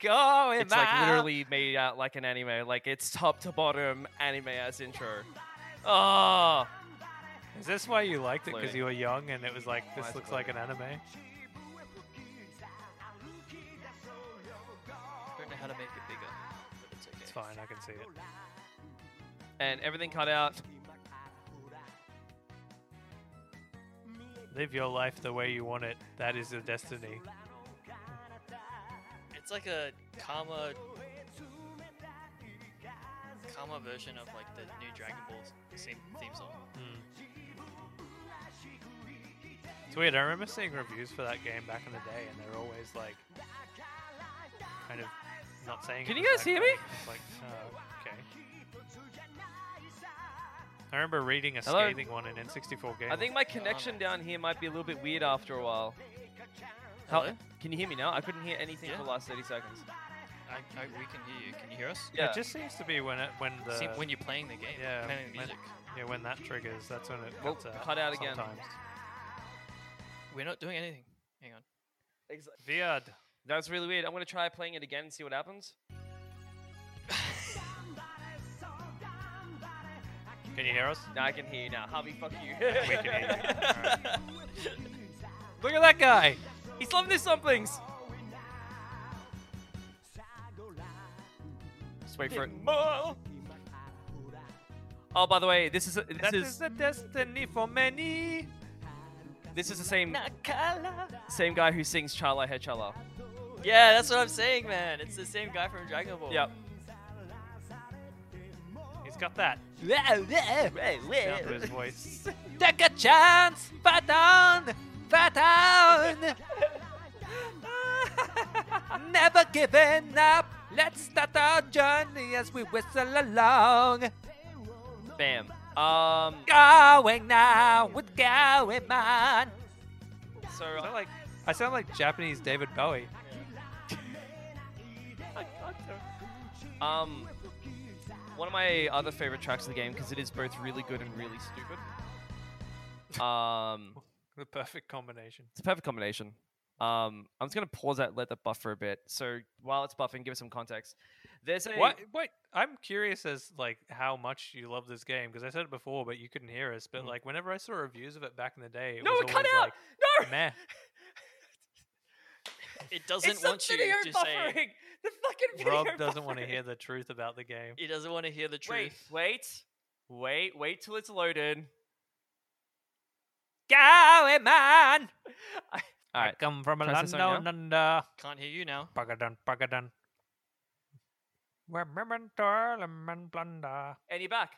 B: going
C: It's like
B: back.
C: literally made out like an anime. Like it's top to bottom anime as intro.
B: Oh. Is this why you liked it? Because
C: Floating.
B: you were young and it was like,
C: Why is
B: this
C: it
B: looks like an anime?
A: don't know how to make it bigger, but it's okay.
B: It's fine, I can see it.
C: And everything cut out.
B: Live your life the way you want it. That is the destiny.
A: It's like a comma, comma version of like the new Dragon Ball same theme song.
B: It's weird. I remember seeing reviews for that game back in the day, and they're always like, kind of not saying. it
C: Can you
B: was
C: guys
B: that
C: hear me?
B: great. It's like, oh, okay. I remember reading a
C: Hello?
B: scathing one in N64 game.
C: I think my connection down here might be a little bit weird after a while. How-
A: Hello?
C: Can you hear me now? I couldn't hear anything for
A: Yeah.
C: the last 30 seconds.
A: I, I, we can hear you. Can you hear us?
C: uh,
B: Yeah, it just seems to be when it when the
A: See, when you're playing the game,
B: yeah,
A: playing the
B: when-
A: music.
B: yeah when that triggers, that's when it
C: Well,
B: cuts out.
C: cut out again.
B: Sometimes.
A: We're not doing anything. Hang on.
C: Exa-
B: Viad.
C: That was really weird. I'm going to try playing it again and see what happens.
B: Can you hear us?
C: Now I can hear you now. Harvey, fuck you.
B: We can hear you. Alright.
C: Look at that guy. He's loving his somethings. Just wait for it. Oh, by the way, this is this
B: That
C: is
B: is the destiny for many.
C: This is the same same guy who sings Chala Hey Chala.
A: Yeah, that's what I'm saying, man. It's the same guy from Dragon Ball.
C: Yep.
B: He's got that down to his voice.
A: Take a chance, fight on, fight on.
D: Never giving up. Let's start our journey as we whistle along.
C: Bam. Um.
D: Going now, what's going on?
C: So
B: I sound like I sound like Japanese David Bowie.
C: um, one of my other favorite tracks of the game because it is both really good and really stupid. Um,
B: The perfect combination.
C: it's a perfect combination. Um, I'm just gonna pause that, let that buffer a bit. So while it's buffing, give it some context. There's a
B: What? Wait, I'm curious as like how much you love this game because I said it before, but you couldn't hear us. But like whenever I saw reviews of it back in the day, Mm-hmm. it
C: No,
B: was
C: it cut
B: always,
C: out.
B: Like,
C: no.
B: Meh.
A: It doesn't
C: it's the
A: want you
C: video
A: to
C: buffering.
A: say.
C: The fucking video
B: Rob doesn't want to
C: buffering.
B: hear the truth about the game.
A: It doesn't want to hear the
C: Wait,
A: truth.
C: wait, wait, wait till it's loaded.
D: Going man.
C: All right.
B: Come from a uh,
C: Press this
B: land
C: on
B: down
C: now.
B: under.
A: Can't hear you now.
B: Bugadun, bugadun. We're moving to lemon plunder.
C: And you're back.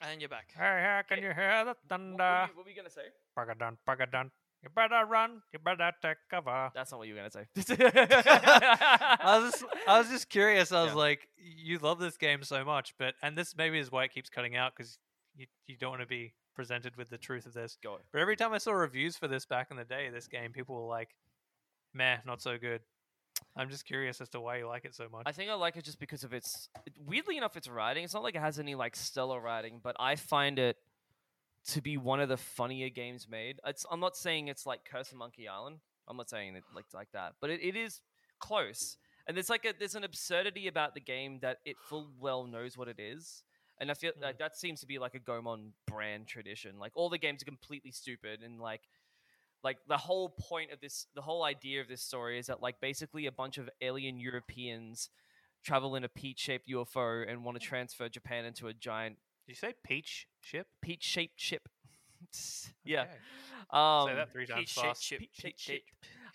A: And you're back.
B: Hey, hey, can
C: Okay.
B: you hear the
C: What, what were
B: thunder?
C: you, what were you gonna say?
B: Bugadun, bugadun. You better run. You better take cover.
C: That's not what you were gonna say.
B: I was just, I was just curious. I was
C: Yeah.
B: like, you love this game so much, but and this maybe is why it keeps cutting out because you, you don't want to be presented with the truth of this.
C: Go.
B: But every time I saw reviews for this back in the day, this game, people were like, "Meh, not so good." I'm just curious as to why you like it so much.
C: I think I like it just because of its weirdly enough its writing. It's not like it has any like stellar writing, but I find it to be one of the funnier games made. It's I'm not saying it's like Curse of Monkey Island. I'm not saying it like like that, but it, it is close. And there's like a there's an absurdity about the game that it full well knows what it is. And I feel like that seems to be like a Gomon brand tradition. Like all the games are completely stupid and like like the whole point of this the whole idea of this story is that like basically a bunch of alien Europeans travel in a peach-shaped UFO and want to transfer Japan into a giant
B: Did you say peach ship?
C: peach-shaped ship. yeah.
B: Okay.
C: Um
B: say that three times
A: Peach shaped
B: fast.
A: ship.
C: Peach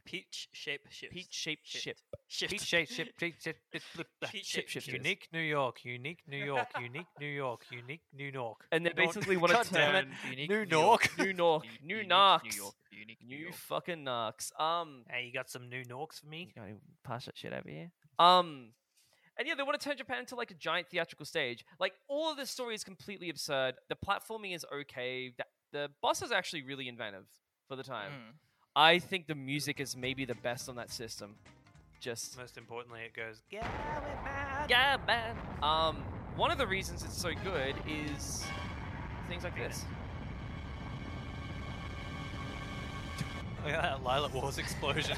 A: Peach
C: shaped
A: shaped. Peach shaped ship.
C: peach-shaped
A: Shit.
C: ship.
A: ship.
B: Peach shaped ship, ship, ship,
A: Peach shaped ship.
B: Unique New York, unique New York, unique New York, unique New York.
C: And they
B: New York.
C: basically want
B: God
C: to turn
B: damn
C: it
B: it.
A: Unique
B: New Nork.
C: New Nork,
A: Unique
C: New
A: New
C: Knox,
A: York. Unique New
C: New
A: York.
C: fucking Knox. Um
B: Hey, you got some new Norks for me?
C: You gotta pass that shit over here. Um, and yeah, they want to turn Japan into like a giant theatrical stage. Like all of this story is completely absurd. The platforming is okay. The, the boss is actually really inventive for the time.
A: Mm.
C: I think the music is maybe the best on that system. Just
B: Most importantly, it goes.
D: Going man.
C: yeah, man. Um, one of the reasons it's so good is things like this.
B: Look at that Lila Wars explosion.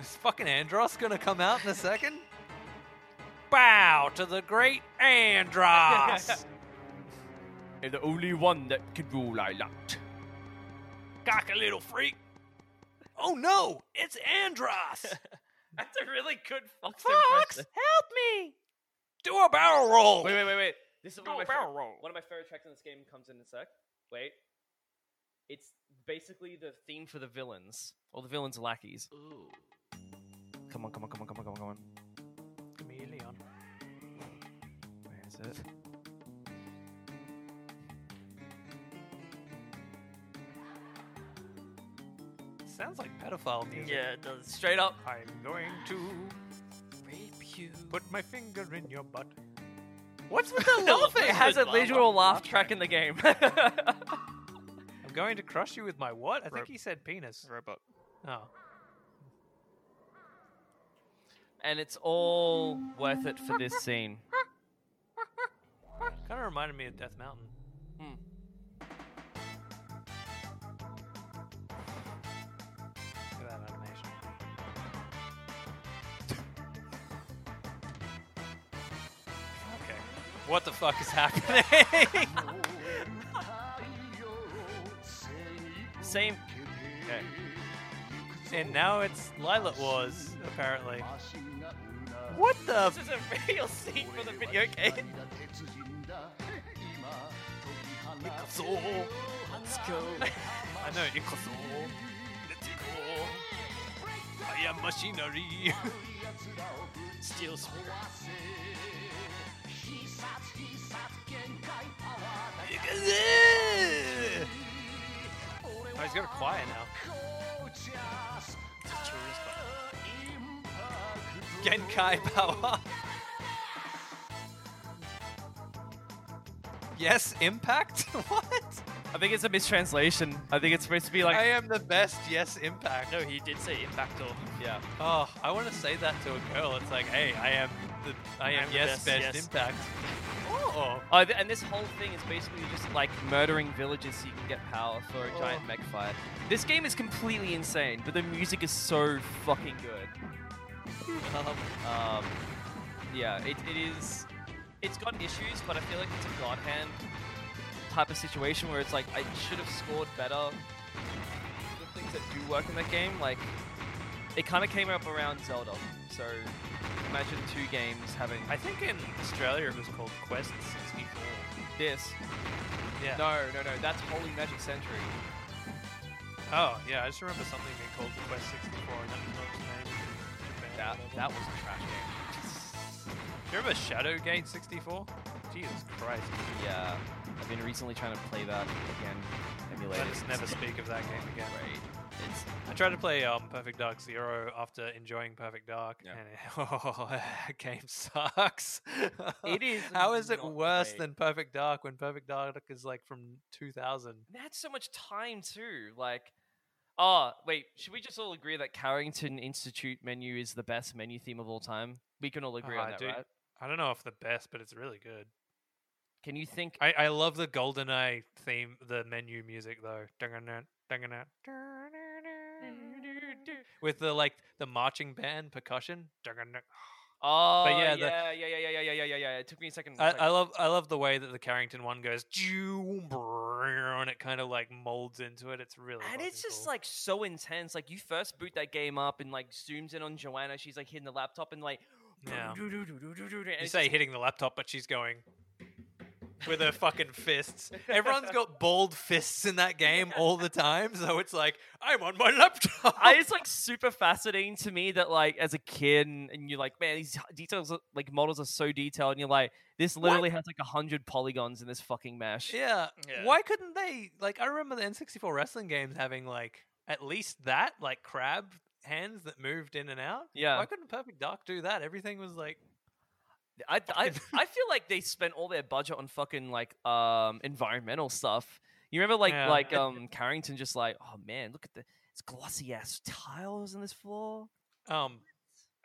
D: Is fucking Andros gonna come out in a second? Bow to the great Andros!
C: You're the only one that can rule like that.
D: Cock a little freak! Oh no! It's Andros!
C: That's a really good fucking
D: Fox,
C: impression.
D: help me! Do a barrel roll!
C: Wait, wait, wait, wait. This is one
D: Do
C: of, my
D: a
C: fa-
D: barrel roll!
C: one of my favorite tracks in this game comes in in a sec. Wait. It's basically the theme for the villains. All the villains' lackeys.
A: Ooh.
C: Come on, come on, come on, come on, come on, come on.
B: Chameleon.
C: Where is it?
B: Sounds like pedophile music.
A: Yeah, it does.
C: Straight up.
B: I'm going to
A: Rape you.
B: put my finger in your butt.
C: What's with the laugh? It has a
A: Laugh,
C: visual laugh
B: laugh
C: track in the game.
B: I'm going to crush you with my what? I
D: Rope.
B: think he said penis.
D: Robot.
B: Oh.
C: and it's all worth it for this scene.
B: Kind of reminded me of Death Mountain. Look at that animation. Okay. What the fuck is happening?
C: Same. Okay.
B: and now it's Lilith Wars, apparently. What the
C: This is a real scene for the video game.
A: Let's go.
B: I know, it costs all. Let's go. I am machinery.
A: Steel sword.
B: Oh, he's got a choir now.
D: Genkai power. yes, impact? what?
C: I think it's a mistranslation. I think it's supposed to be like.
D: I am the best, yes, impact.
A: No, he did say impactor.
C: yeah.
B: Oh, I want to say that to a girl. It's like, hey, I am the, I am
A: I'm the
B: yes,
A: best,
B: best,
A: yes.
B: impact. Oh,
C: Oh, th- and this whole thing is basically just like murdering villages so you can get power for a
A: Oh.
C: giant mech fight. This game is completely insane, but the music is so fucking good. Um, yeah, it, it is. It's got issues, but I feel like it's a god hand type of situation where it's like I should have scored better. The things that do work in that game, like it kind of came up around Zelda. So imagine two games having
B: I think in Australia it was called Quest 64.
C: this.
B: Yeah.
C: No, no, no. That's Holy Magic Century.
B: Oh, yeah. I just remember something being called Quest 64, and that was not its name in Japan.
C: That,
B: or
C: that
B: whatever.
C: was a trash game.
B: Do you remember Shadowgate 64? Jesus Christ.
C: Yeah, I've been recently trying to play that again, emulated.
B: Let's never speak of that game again.
C: Great. It's
B: I tried to play um, Perfect Dark Zero after enjoying Perfect Dark,
C: Yeah.
B: and it, oh, that game sucks.
C: It is
B: How is it
C: not
B: worse
C: great.
B: than Perfect Dark when Perfect Dark is like from 2000?
C: and that's so much time too. Like, oh wait, should we just all agree that Carrington Institute menu is the best menu theme of all time? We can all agree
B: Ah,
C: on that,
B: dude.
C: right?
B: I don't know if the best, but it's really good.
C: Can you think?
B: I, I love the GoldenEye theme, the menu music though. Dun-dun-dun, dun-dun-dun,
C: Mm.
B: dun-dun-dun. With the like the marching band percussion. Dun-dun-dun.
C: Oh,
B: yeah,
C: yeah,
B: the-
C: yeah, yeah, yeah, yeah, yeah, yeah, yeah, yeah. It took me a second.
B: I,
C: it's
B: I
C: like,
B: love I love the way that the Carrington one goes and it kind of like molds into it. It's really
C: and it's
B: fucking
C: just
B: cool.
C: like so intense. Like you first boot that game up and like zooms in on Joanna. She's like hitting the laptop and like.
B: Yeah.
C: You
B: You say hitting the laptop, but she's going with her fucking fists. Everyone's got bald fists in that game all the time, so it's like I'm on my laptop.
C: I, it's like super fascinating to me that like as a kid and, and you're like man these details are, like models are so detailed and you're like this literally has like a hundred polygons in this fucking mesh
B: Yeah.
A: Yeah.
B: Why couldn't they? Like, I remember the N64 wrestling games having, like, at least that, like, crab hands that moved in and out.
C: yeah
B: Why couldn't Perfect Dark do that? Everything was like,
C: I, I, I feel like they spent all their budget on fucking like um environmental stuff you remember like
B: Yeah.
C: like um Carrington just like oh man look at the it's glossy ass tiles on this floor
B: um,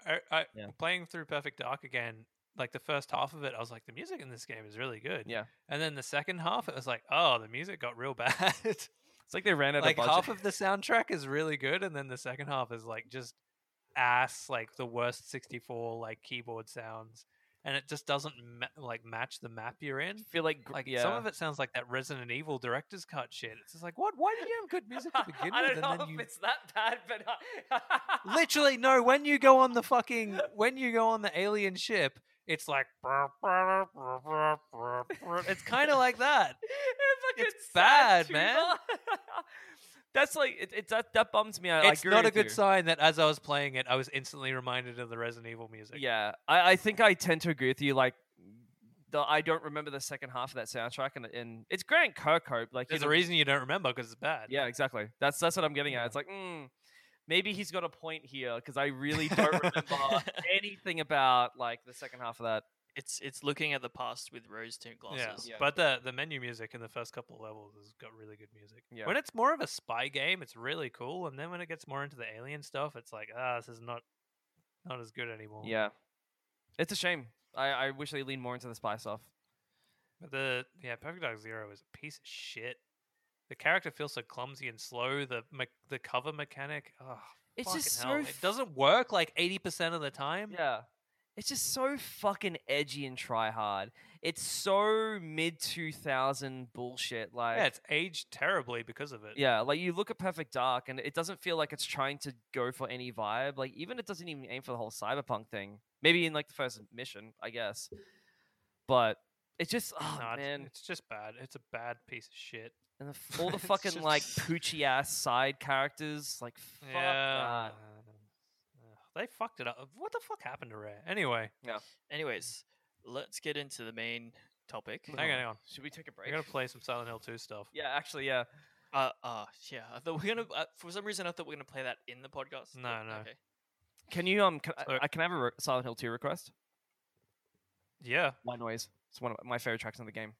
B: I, I
C: Yeah.
B: playing through Perfect Dark again. Like the first half of it, I was like, the music in this game is really good.
C: Yeah.
B: And then the second half, it was like, oh, the music got real bad.
C: it's like they ran out
B: like
C: of budget
B: half of the soundtrack is really good, and then the second half is like just ass, like the worst 64 like keyboard sounds, and it just doesn't ma- like match the map you're in.
C: feel like, gr-
B: Like
C: yeah.
B: some of it sounds like that Resident Evil director's cut shit. It's just like, what? Why did you have good music to begin
D: I
B: with,
D: don't know
B: and then
D: if
B: you
D: it's that bad, but I...
B: literally no when you go on the fucking when you go on the alien ship it's like it's kind of like that
D: It fucking
B: It's
D: sounds
B: bad,
D: too
B: man.
D: bad.
C: That's like it, it, that that bums me out. I
B: it's
C: agree
B: not a
C: with
B: good
C: you.
B: sign that as i was playing it i was instantly reminded of the resident evil music
C: Yeah, I, I think I tend to agree with you. Like, the, I don't remember the second half of that soundtrack, and, and it's Grant Kirkhope. Like,
B: there's
C: he's
B: a reason you don't remember because it's bad
C: Yeah, exactly. That's that's what I'm getting at. It's like, mm, maybe he's got a point here because I really don't remember anything about like the second half of that.
A: It's it's looking at the past with rose tint
B: yeah.
A: glasses.
C: Yeah.
B: but the the menu music in the first couple of levels has got really good music.
C: Yeah.
B: When it's more of a spy game, it's really cool, and then when it gets more into the alien stuff, it's like ah, this is not not as good anymore.
C: Yeah, it's a shame. I, I wish they leaned more into the spy stuff.
B: But The yeah, Perfect Dark Zero is a piece of shit. The character feels so clumsy and slow. The me- the cover mechanic, oh,
C: It's
B: fucking
C: just
B: hell.
C: so
B: it doesn't work like eighty percent of the time.
C: Yeah. It's just so fucking edgy and try hard. It's so mid 2000 bullshit. Like,
B: Yeah, it's aged terribly because of it.
C: Yeah, like you look at Perfect Dark and it doesn't feel like it's trying to go for any vibe. Like even it doesn't even aim for the whole cyberpunk thing. Maybe in like the first mission, I guess. But it's just oh
B: Nah, it's-
C: man,
B: it's just bad. It's a bad piece of shit.
C: and the, f- all the
B: it's
C: fucking like
B: just-
C: poochy ass side characters. Like fuck
B: yeah, uh,
C: that.
B: they fucked it up. What the fuck happened to Rare? Anyway,
A: Anyways, let's get into the main topic.
B: hang on, hang on.
C: Should we take a
B: We're
C: break?
B: gonna play some Silent Hill Two stuff.
C: Yeah, actually, yeah.
A: Uh, uh, yeah. I thought we're gonna. Uh, for some reason, I thought we are gonna play that in the podcast.
B: No,
A: but-
B: no.
A: Okay.
C: Can you um? Can,
B: So-
C: I, I can have a re- Silent Hill two request.
B: Yeah.
C: Why noise? It's one of my favorite tracks in the game.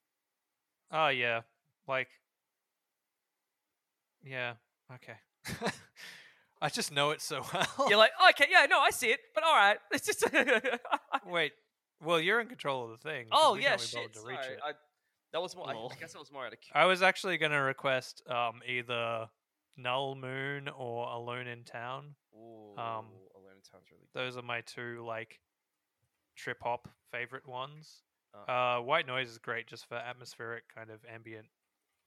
B: Oh yeah, like yeah, okay. I just know it so well.
C: You're like, okay, yeah, no, I see it, but all right, it's just.
B: Wait, well, you're in control of the thing. 'cause
C: Oh
B: we
C: yeah,
B: can't be
C: shit.
B: bothered to reach
C: sorry,
B: it.
C: I, that was more. I,
A: Lol.
C: I guess that was more out of. cu-
B: I was actually gonna request um either Null Moon or Alone in Town.
C: Ooh,
B: um,
C: Alone in Town's really
B: Those are my two like trip hop favorite ones.
C: Uh.
B: Uh, White Noise is great just for atmospheric kind of ambient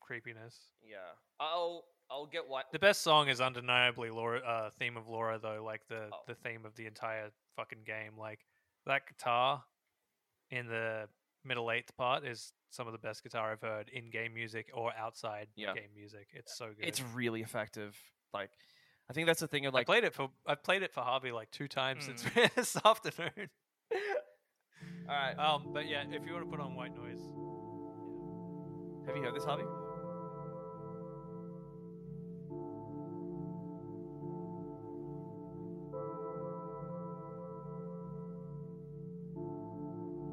B: creepiness.
C: good. Yeah, I'll I'll get white.
B: The best song is undeniably Laura uh, theme of Laura though, like the
C: Oh.
B: the theme of the entire fucking game. Like that guitar in the middle eighth part is some of the best guitar I've heard in game music or outside
C: Yeah.
B: game music. It's so good.
C: It's really effective. Like, I think that's the thing of
B: I
C: like. Hmm.
B: played it for I played it for Harvey like two times since this afternoon.
C: all right,
B: Um, but yeah, if you want to put on white noise,
C: have you heard this, Harvey?
B: came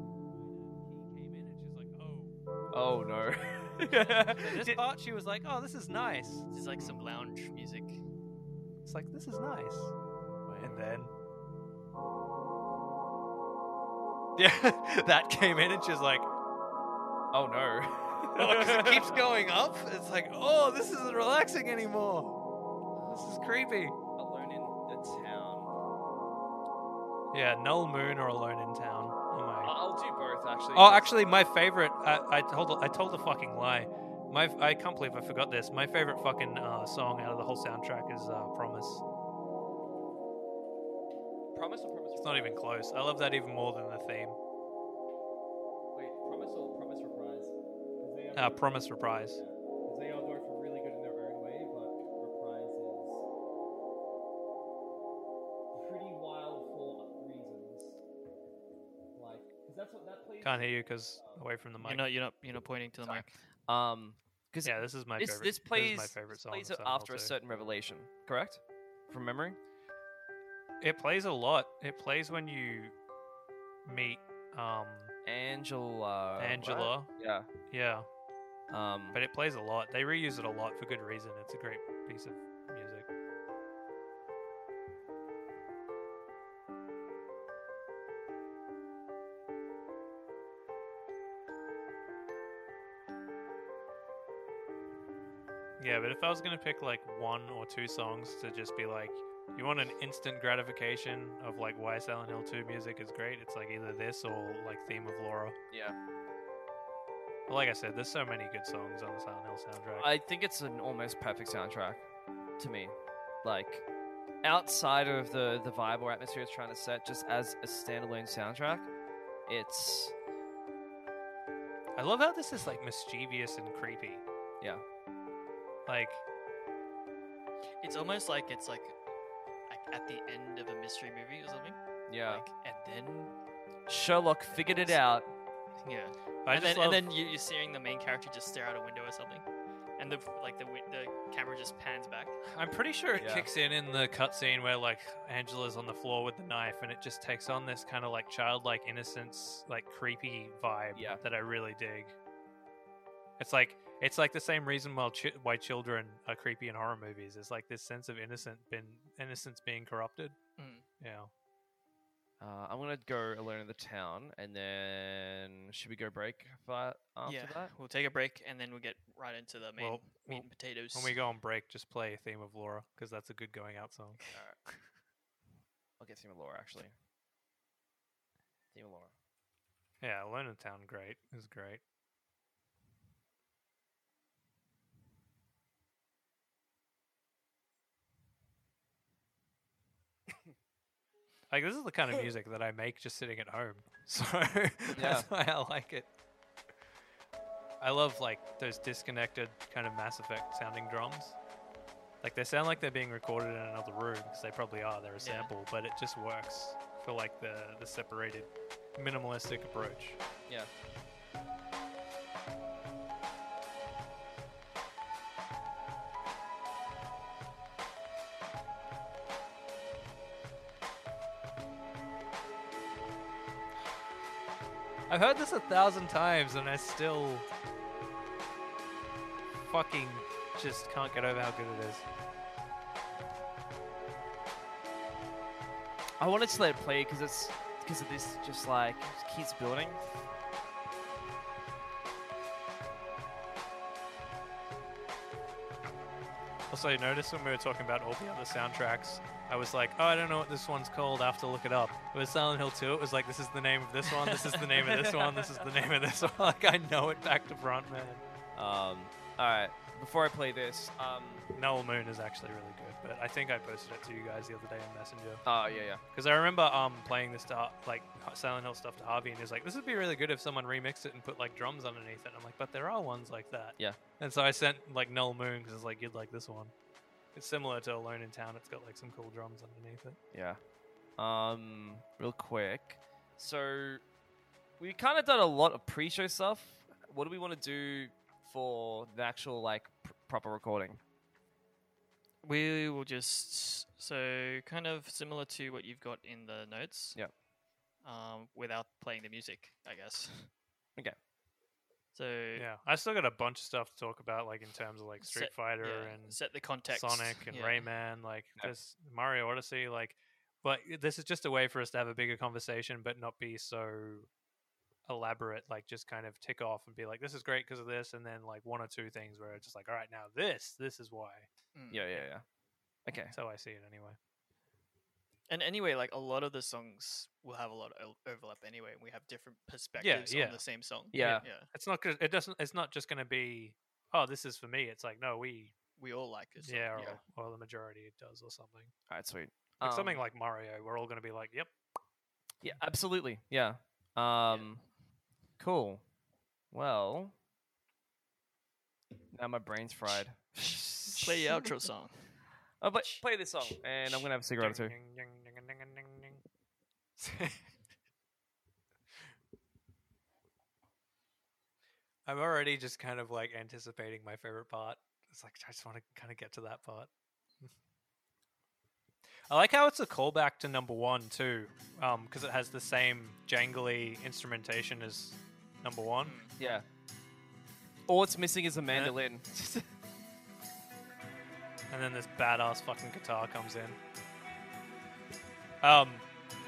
B: in and she's like, oh.
C: Oh no.
B: this
C: Did-
B: part she was like, oh, this is nice.
A: This is like some lounge music.
B: It's like this is nice. And then Yeah, that came in and she's like,
C: oh no.
B: oh, 'cause it keeps going up. It's like, oh, this isn't relaxing anymore. This is creepy.
C: Alone in the town.
B: Yeah, Null Moon or Alone in Town. Oh my.
C: I'll do both actually.
B: Oh,
C: 'cause-
B: actually, my favorite. I, I told I told a fucking lie. My I can't believe I forgot this. My favorite fucking uh, song out of the whole soundtrack is uh, "Promise."
C: Promise or promise.
B: It's not even close. I love that even more than the theme.
C: Wait, promise or promise reprise. 'Cause they are
B: Uh,
C: both-
B: "Promise" reprise.
C: Yeah, 'cause they are both really good in their own way, but reprise is pretty wild for reasons. Like, because that's what that plays.
B: Can't hear you because away from the mic.
A: You're not. You're not. You're not pointing to the
C: Sorry.
A: mic.
C: Um, because
B: yeah, this is my
C: this
B: favorite.
C: this plays
B: is my favorite
C: this
B: song.
C: plays
B: of Silent Hill
C: after a
B: 2.
C: certain revelation, correct? From memory.
B: It plays a lot. It plays when you meet um,
C: Angela. right?
B: Angela.
C: Yeah.
B: Yeah,
C: Um.
B: but it plays a lot. They reuse it a lot for good reason. It's a great piece of music. Yeah, but if I was gonna pick like one or two songs to just be like You want an instant gratification of like why Silent Hill 2 music is great? It's like either this or like Theme of Laura.
C: Yeah.
B: But like I said, there's so many good songs on the Silent Hill soundtrack.
C: I think it's an almost perfect soundtrack to me. Like outside of the the vibe or atmosphere it's trying to set, just as a standalone soundtrack, it's
B: I love how this is like mischievous and creepy.
C: Yeah.
B: Like
A: It's almost like it's like like at the end of a mystery movie or something.
C: yeah.
A: Like and then
C: Sherlock figured it out.
A: yeah,
B: I
A: and
B: just
A: then
B: love,
A: and then you, you're seeing the main character just stare out a window or something, and the like the win- the camera just pans back.
B: I'm pretty sure it
C: Yeah.
B: kicks in in the cutscene where like Angela's on the floor with the knife, and it just takes on this kind of like childlike innocence, like creepy vibe
C: Yeah.
B: that I really dig. It's like it's like the same reason why chi- why children are creepy in horror movies. It's like this sense of innocent been innocence being corrupted.
A: Mm.
B: Yeah,
C: Uh, I'm gonna go alone in the town, and then should we go break for, after
A: yeah,
C: that?
A: we'll take a break and then we'll get right into the main
B: Well,
A: meat
B: well,
A: and potatoes.
B: when we go on break, just play "Theme of Laura" because that's a good going out song.
C: Alright. I'll get theme of Laura actually. Theme of Laura.
B: Yeah, Alone in Town, great is great. like this is the kind of music that I make just sitting at home, so
C: Yeah.
B: that's why I like it. I love like those disconnected kind of Mass Effect sounding drums. Like they sound like they're being recorded in another room because they probably are. They're a
A: Yeah.
B: sample, but it just works for like the the separated minimalistic approach.
C: Yeah.
B: I've heard this a thousand times and I still fucking just can't get over how good it is.
C: I wanted to let it play because it's because of this just like it keeps building.
B: Also, notice when we were talking about all the other soundtracks, I was like, oh, I don't know what this one's called. I have to look it up. It was Silent Hill 2. It was like, this is the name of this one. This is the name of this one. This is the name of this one. Like, I know it back to front, man.
C: Um. All right. Before I play this. Um.
B: Noel Moon is actually really good, but I think I posted it to you guys the other day on Messenger.
C: Oh yeah yeah.
B: Because I remember um playing this to Har- like Silent Hill stuff to Harvey, and he was like, "This would be really good if someone remixed it and put like drums underneath it." And I'm like, "But there are ones like that."
C: Yeah.
B: And so I sent like Null Moon because it's like you'd like this one. It's similar to Alone in Town. It's got like some cool drums underneath it.
C: Yeah. Um, real quick. So we kind of done a lot of pre-show stuff. What do we want to do for the actual like pr- proper recording?
A: We will just so kind of similar to what you've got in the notes.
C: Yep.
A: Um, without playing the music, I guess.
C: Okay.
A: So
B: Yeah. I still got a bunch of stuff to talk about, like in terms of like Street
A: Set-
B: Fighter
A: yeah,
B: and
A: set the context.
B: Sonic and
A: yeah.
B: Rayman, like
C: Yeah.
B: this Mario Odyssey, like. But this is just a way for us to have a bigger conversation, but not be so elaborate. Like just kind of tick off and be like, "This is great because of this," and then like one or two things where it's just like, "All right, now this, this is why."
A: Mm.
C: Yeah, yeah, yeah. Okay.
B: That's how I see it anyway.
A: And anyway, like a lot of the songs will have a lot of o- overlap anyway. and We have different perspectives
B: yeah.
A: on the same song.
C: Yeah.
A: Yeah.
B: It's not. gonna- It doesn't. It's not just going to be, "Oh, this is for me." It's like, no, we,
A: We all like this. song,
B: yeah, or, or the majority it does, or something.
C: All right, sweet.
B: Like
C: Um,
B: something like Mario, we're all going to be like, "Yep,
C: yeah, absolutely. Yeah. Um, cool. Well, now my brain's fried.
A: Play your outro song.
C: Oh, but play this song, and I'm gonna have a cigarette or two.
B: Ding, ding, ding, ding, ding, ding, ding. I'm already just kind of like anticipating my favorite part. It's like I just want to kind of get to that part. I like how it's a callback to number one too, because it has the same jangly instrumentation as number one.
C: Yeah. All it's missing is a mandolin.
B: and then this badass fucking guitar comes in. Um,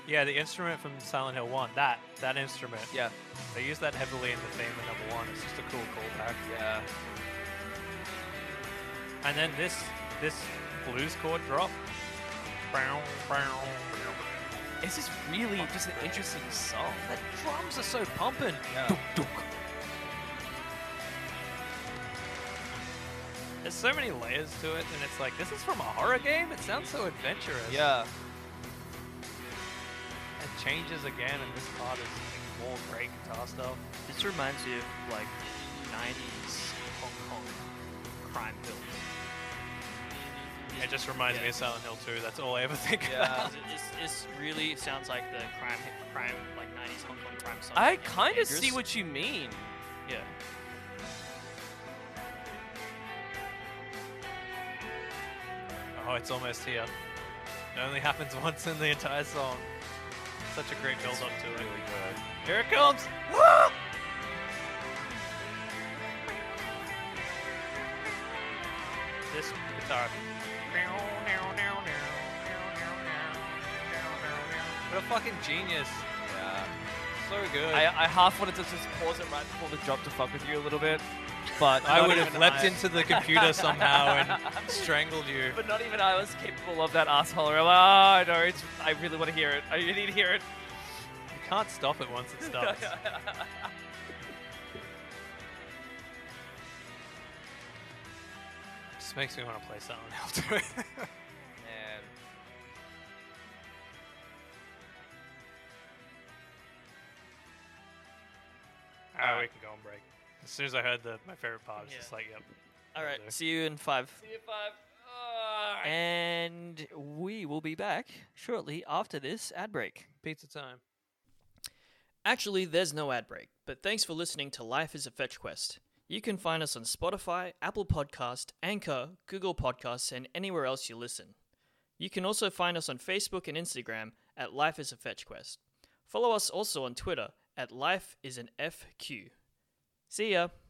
B: yeah, the instrument from Silent Hill One, that that instrument,
C: yeah.
B: they use that heavily in the theme in number one. It's just a cool callback.
C: Yeah.
B: And then this this blues chord drop,
C: This is really just an interesting song.
D: The drums are so pumping.
C: Yeah.
B: There's so many layers to it, and it's like, this is from a horror game? It sounds so adventurous.
C: Yeah.
B: It changes again, and this part is like, more great guitar stuff.
A: This reminds me of like 90s Hong Kong crime films.
B: It just reminds me of Silent Hill 2. That's all I ever think
C: Yeah.
A: It just- this really sounds like the crime, crime, like 90s Hong Kong crime song.
C: I
A: It's
C: kind of
A: dangerous.
C: see what you mean.
A: Yeah.
B: about. Oh, it's almost here. It only happens once in the entire song. Such a great build up to it. Here it comes! this guitar. What a fucking genius.
C: Yeah.
B: So good.
C: I, I half wanted to just pause it right before the drop to fuck with you a little bit, but
B: I
C: not
B: would have
C: even
B: leapt
C: I-
B: into the computer somehow and strangled you.
C: But not even I was capable of that asshole. I'm like, oh no, it's, I really want to hear it. I need to hear it.
B: You can't stop it once it starts. Just makes me want to play Silent Hill 2.
C: Man.
B: Alright, we can go on break. As soon as I heard the my favorite part, I was just
A: Yeah.
B: like, yep.
A: All right.
B: There.
A: See you in five.
C: See if I've. Ah.
A: And we will be back shortly after this ad break.
B: Pizza time.
A: Actually, there's no ad break, but thanks for listening to Life is a Fetch Quest. You can find us on Spotify, Apple Podcast, Anchor, Google Podcasts, and anywhere else you listen. You can also find us on Facebook and Instagram at Life is a Fetch Quest. Follow us also on Twitter at Life is an FQ. See ya!